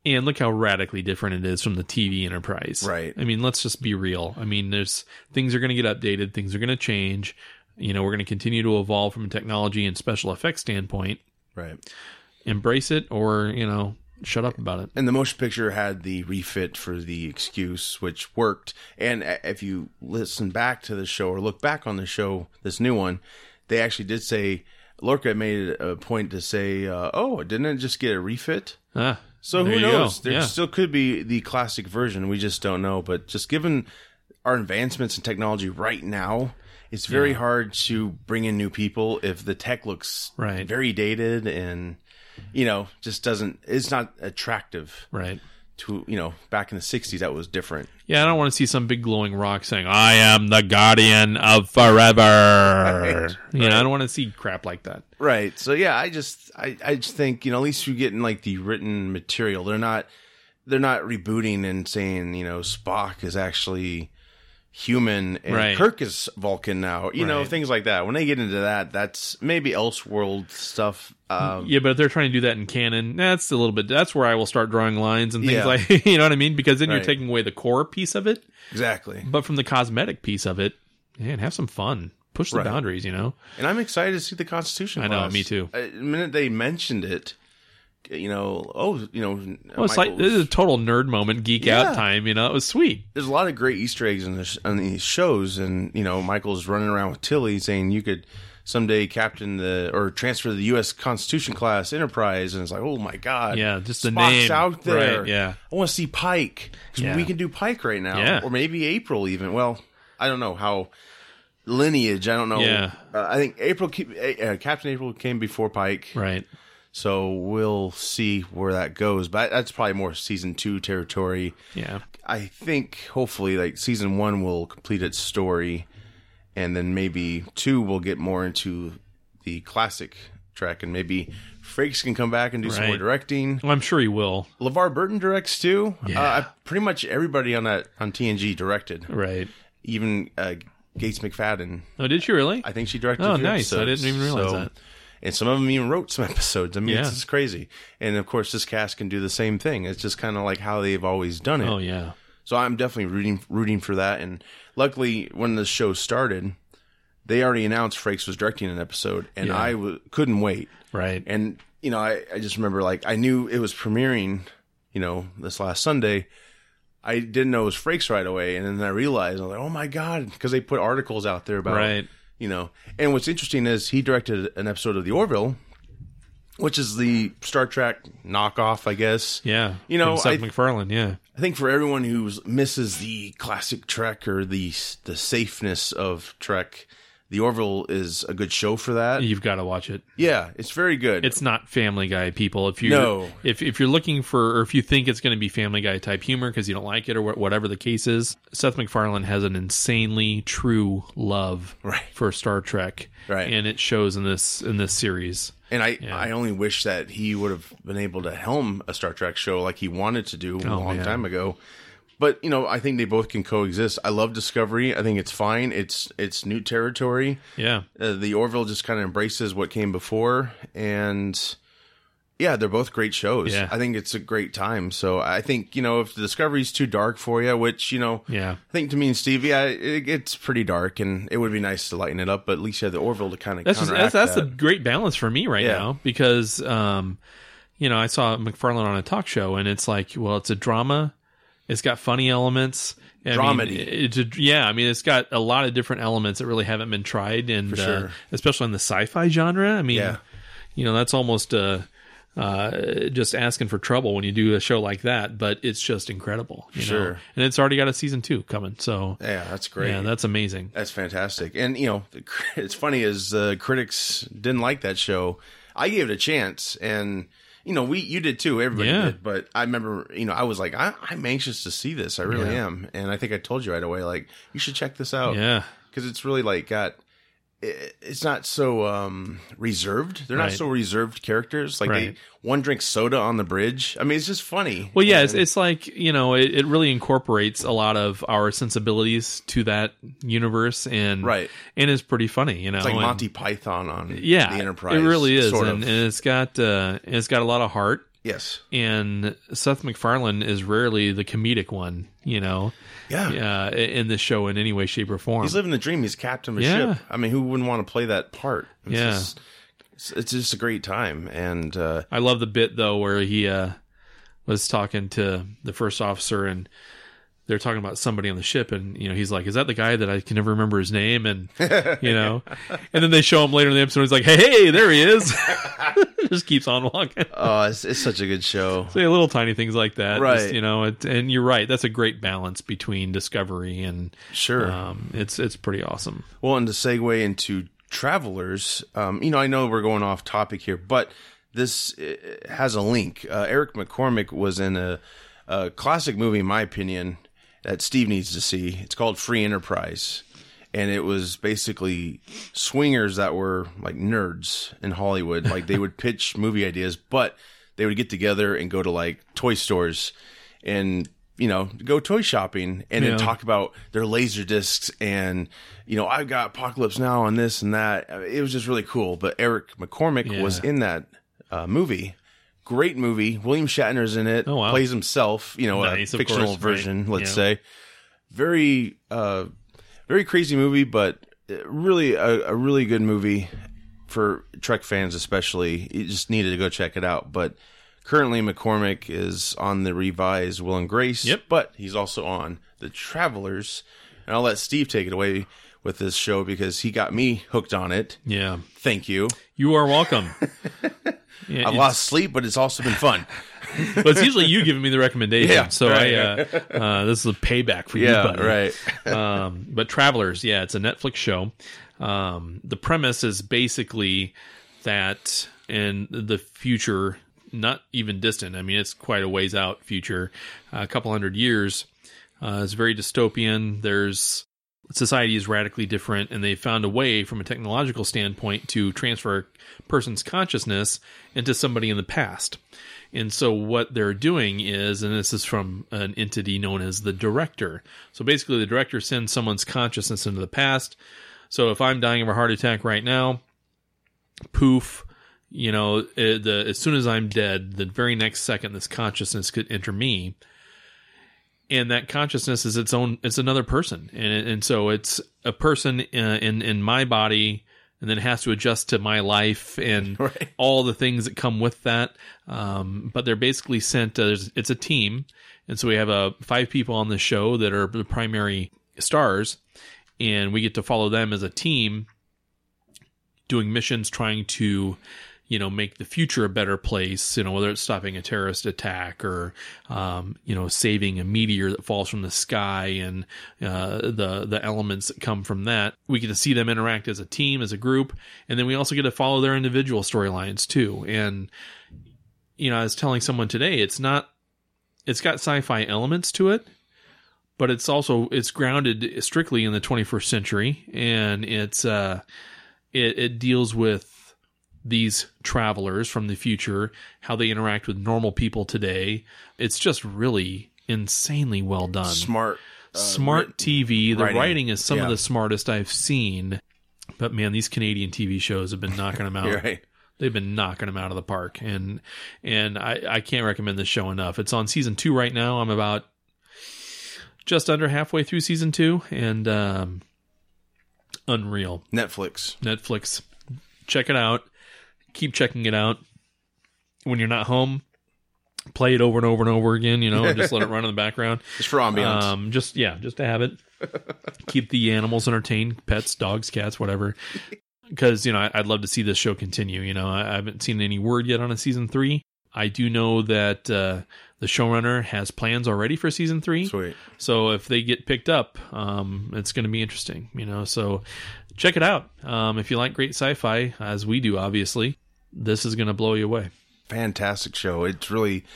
Speaker 1: And look how radically different it is from the TV enterprise.
Speaker 2: Right.
Speaker 1: I mean, let's just be real. I mean, there's things are going to get updated, things are going to change. You know, we're going to continue to evolve from a technology and special effects standpoint.
Speaker 2: Right.
Speaker 1: Embrace it or, you know, shut up about it.
Speaker 2: And the motion picture had the refit for the excuse, which worked. And a- if you listen back to the show or look back on the show, this new one, they actually did say Lorca made a point to say, uh, "Oh, didn't it just get a refit?"
Speaker 1: Ah.
Speaker 2: So
Speaker 1: There
Speaker 2: who
Speaker 1: you go.
Speaker 2: knows? There
Speaker 1: Yeah.
Speaker 2: still could be the classic version. We just don't know. But just given our advancements in technology right now, it's very hard to bring in new people if the tech looks
Speaker 1: Right.
Speaker 2: very dated and you know just doesn't. It's not attractive
Speaker 1: Right.
Speaker 2: to you know back in the '60s. That was different.
Speaker 1: Yeah, I don't want to see some big glowing rock saying, I am the guardian of forever. You know, I don't want to see crap like that.
Speaker 2: Right. So yeah, I just I, I just think, you know, at least you're getting like the written material. They're not they're not rebooting and saying, you know, Spock is actually human and
Speaker 1: Right.
Speaker 2: Kirk is Vulcan now. You know,
Speaker 1: Right.
Speaker 2: things like that. When they get into that, that's maybe elseworld stuff. Um
Speaker 1: Yeah, but if they're trying to do that in canon, that's a little bit, that's where I will start drawing lines and things
Speaker 2: Yeah.
Speaker 1: like, [LAUGHS] you know what I mean? Because then you're
Speaker 2: Right.
Speaker 1: taking away the core piece of it,
Speaker 2: exactly.
Speaker 1: but from the cosmetic piece of it, man, have some fun. push the boundaries. You know,
Speaker 2: And I'm excited to see the Constitution.
Speaker 1: I know,
Speaker 2: clause.
Speaker 1: me too.
Speaker 2: Uh, The minute they mentioned it, you know, oh, you know,
Speaker 1: well, it's like this
Speaker 2: Michael's-
Speaker 1: is a total nerd moment, geek
Speaker 2: Yeah.
Speaker 1: out time. You know, it was sweet.
Speaker 2: there's a lot of great Easter eggs in this on these shows, and you know, Michael's running around with Tilly saying you could someday captain the or transfer the U.S. Constitution class Enterprise, and it's like, oh my god,
Speaker 1: Yeah, just the
Speaker 2: Spock's
Speaker 1: name,
Speaker 2: out there.
Speaker 1: right, yeah.
Speaker 2: I want to see Pike. 'Cause
Speaker 1: Yeah.
Speaker 2: We can do Pike right now,
Speaker 1: Yeah.
Speaker 2: or maybe April even. Well, I don't know how lineage. I don't know.
Speaker 1: Yeah.
Speaker 2: Uh, I think April ca- uh, Captain April came before Pike,
Speaker 1: Right.
Speaker 2: so we'll see where that goes. But that's probably more season two territory.
Speaker 1: Yeah.
Speaker 2: I think hopefully like season one will complete its story, and then maybe two will get more into the classic track, and maybe Frakes can come back and do some more
Speaker 1: Right.
Speaker 2: directing.
Speaker 1: Well, I'm sure he will.
Speaker 2: LeVar Burton directs too.
Speaker 1: Yeah.
Speaker 2: Uh, pretty much everybody on that on TNG directed,
Speaker 1: Right.
Speaker 2: even uh, Gates McFadden.
Speaker 1: Oh, did you really?
Speaker 2: I think she directed.
Speaker 1: Oh,
Speaker 2: a few
Speaker 1: nice. I
Speaker 2: episodes.
Speaker 1: didn't even realize that.
Speaker 2: And some of them even wrote some [LAUGHS] episodes. I mean,
Speaker 1: Yeah.
Speaker 2: it's just crazy. And of course, this cast can do the same thing. It's just kind of like how they've always done it.
Speaker 1: oh, yeah.
Speaker 2: So I'm definitely rooting rooting for that. And luckily, when the show started, they already announced Frakes was directing an episode, and
Speaker 1: Yeah.
Speaker 2: I w- couldn't wait.
Speaker 1: Right.
Speaker 2: And you know, I, I just remember like I knew it was premiering, you know, this last Sunday. I didn't know it was Frakes right away, and then I realized I'm like, oh my god, because they put articles out there about
Speaker 1: right.
Speaker 2: you know. And what's interesting is he directed an episode of The Orville, which is the Star Trek knockoff, I guess.
Speaker 1: Yeah.
Speaker 2: You know,
Speaker 1: From Seth
Speaker 2: I-
Speaker 1: MacFarlane. Yeah.
Speaker 2: I think for everyone who misses the classic Trek or the the safeness of Trek, the Orville is a good show for that.
Speaker 1: You've got to watch it.
Speaker 2: Yeah, it's very good.
Speaker 1: It's not Family Guy, people. If you
Speaker 2: No.
Speaker 1: if if you're looking for or if you think it's going to be Family Guy type humor because you don't like it or wh- whatever the case is, Seth MacFarlane has an insanely true love
Speaker 2: Right.
Speaker 1: for Star Trek,
Speaker 2: Right.
Speaker 1: and it shows in this in this series.
Speaker 2: and I I only wish that he would have been able to helm a Star Trek show like he wanted to do a long
Speaker 1: Oh, man.
Speaker 2: time ago. But you know, I think they both can coexist. I love Discovery. I think it's fine. It's it's new territory.
Speaker 1: Yeah,
Speaker 2: uh, the Orville just kind of embraces what came before, and yeah, they're both great shows.
Speaker 1: Yeah.
Speaker 2: I think it's a great time. So I think you know if the Discovery's too dark for you, which you know,
Speaker 1: yeah,
Speaker 2: I think to me and Stevie, I, it, it's pretty dark, and it would be nice to lighten it up. But at least you have the Orville to kind of
Speaker 1: that's just, that's
Speaker 2: counteract
Speaker 1: that's
Speaker 2: that.
Speaker 1: a great balance for me right
Speaker 2: Yeah.
Speaker 1: now because um, you know I saw MacFarlane on a talk show and it's like, well, it's a drama. It's got funny elements. I mean,
Speaker 2: Dramedy.
Speaker 1: it's a, yeah, I mean, it's got a lot of different elements that really haven't been tried, and uh,
Speaker 2: sure.
Speaker 1: especially in the sci-fi genre. I mean,
Speaker 2: Yeah.
Speaker 1: you know, that's almost uh, uh, just asking for trouble when you do a show like that. But it's just incredible, you know?
Speaker 2: Sure.
Speaker 1: And it's already got a season two coming, so
Speaker 2: yeah, that's great.
Speaker 1: yeah, that's amazing.
Speaker 2: That's fantastic. And you know, the, cri- [LAUGHS] it's funny is the critics didn't like that show. I gave it a chance, and you know, we you did too. Everybody
Speaker 1: Yeah.
Speaker 2: did. But I remember, you know, I was like, I, I'm anxious to see this. I really am. And I think I told you right away, like, you should check this out
Speaker 1: Yeah,
Speaker 2: because it's really like got. i- It's not so um reserved. They're not
Speaker 1: Right.
Speaker 2: so reserved characters. Like
Speaker 1: Right.
Speaker 2: they one drinks soda on the bridge. I mean, it's just funny.
Speaker 1: Well, yeah, it's,
Speaker 2: And-
Speaker 1: it's like you know, it, it really incorporates a lot of our sensibilities to that universe, and
Speaker 2: Right.
Speaker 1: and is pretty funny, you know.
Speaker 2: it's like
Speaker 1: and-
Speaker 2: Monty Python on
Speaker 1: yeah,
Speaker 2: the Enterprise.
Speaker 1: It really is,
Speaker 2: sort
Speaker 1: and,
Speaker 2: of.
Speaker 1: and it's got uh, and it's got a lot of heart.
Speaker 2: yes,
Speaker 1: And Seth MacFarlane is rarely the comedic one, you
Speaker 2: [LAUGHS]
Speaker 1: know,
Speaker 2: yeah.
Speaker 1: uh, in this show in any way, shape, or form.
Speaker 2: He's living the dream. He's captain of a
Speaker 1: Yeah.
Speaker 2: ship. I mean, who wouldn't want to play that part? It's
Speaker 1: Yeah.
Speaker 2: just, it's- it's just a great time. And uh,
Speaker 1: I love the bit though where he uh, was talking to the first officer and they're talking about somebody on the ship and you know he's like, "Is that the guy that I can never remember his name?" And you know, and then they show him later in the episode. He's like, "Hey, hey, there he is!" [LAUGHS] Just keeps on walking. [LAUGHS]
Speaker 2: oh, it's, it's such a good show.
Speaker 1: So yeah, little tiny things like that,
Speaker 2: Right.
Speaker 1: Just, you know, it, and you're right. That's a great balance between discovery and
Speaker 2: Sure.
Speaker 1: um, it's it's pretty awesome.
Speaker 2: Well, and to segue into Travelers, um, you know, I know we're going off topic here, but this uh, has a link. Uh, Eric McCormick was in a, a classic movie, in my opinion, that Steve needs to see. It's called Free Enterprise. And it was basically swingers that were like nerds in Hollywood. Like they would [LAUGHS] pitch movie ideas, but they would get together and go to like toy stores and you know go toy shopping and
Speaker 1: Yeah.
Speaker 2: then talk about their laser discs and you know i've got apocalypse now and this and that Uh, it was just really cool but eric mccormick was
Speaker 1: Yeah.
Speaker 2: in that uh, movie great movie william shatner's in it
Speaker 1: Oh, wow.
Speaker 2: plays himself you know
Speaker 1: Nice,
Speaker 2: a
Speaker 1: of
Speaker 2: fictional
Speaker 1: course, right.
Speaker 2: version let's
Speaker 1: Yeah.
Speaker 2: say very uh very crazy movie but really a, a really good movie for Trek fans, especially. You just needed to go check it out. But currently, McCormick is on the revised Will and Grace.
Speaker 1: Yep.
Speaker 2: But he's also on the Travelers, and I'll let Steve take it away with this show because he got me hooked on it.
Speaker 1: Yeah.
Speaker 2: Thank you.
Speaker 1: You are welcome. Yeah, it's-
Speaker 2: I've lost sleep, but it's also been
Speaker 1: [LAUGHS]
Speaker 2: fun.
Speaker 1: but it's usually you giving me the recommendation.
Speaker 2: Yeah,
Speaker 1: so
Speaker 2: right.
Speaker 1: I, uh, uh, this is a payback for you,
Speaker 2: yeah,
Speaker 1: buddy.
Speaker 2: [LAUGHS]
Speaker 1: [LAUGHS]
Speaker 2: right.
Speaker 1: um, but Travelers, yeah, it's a Netflix show. Um, the premise is basically that in the future, not even distant, I mean, it's quite a ways out future, uh, a couple hundred years. Uh, it's very dystopian. There's society is radically different, and they found a way from a technological standpoint to transfer a person's consciousness into somebody in the past. And so what they're doing is, and this is from an entity known as the director. So basically, the director sends someone's consciousness into the past. So if I'm dying of a heart attack right now, poof, you know, eh, the as soon as I'm dead, the very next second, this consciousness could enter me, and that consciousness is its own, it's another person, and and so it's a person uh, in in my body. And then has to adjust to my life and
Speaker 2: Right.
Speaker 1: [LAUGHS] all the things that come with that. Um, but they're basically sent. Uh, there's- it's a team, and so we have uh, five people on the show that are the primary stars, and we get to follow them as a team doing missions trying to you know make the future a better place you know whether it's stopping a terrorist attack or um, you know saving a meteor that falls from the sky and uh, the the elements that come from that we get to see them interact as a team as a group and then we also get to follow their individual storylines too and you know i was telling someone today it's not it's got sci-fi elements to it but it's also it's grounded strictly in the 21st century and it's uh it, it deals with these travelers from the future, how they interact with normal people today. It's just really insanely well done.
Speaker 2: Smart. uh,
Speaker 1: Smart TV. The
Speaker 2: writing.
Speaker 1: writing, is some
Speaker 2: Yeah.
Speaker 1: of the smartest I've seen. But man, these Canadian TV shows have been knocking
Speaker 2: [LAUGHS]
Speaker 1: them out.
Speaker 2: You're right.
Speaker 1: They've been knocking them out of the park, and and I, I can't recommend this show enough. It's on season two right now. I'm about just under halfway through season two, and um, unreal.
Speaker 2: Netflix.
Speaker 1: Netflix. Check it out. Keep checking it out. When you're not home, play it over and over and over again, you know, and just let it run in the background.
Speaker 2: It's for ambiance.
Speaker 1: Um, just yeah, just to have it. Keep the animals entertained, pets, dogs, cats, whatever. Because you know, I, I'd love to see this show continue. You know, I, I haven't seen any word yet on a season three. I do know that uh, the showrunner has plans already for season three.
Speaker 2: Sweet.
Speaker 1: So if they get picked up, um, it's going to be interesting, you know. So check it out. Um, if you like great sci-fi, as we do, obviously, this is going to blow you away. [LAUGHS]
Speaker 2: fantastic show. It's really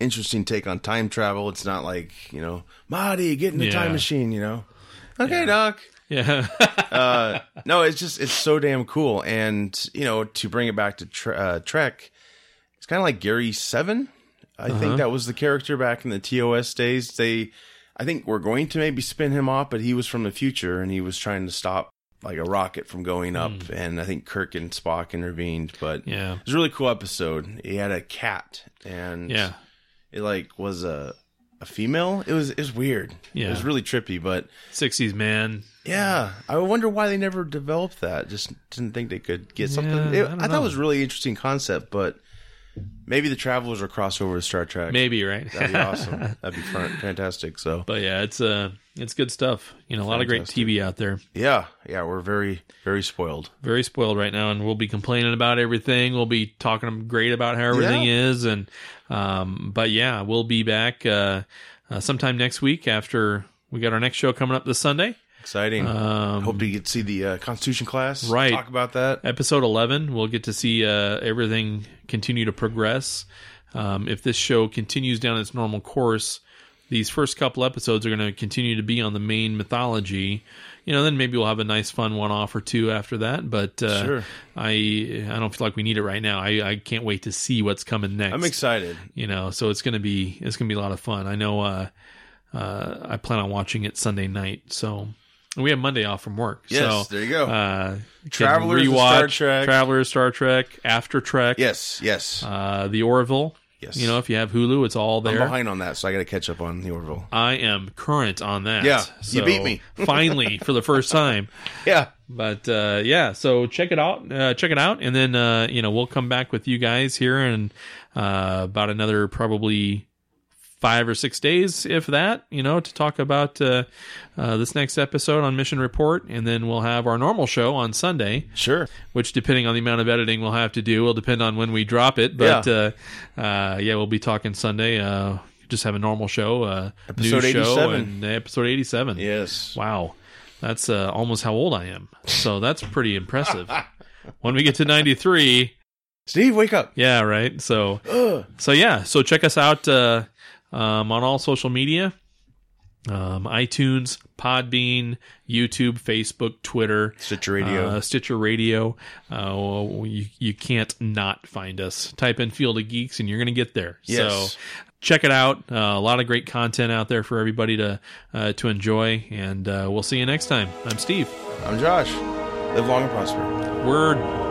Speaker 2: interesting take on time travel. It's not like you know, Marty get in the
Speaker 1: Yeah.
Speaker 2: time machine. You know, okay, Doc.
Speaker 1: Yeah,
Speaker 2: Uh, no, it's just it's so damn cool. And you know, to bring it back to tre- uh, Trek, it's kind of like Gary Seven. I
Speaker 1: Uh-huh.
Speaker 2: think that was the character back in the TOS days. They, I think, we're going to maybe spin him off, but he was from the future and he was trying to stop like a rocket from going up.
Speaker 1: Hmm.
Speaker 2: And I think Kirk and Spock intervened, but.
Speaker 1: yeah,
Speaker 2: It was a really cool episode. He had a cat, and
Speaker 1: yeah.
Speaker 2: it like was a a female. It was it was weird. it
Speaker 1: Yeah.
Speaker 2: was really trippy. But
Speaker 1: Sixties man.
Speaker 2: yeah, I wonder why they never developed that. Just didn't think they could get something.
Speaker 1: Yeah,
Speaker 2: It,
Speaker 1: I
Speaker 2: I,
Speaker 1: don't
Speaker 2: thought
Speaker 1: know.
Speaker 2: it was a really interesting concept, but maybe the travelers will cross over to Star Trek.
Speaker 1: Maybe right.
Speaker 2: That'd
Speaker 1: [LAUGHS]
Speaker 2: be awesome. That'd be fun, fantastic. So
Speaker 1: but yeah, it's uh, it's good stuff. You know, a lot of great TV out there.
Speaker 2: yeah, yeah, we're very very spoiled.
Speaker 1: Very spoiled right now, and we'll be complaining about everything. We'll be talking great about how everything is, and um, but yeah, we'll be back uh, uh, sometime next week after we got our next show coming up this Sunday.
Speaker 2: Exciting. Hope to get to see the uh, Constitution class.
Speaker 1: Um, Right.
Speaker 2: Talk about that.
Speaker 1: episode 11 we'll get to see uh, everything continue to progress um, if this show continues down its normal course these first couple episodes are going to continue to be on the main mythology you know then maybe we'll have a nice fun one off or two after that but uh,
Speaker 2: Sure.
Speaker 1: i i don't feel like we need it right now i, I can't wait to see what's coming next
Speaker 2: I'm excited.
Speaker 1: you know so it's going to be it's going to be a lot of fun i know uh, uh, i plan on watching it sunday night so and we have monday off from work
Speaker 2: Yes,
Speaker 1: so
Speaker 2: there you go.
Speaker 1: uh, can
Speaker 2: Travelers to Star Trek.
Speaker 1: Travelers, Star Trek, After Trek,
Speaker 2: yes, yes.
Speaker 1: uh, The Orville,
Speaker 2: Yes.
Speaker 1: You know, if you have Hulu, it's all
Speaker 2: I'm
Speaker 1: there.
Speaker 2: behind on that, so I got to catch up on the Orville.
Speaker 1: I am current on that.
Speaker 2: Yeah, you beat me. [LAUGHS]
Speaker 1: finally for the first time.
Speaker 2: Yeah.
Speaker 1: But uh, yeah, so check it out, uh, check it out, and then uh, you know we'll come back with you guys here in uh, about another probably five or six days, if that. You know, to talk about uh, uh, this next episode on Mission Report, and then we'll have our normal show on Sunday
Speaker 2: Sure.
Speaker 1: which depending on the amount of editing we'll have to do will depend on when we drop it but yeah, uh, uh, yeah we'll be talking sunday uh, just have a normal show uh,
Speaker 2: Episode
Speaker 1: new show
Speaker 2: 87.
Speaker 1: and episode 87
Speaker 2: Yes.
Speaker 1: wow that's uh, almost how old i am so that's pretty impressive [LAUGHS] when we get to 93
Speaker 2: Steve, wake up.
Speaker 1: yeah right so
Speaker 2: Ugh.
Speaker 1: so yeah so check us out uh, um, on all social media um, itunes podbean youtube facebook twitter
Speaker 2: Stitcher Radio.
Speaker 1: uh, Stitcher Radio. Uh, well, you, you can't not find us. Type in Field of Geeks and you're going to get there.
Speaker 2: Yes.
Speaker 1: So check it out. Uh, a lot of great content out there for everybody to uh, to enjoy. And uh, we'll see you next time. I'm Steve.
Speaker 2: I'm Josh. Live long and prosper.
Speaker 1: We're